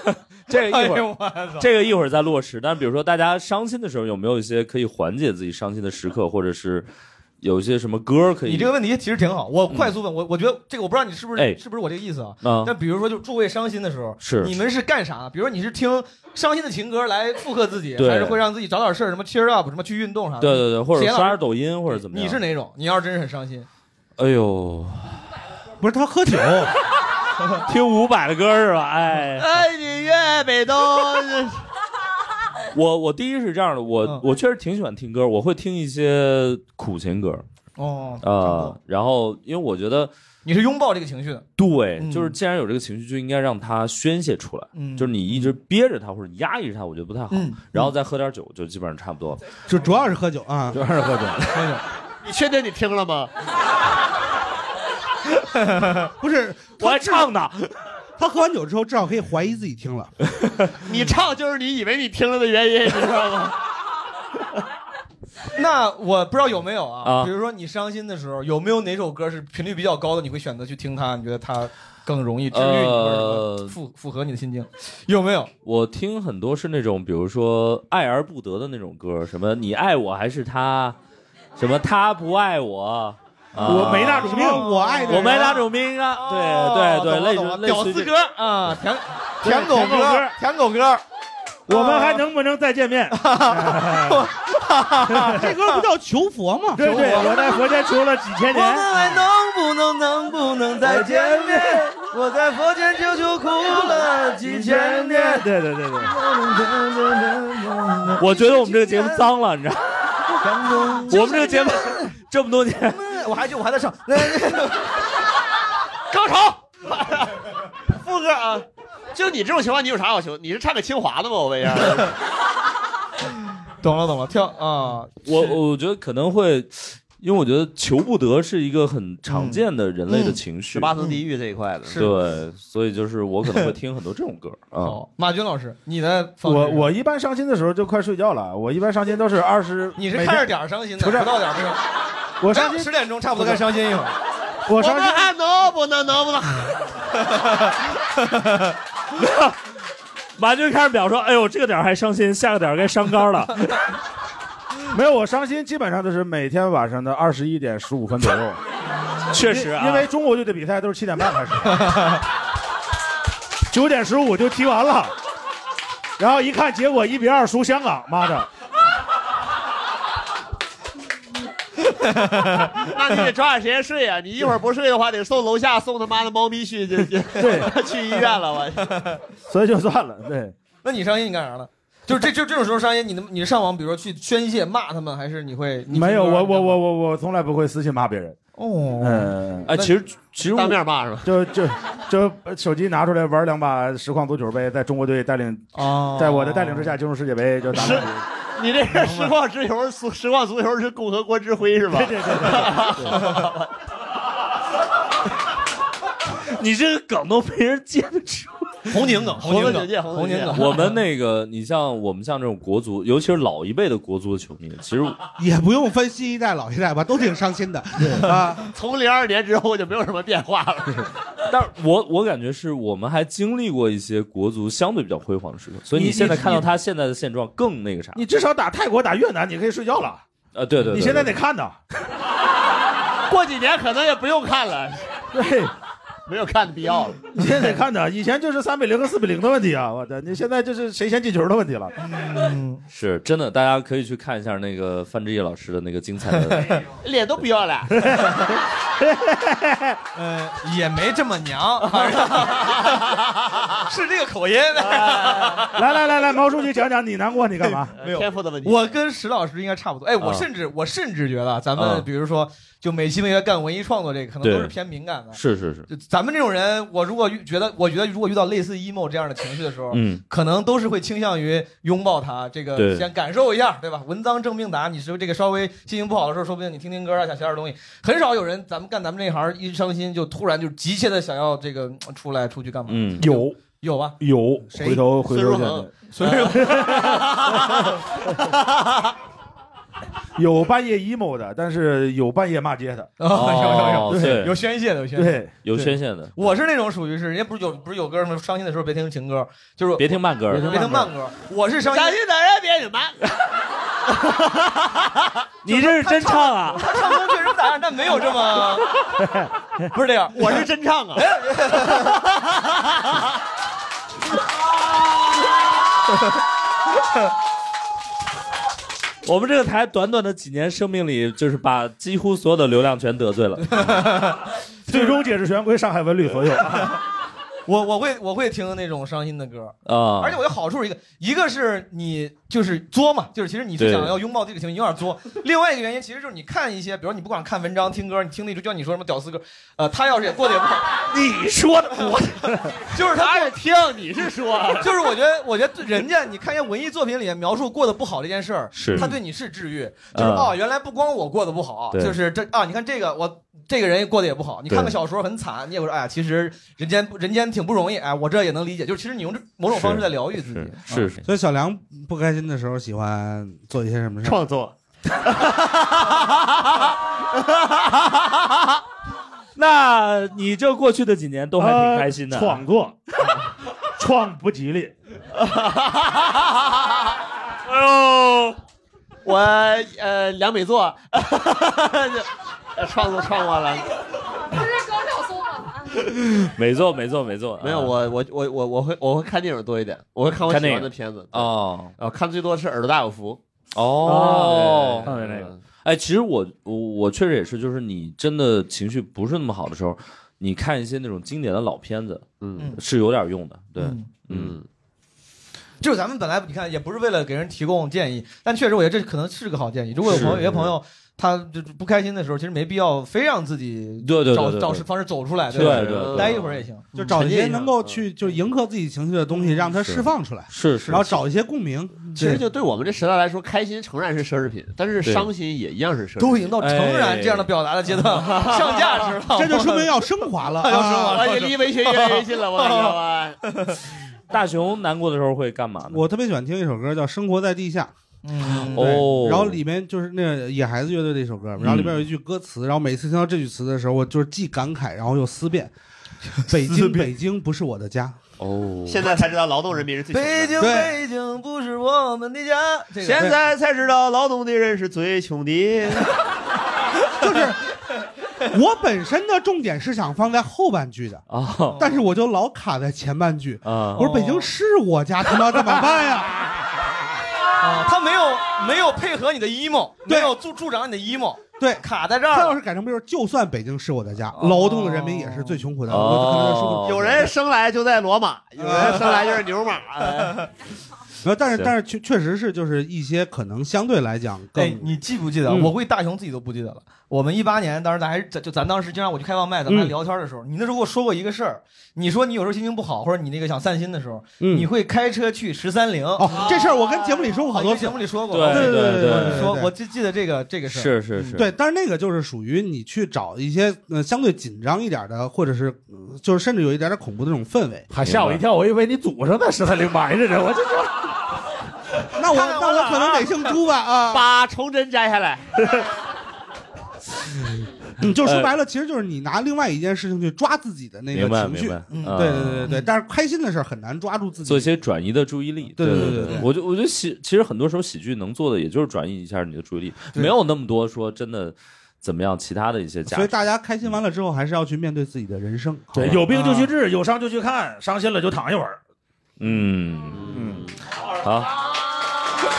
这个一会哎儿呦我操，这个一会儿再落实。但比如说，大家伤心的时候，有没有一些可以缓解自己伤心的时刻，或者是有一些什么歌可以？你这个问题其实挺好，我快速问、我，我觉得这个我不知道你是不是、哎是不是我这个意思啊？嗯但比如说，就诸位伤心的时候，是你们是干啥？比如说你是听伤心的情歌来附和自己，对还是会让自己找点事儿，什么 cheer up，什么去运动啥的？对对对，或者谁老刷刷抖音或者怎么样？你是哪种？你要是真是很伤心，哎呦，不是他喝酒， <laughs> 听伍佰的歌是吧？ <laughs> 哎，爱你越北东，我我第一是这样的，我、嗯我确实挺喜欢听歌，我会听一些苦情歌哦啊、，然后因为我觉得 <laughs> 你是拥抱这个情绪的，对，嗯就是既然有这个情绪，就应该让它宣泄出来，嗯就是你一直憋着它或者你压抑着它，我觉得不太好，嗯然后再喝点酒，就基本上差不多了。就主要是喝酒啊，主要是喝酒。你确定你听了吗？不是， <laughs> 我还唱呢。 <laughs> 他喝完酒之后，至少可以怀疑自己听了。你唱就是你以为你听了的原因，你知道吗？那我不知道有没有啊？啊比如说你伤心的时候，有没有哪首歌是频率比较高的？你会选择去听它？你觉得它更容易治愈你，或者什呃么符符合你的心境？有没有？我听很多是那种，比如说爱而不得的那种歌，什么你爱我还是他，什么他不爱我，啊我没那种什么我爱的人我没那种命啊，对对哦对，懂了类懂似了类屌似于丝这哥啊， <laughs> 舔舔对狗舔狗哥哥，舔狗哥，我嗯们还能不能再见 <laughs> 面？ <laughs> 这歌不叫求佛吗？对对，我在佛前求了几千我年。们还能不能能不能再见面？我在佛前久久哭了几千 <laughs> 年。对对对对，我觉得我们这个节目脏了，你知道吗？ <laughs> 我们这个节目这么多年，我还就我还在唱， <laughs> 高潮，副歌啊，就你这种情况，你有啥好求？你是唱给清华的吗？我啊问一下。懂了懂了，跳啊！我我觉得可能会，因为我觉得求不得是一个很常见的人嗯类的情绪十，八层地狱这一块的，是对，所以就是我可能会听很多这种歌啊。好，马军老师，你的方式我我一般伤心的时候就快睡觉了，我一般伤心都是二十，你是看着点儿伤心的，不到点儿不行。我伤十心，点钟差不多该伤心一会儿。我 <laughs> 我伤们心，还能不能能不 <laughs> 能？ <laughs> 马军开始表说：“哎呦，这个点儿还伤心，下个点儿该伤肝了。 <laughs> 没有我伤心，基本上都是每天晚上的二十一点十五分左右，” <laughs> 确实啊，因为中国队的比赛都是七点半开始， <laughs> 九点十五就踢完了，然后一看结果一比二输香港，妈 <laughs> 的，那你得抓紧时间睡啊！你一会儿不睡的话，得送楼下送他妈的猫咪去去去去医院了。我所以就算了，对。那你伤心你干啥了？就是 <laughs> 这就这种时候伤心，你能你上网，比如说去宣泄骂他们，还是你会你没有，听歌 <laughs> 我我我我我从来不会私信骂别人，哦，嗯，哎，其实其实我当面骂是吧？就就就手机拿出来玩两把实况足球呗，在中国队带领，哦在我的带领之下进入世界杯，就打满足你这是实况之球，足实况足球是共和国之辉是吧？对对对。你这个梗都没人接得住。红警梗， <laughs> 红警色警戒梗，红色红警戒警梗。 <laughs> 我们那个，你像我们像这种国足，尤其是老一辈的国足的球迷，其实也不用分新一代老一代吧，都挺伤心的啊。从 <laughs> 零二年之后就没有什么变化了。 <laughs> 但是我我感觉是我们还经历过一些国足相对比较辉煌的时刻，所以你你现在你看到他现在的现状更那个啥。你至少打泰国、打越南，你可以睡觉了。呃，对对，对你现在得看 <laughs> 呐。过几年可能也不用看了，对，没有看的必 <laughs> 要了。你现在得看的，以前就是三比零和四比零的问题啊！我的，你现在就是谁先进球的问题了。是真的，大家可以去看一下那个范志毅老师的那个精彩的。脸都不要了。呃，也没这么 <laughs> 娘，是这个口 <laughs> 音。来来来来，毛书记讲讲你难过你干嘛？没有天赋的问题。我跟石老师应该差不多。哎，我啊甚至我甚至觉得，咱啊们比如说，就美其为了干文艺创作这个，可能都对是偏敏感的。是是 <laughs> 是，就咱们这种人，我如果遇觉得，我觉得如果遇到类似 emo 这样的情绪的时候，嗯可能都是会倾向于拥抱它，这个对先感受一下，对吧？文章正命达，你是不是这个稍微心情不好的时候，说不定你听听歌啊，想学点东西。很少有人，咱们干咱们这一行一伤心就突然就急切的想要这个嗯出来出去干嘛？嗯，有有吧？有，谁回头回孙头若见恒见。孙若恒 <laughs> <laughs> 有半夜 emo 的，但是有半夜骂街的。 <laughs> 哦，有有有，对有宣泄的，有宣泄对的，有宣泄的。我是那种属于是，人家不是有不是有歌吗？伤心的时候别听情歌，就是别听慢歌别听慢歌。我是伤心伤，心的人别你妈，你这是真唱 <laughs> 啊？他唱功确实咋样，但没有这么不是这样。我是 <laughs> 真唱啊！我们这个台短短的几年生命里，就是把几乎所有的流量全得罪 <laughs> 了。 <laughs> 最终解释权归上海文旅所有。 <laughs> 我我会我会听那种伤心的歌啊而且我有好处一个，一个是你就是作嘛，就是其实你是对想要拥抱这个情绪，你有点作。另外一个原因其实就是你看一些，比如你不管看文章、听歌，你听那就叫你说什么屌丝歌，呃，他要是也过得也不好，你说的，我就是他过也听，你是说，就是我觉得，我觉得 <laughs> 人家你看人家文艺作品里面描述过得不好这件事儿，是他对你是治愈，就是嗯哦，原来不光我过得不好，对就是这啊，你看这个我这个人过得也不好，你看个对小说很惨，你也会说哎呀，其实人间人间挺不容易，哎，我这也能理解，就是其实你用这某种方式在疗愈自己，啊是是，所以小梁不开心的时候喜欢做一些什么事儿？创作。那你这过去的几年都还挺开心的。啊呃创作，创不吉利。哎呦，我呃梁美作， <laughs> 呃创作创过了，不是高晓松吗？没错没错没错，没有啊我我我我我会我会看电影多一点，我会看我看喜电欢的影片子，哦啊，看最多是《耳朵大有福哦，》看见那个嗯，哎，其实我我我确实也是，就是你真的情绪不是那么好的时候，你看一些那种经典的老片子嗯是有点用的。对，嗯嗯，就是咱们本来你看也不是为了给人提供建议，但确实我觉得这可能是个好建议。如果有是朋友有些朋友他就是不开心的时候，其实没必要非让自己对对对找对对找方式走出来，对吧？对对，待一会儿也行。就找一些嗯能够去就迎合自己情绪的东西，让它嗯是释放出来，是是然后找一些共鸣。嗯其实就对我们这时代来说，开心诚然是奢侈品，但是对伤心也一样是奢侈品。都已经到诚然这样的表达的阶段，了， <laughs> 上 <laughs> 价 <laughs> 值了。这就 <laughs> 说明要升华了，要升华我啊哎也离文学越来越近了，我感嗯觉吧。 <laughs> 大熊难过的时候会干嘛呢？我特别喜欢听一首歌叫《生活在地下》，嗯哦对然后里面就是那个野孩子乐队的一首歌，然后里面有一句歌词，然后每次听到这句词的时候，我就是既感慨，然后又思辨。北京，北京不是我的家。哦， <laughs> 现在 <laughs> 才知道劳动人民是最北穷的。京，对北京不是我们的家。这个现在才知道劳动的人是最穷 <laughs> 的。我本身的重点是想放在后半句的，啊但是我就老卡在前半句。哦啊我说北京是我家，他妈怎么办呀？啊，他没有没有配合你的 emo，没对有助助长你的 emo，对卡在这他儿要了。是改成比如，就算北京是我的家，劳动的人民也是最穷苦的。我可能就说哦，有人啊生来就在罗马，有人生来就是牛 <laughs> 马。哎然后呃但是行但是确确实是就是一些可能相对来讲哎更，你记不记得？嗯我估计大雄自己都不记得了。我们一八年，当时咱还是就咱当时经常我去开放麦，咱们还嗯聊天的时候，你那时候跟我说过一个事儿，你说你有时候心情不好，或者你那个想散心的时候，嗯你会开车去十三陵。哦这事儿我跟节目里说过好啊多你次节。目里说过，对对对对对你对说我就记得这个这个事儿。是是是，对，对，但是那个就是属于你去找一些呃相对紧张一点的，或者是呃就是甚至有一点点恐怖的那种氛围。还吓我一跳，我以为你祖上的是他领埋着呢， <laughs> 我就说那我那我可能得姓朱吧 <laughs> 啊！把崇祯摘下 <laughs> 来，你嗯就哎说白了，其实就是你拿另外一件事情去抓自己的那个明白情绪明白，嗯嗯啊对对对对对。但是开心的事儿很难抓住自己，做一些转移的注意力。对对对对对对我就我觉得喜，其实很多时候喜剧能做的也就是转移一下你的注意力，对没有那么多说真的怎么样其他的一些价值。所以大家开心完了之后，还是要去面对自己的人生。对好吧有病就去啊治，有伤就去看，伤心了就躺一会儿。嗯嗯，好。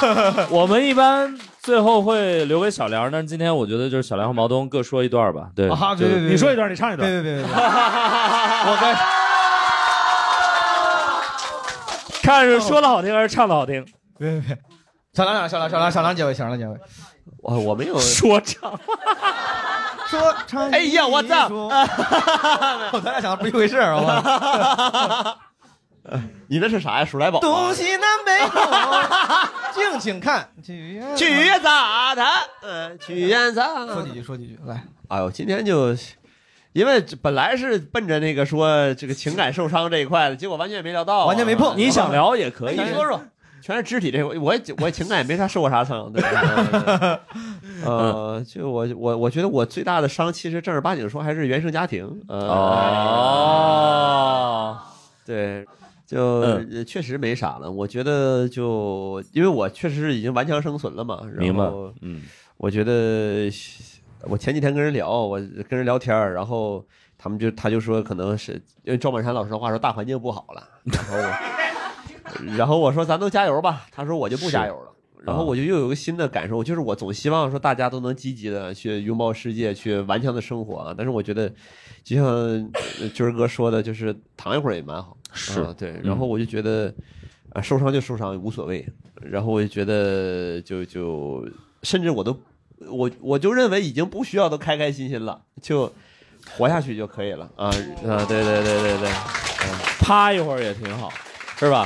<laughs> 我们一般最后会留给小梁，但是今天我觉得就是小梁和毛东各说一段吧。对，啊，就对对对，你说一段，你唱一段别别别 <laughs> 别，我该看着说的好听还是唱的好听？别别别，小梁小梁小梁小梁结尾，小梁结尾，我我没有说唱，说唱。哎呀，我 <laughs> 操！我咱俩想的不一回事儿，好吧？ <laughs> 你那是啥呀？鼠来宝吗？东西南北走，敬请看。去曲苑杂谈，呃，曲苑杂。说几句，说几句，来。哎呦，今天就，因为这本来是奔着那个说这个情感受伤这一块的，结果完全没聊到啊，哎完全没碰你想聊也可以你说说，全是肢体这，我也我也情感也没啥受过啥伤，对。 <laughs> 呃，就我我我觉得我最大的伤，其实正儿八经说还是原生家庭。呃、哦， <laughs> 对，就、嗯呃确实没啥了。我觉得就因为我确实是已经顽强生存了嘛，然明白后，嗯，我觉得我前几天跟人聊，我跟人聊天儿，然后他们就他就说可能是因为赵本山老师的话说大环境不好了，然后我 <laughs> 然后我说咱都加油吧，他说我就不加油了。然啊啊后我就又有一个新的感受，就是我总希望说大家都能积极的去拥抱世界，去顽强的生活啊。但是我觉得，就像呃军儿哥说的，就是躺一会儿也蛮好。是嗯啊对。然后我就觉得，啊，受伤就受伤，无所谓。然后我就觉得就，就甚至我都，我我就认为已经不需要都开开心心了，就活下去就可以了啊啊！对对对对对，趴一会儿也挺好，是吧？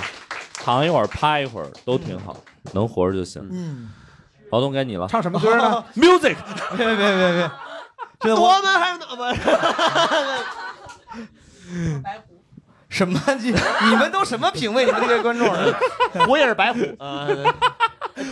躺一会儿，趴一会儿都挺好，能活着就行。嗯，毛东该你了，唱什么歌 <laughs> 呢？Music，别别别别别，这我我们还有不 <laughs> 什么？你你们都什么品味？你们这些观众，啊 <laughs> 我也是白虎啊，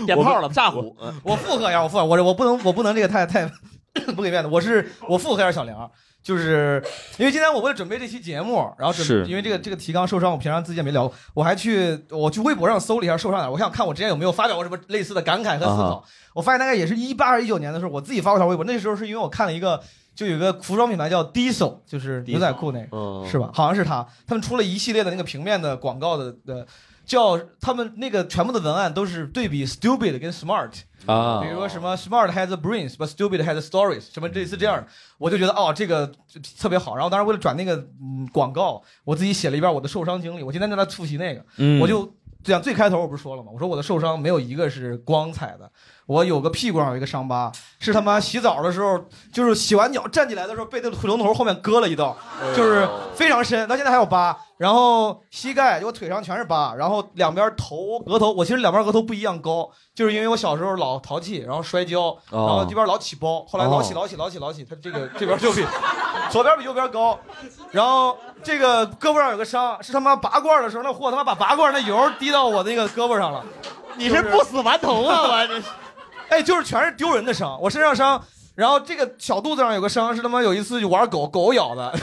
点炮了，炸虎。嗯我附和一下，我附和，我这我不能我不能这个太太 <coughs> 不给面子，我是我附和一下小梁。就是因为今天我为了准备这期节目，然后准是因为这个这个提纲受伤，我平常自己也没聊过，我还去我去微博上搜了一下受伤哪儿，我想看我之前有没有发表过什么类似的感慨和思考。啊我发现大概也是一八还是一九年的时候，我自己发过一条微博，那时候是因为我看了一个就有一个服装品牌叫 Diesel，就是牛仔裤那个，哦嗯是吧？好像是他，他们出了一系列的那个平面的广告的的，叫他们那个全部的文案都是对比 stupid 跟 smart 啊比如说什么 smart has a brains but stupid has a stories，什么类似这样的，我就觉得哦这个特别好。然后当时为了转那个嗯广告，我自己写了一遍我的受伤经历，我今天在那复习那个，嗯我就。这样最开头我不是说了吗？我说我的受伤没有一个是光彩的，我有个屁股上有一个伤疤，是他妈洗澡的时候，就是洗完脚站起来的时候被那个水龙头后面割了一刀，就是非常深，到现在还有疤。然后膝盖、我腿上全是疤，然后两边头、额头，我其实两边额头不一样高，就是因为我小时候老淘气，然后摔跤，然后这边老起包，后来老起、哦老起、老起、老起，它这个这边就比左边比右边高。然后这个胳膊上有个伤，是他妈拔罐的时候，那货他妈把拔罐那油滴到我那个胳膊上了。你是不死顽童啊！我这是哎，就是全是丢人的伤，我身上伤，然后这个小肚子上有个伤，是他妈有一次就玩狗，狗咬的。 <laughs>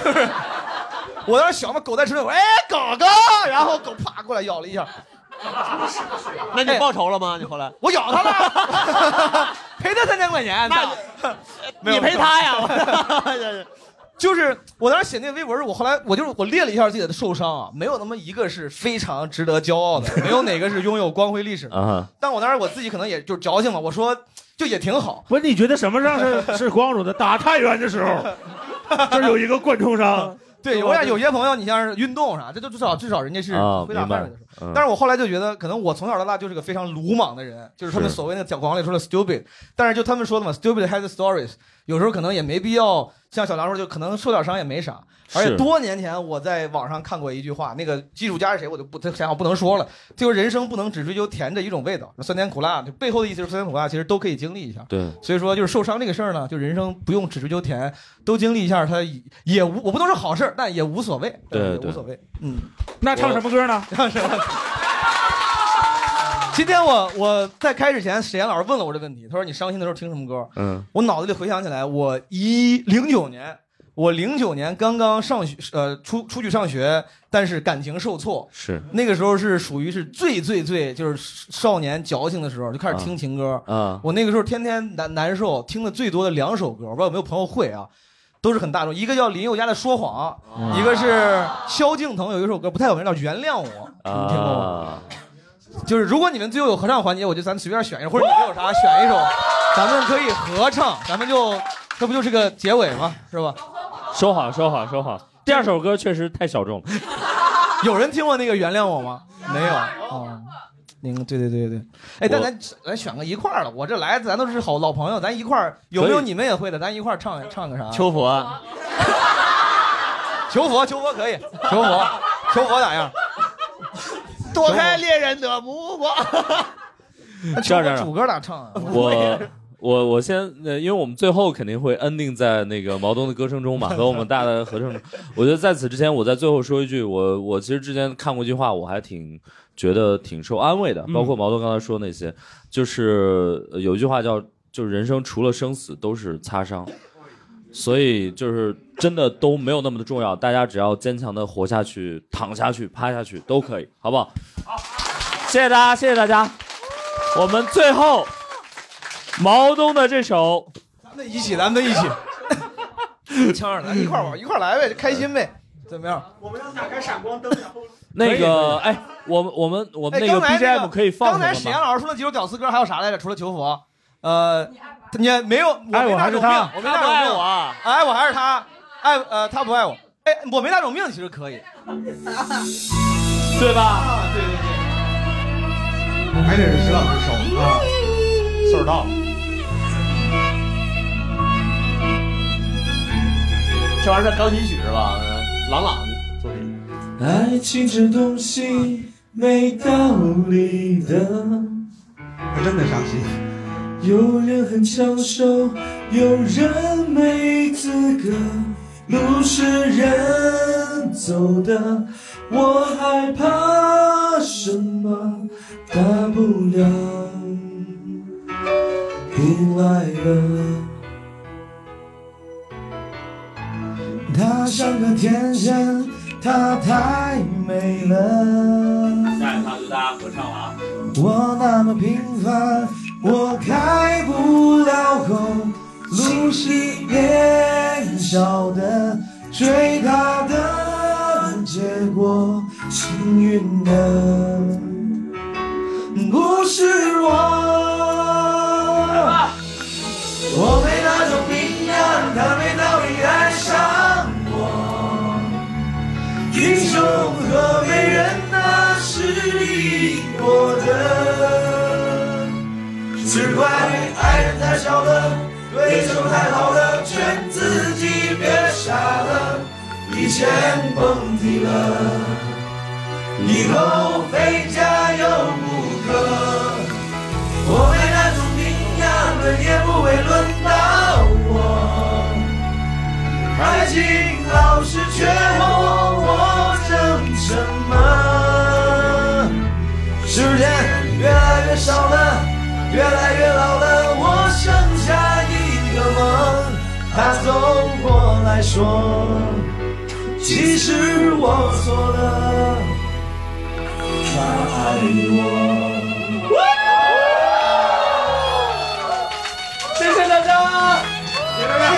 我当时小嘛，狗在吃饭，我说哎，狗狗，然后狗啪过来咬了一下， <laughs> 哎那你报仇了吗？你后来我咬它了， <laughs> 赔他三千块钱。那没你有陪他呀？ <laughs> 就是我当时写那个微博时，我后来我就是我列了一下自己的受伤啊，没有那么一个是非常值得骄傲的，没有哪个是拥有光辉历史的。啊，但我当时我自己可能也就是矫情嘛，我说就也挺好，不是你觉得什么伤是 <laughs> 是光荣的？打太原的时候，这有一个贯冲伤。 <laughs> 对，我想有些朋友，你像是运动啥，这就至少至少人家是啊，会打明扮白的。。嗯但是我后来就觉得，可能我从小到大就是个非常鲁莽的人，就是他们是所谓那个讲广告里说的 stupid，但是就他们说的嘛，stupid has stories，有时候可能也没必要像小梁说，就可能受点伤也没啥。而且是多年前我在网上看过一句话，那个技术家是谁我就不，这想好不能说了。就是人生不能只追求甜这一种味道，酸甜苦辣，就背后的意思是酸甜苦辣其实都可以经历一下。对，所以说，就是受伤这个事儿呢，就人生不用只追求甜，都经历一下，它也也无我不能说好事儿，但也无所谓，对也对无所谓。嗯，那唱什么歌呢？唱什么？ <laughs> 今天我我在开始前，史岩老师问了我这问题，他说你伤心的时候听什么歌？嗯，我脑子里回想起来，我一零九年，我零九年刚刚上学，呃，出出去上学，但是感情受挫，是那个时候是属于是最最最就是少年矫情的时候，就开始听情歌。啊我那个时候天天难难受，听的最多的两首歌，我不知道有没有朋友会啊，都是很大众。一个叫林宥嘉的《说谎》，嗯一个是萧敬腾有一首歌不太有名，叫《原谅我》，你听过吗？啊，就是如果你们最后有合唱环节，我就咱们随便选一首，或者你们有啥选一首，咱们可以合唱，咱们就这不就是个结尾吗？是吧？收好，收好，收好。第二首歌确实太小众了。有人听过那个《原谅我》吗？<laughs> 没有啊。哦您对对对对，哎，但我咱咱选个一块儿的，我这来咱都是好老朋友，咱一块儿有没有可以你们也会的？咱一块儿唱唱个啥？求佛，求佛，求佛可以，求佛，求佛咋样？躲开猎人的目光。这样这样主歌咋唱啊？ <laughs> 我我我先，呃，因为我们最后肯定会 ending 在那个毛东的歌声中嘛，和我们大大的合唱中。我觉得在此之前，我在最后说一句，我我其实之前看过一句话，我还挺觉得挺受安慰的，包括毛东刚才说那些，就是呃有一句话叫，就是人生除了生死都是擦伤。所以就是真的都没有那么的重要，大家只要坚强的活下去、躺下去、趴下去都可以，好不好？谢谢大家，谢谢大家。我们最后毛东的这首，咱们一起，咱们一 <laughs> 起，枪儿，咱一块儿玩，一块儿来呗，开心呗，怎么样？我们要打开闪光灯，那个哎，我们我们我们哎，那个刚才那 BGM 可以放刚才什史么岩吗？老师说那几首屌丝歌还有啥来着？除了求佛，呃，你没有，我爱没我那还是种病他我没他那不种爱病我啊，爱我还是他，爱呃他不爱我，哎，我没那种病其实可以，对吧？对对对。还得是石老师手啊，岁数大了。这玩意儿叫钢琴曲是吧？嗯朗朗作品。爱情这东西没道理的，我真的伤心。有人很抢手，有人没资格。路是人走的，我害怕什么？大不了不爱了。她像个天仙，她太美了。下一趴就大家合唱了啊！我那么平凡，我开不了口，路是年少的，追她的结果，幸运的不是我。我没那种冰凉，她没道理爱上我。英雄和美人那是你我的，只怪爱人太少了，对手太好了，劝自己别傻了，以前蹦迪了，以后非家又不可。我没那种营养的，也不会轮到我。爱情老是缺我，我争什么？时间越来越少了，越来越老了，我剩下一个梦。他走过来说，其实我错了，他爱我。谢谢大家，谢谢大家。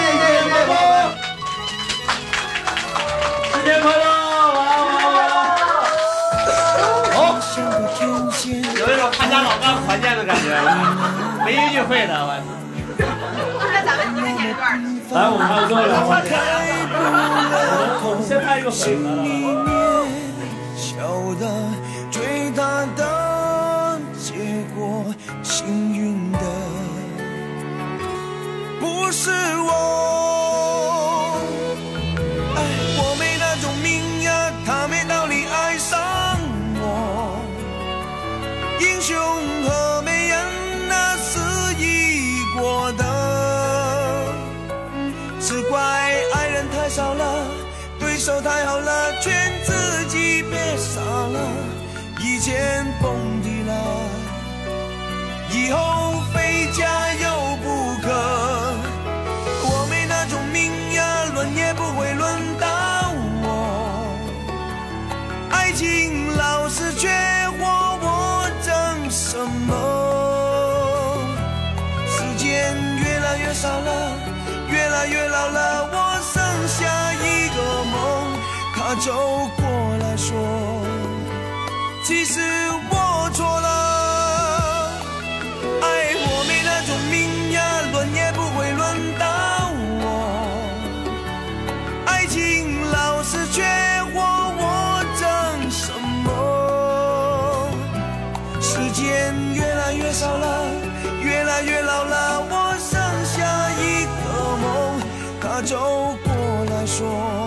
新年快乐，晚安，晚安，晚安。好，有一种他家老干团建的感嗯觉，没一句会的，我操。那咱们一个年龄段的。来，我们还有最后两趴。我们先拍一个回合了。最大的结果，幸运的不是我。哎英雄和美人那是一国的，只怪爱人太少了，对手太好了，劝自己别傻了，以前蹦迪了，以后非家又不可，我没那种命呀，轮也不会轮到我。爱情老是缺货，我争什么？时间越来越少了，越来越老了，我剩下一个梦，他走过来说，其实我错了。爱我没那种命呀，轮也不会轮到我。爱情老是缺货，我争什么？时间越来越少了，越来越老了，我剩下一个梦，他走过来说。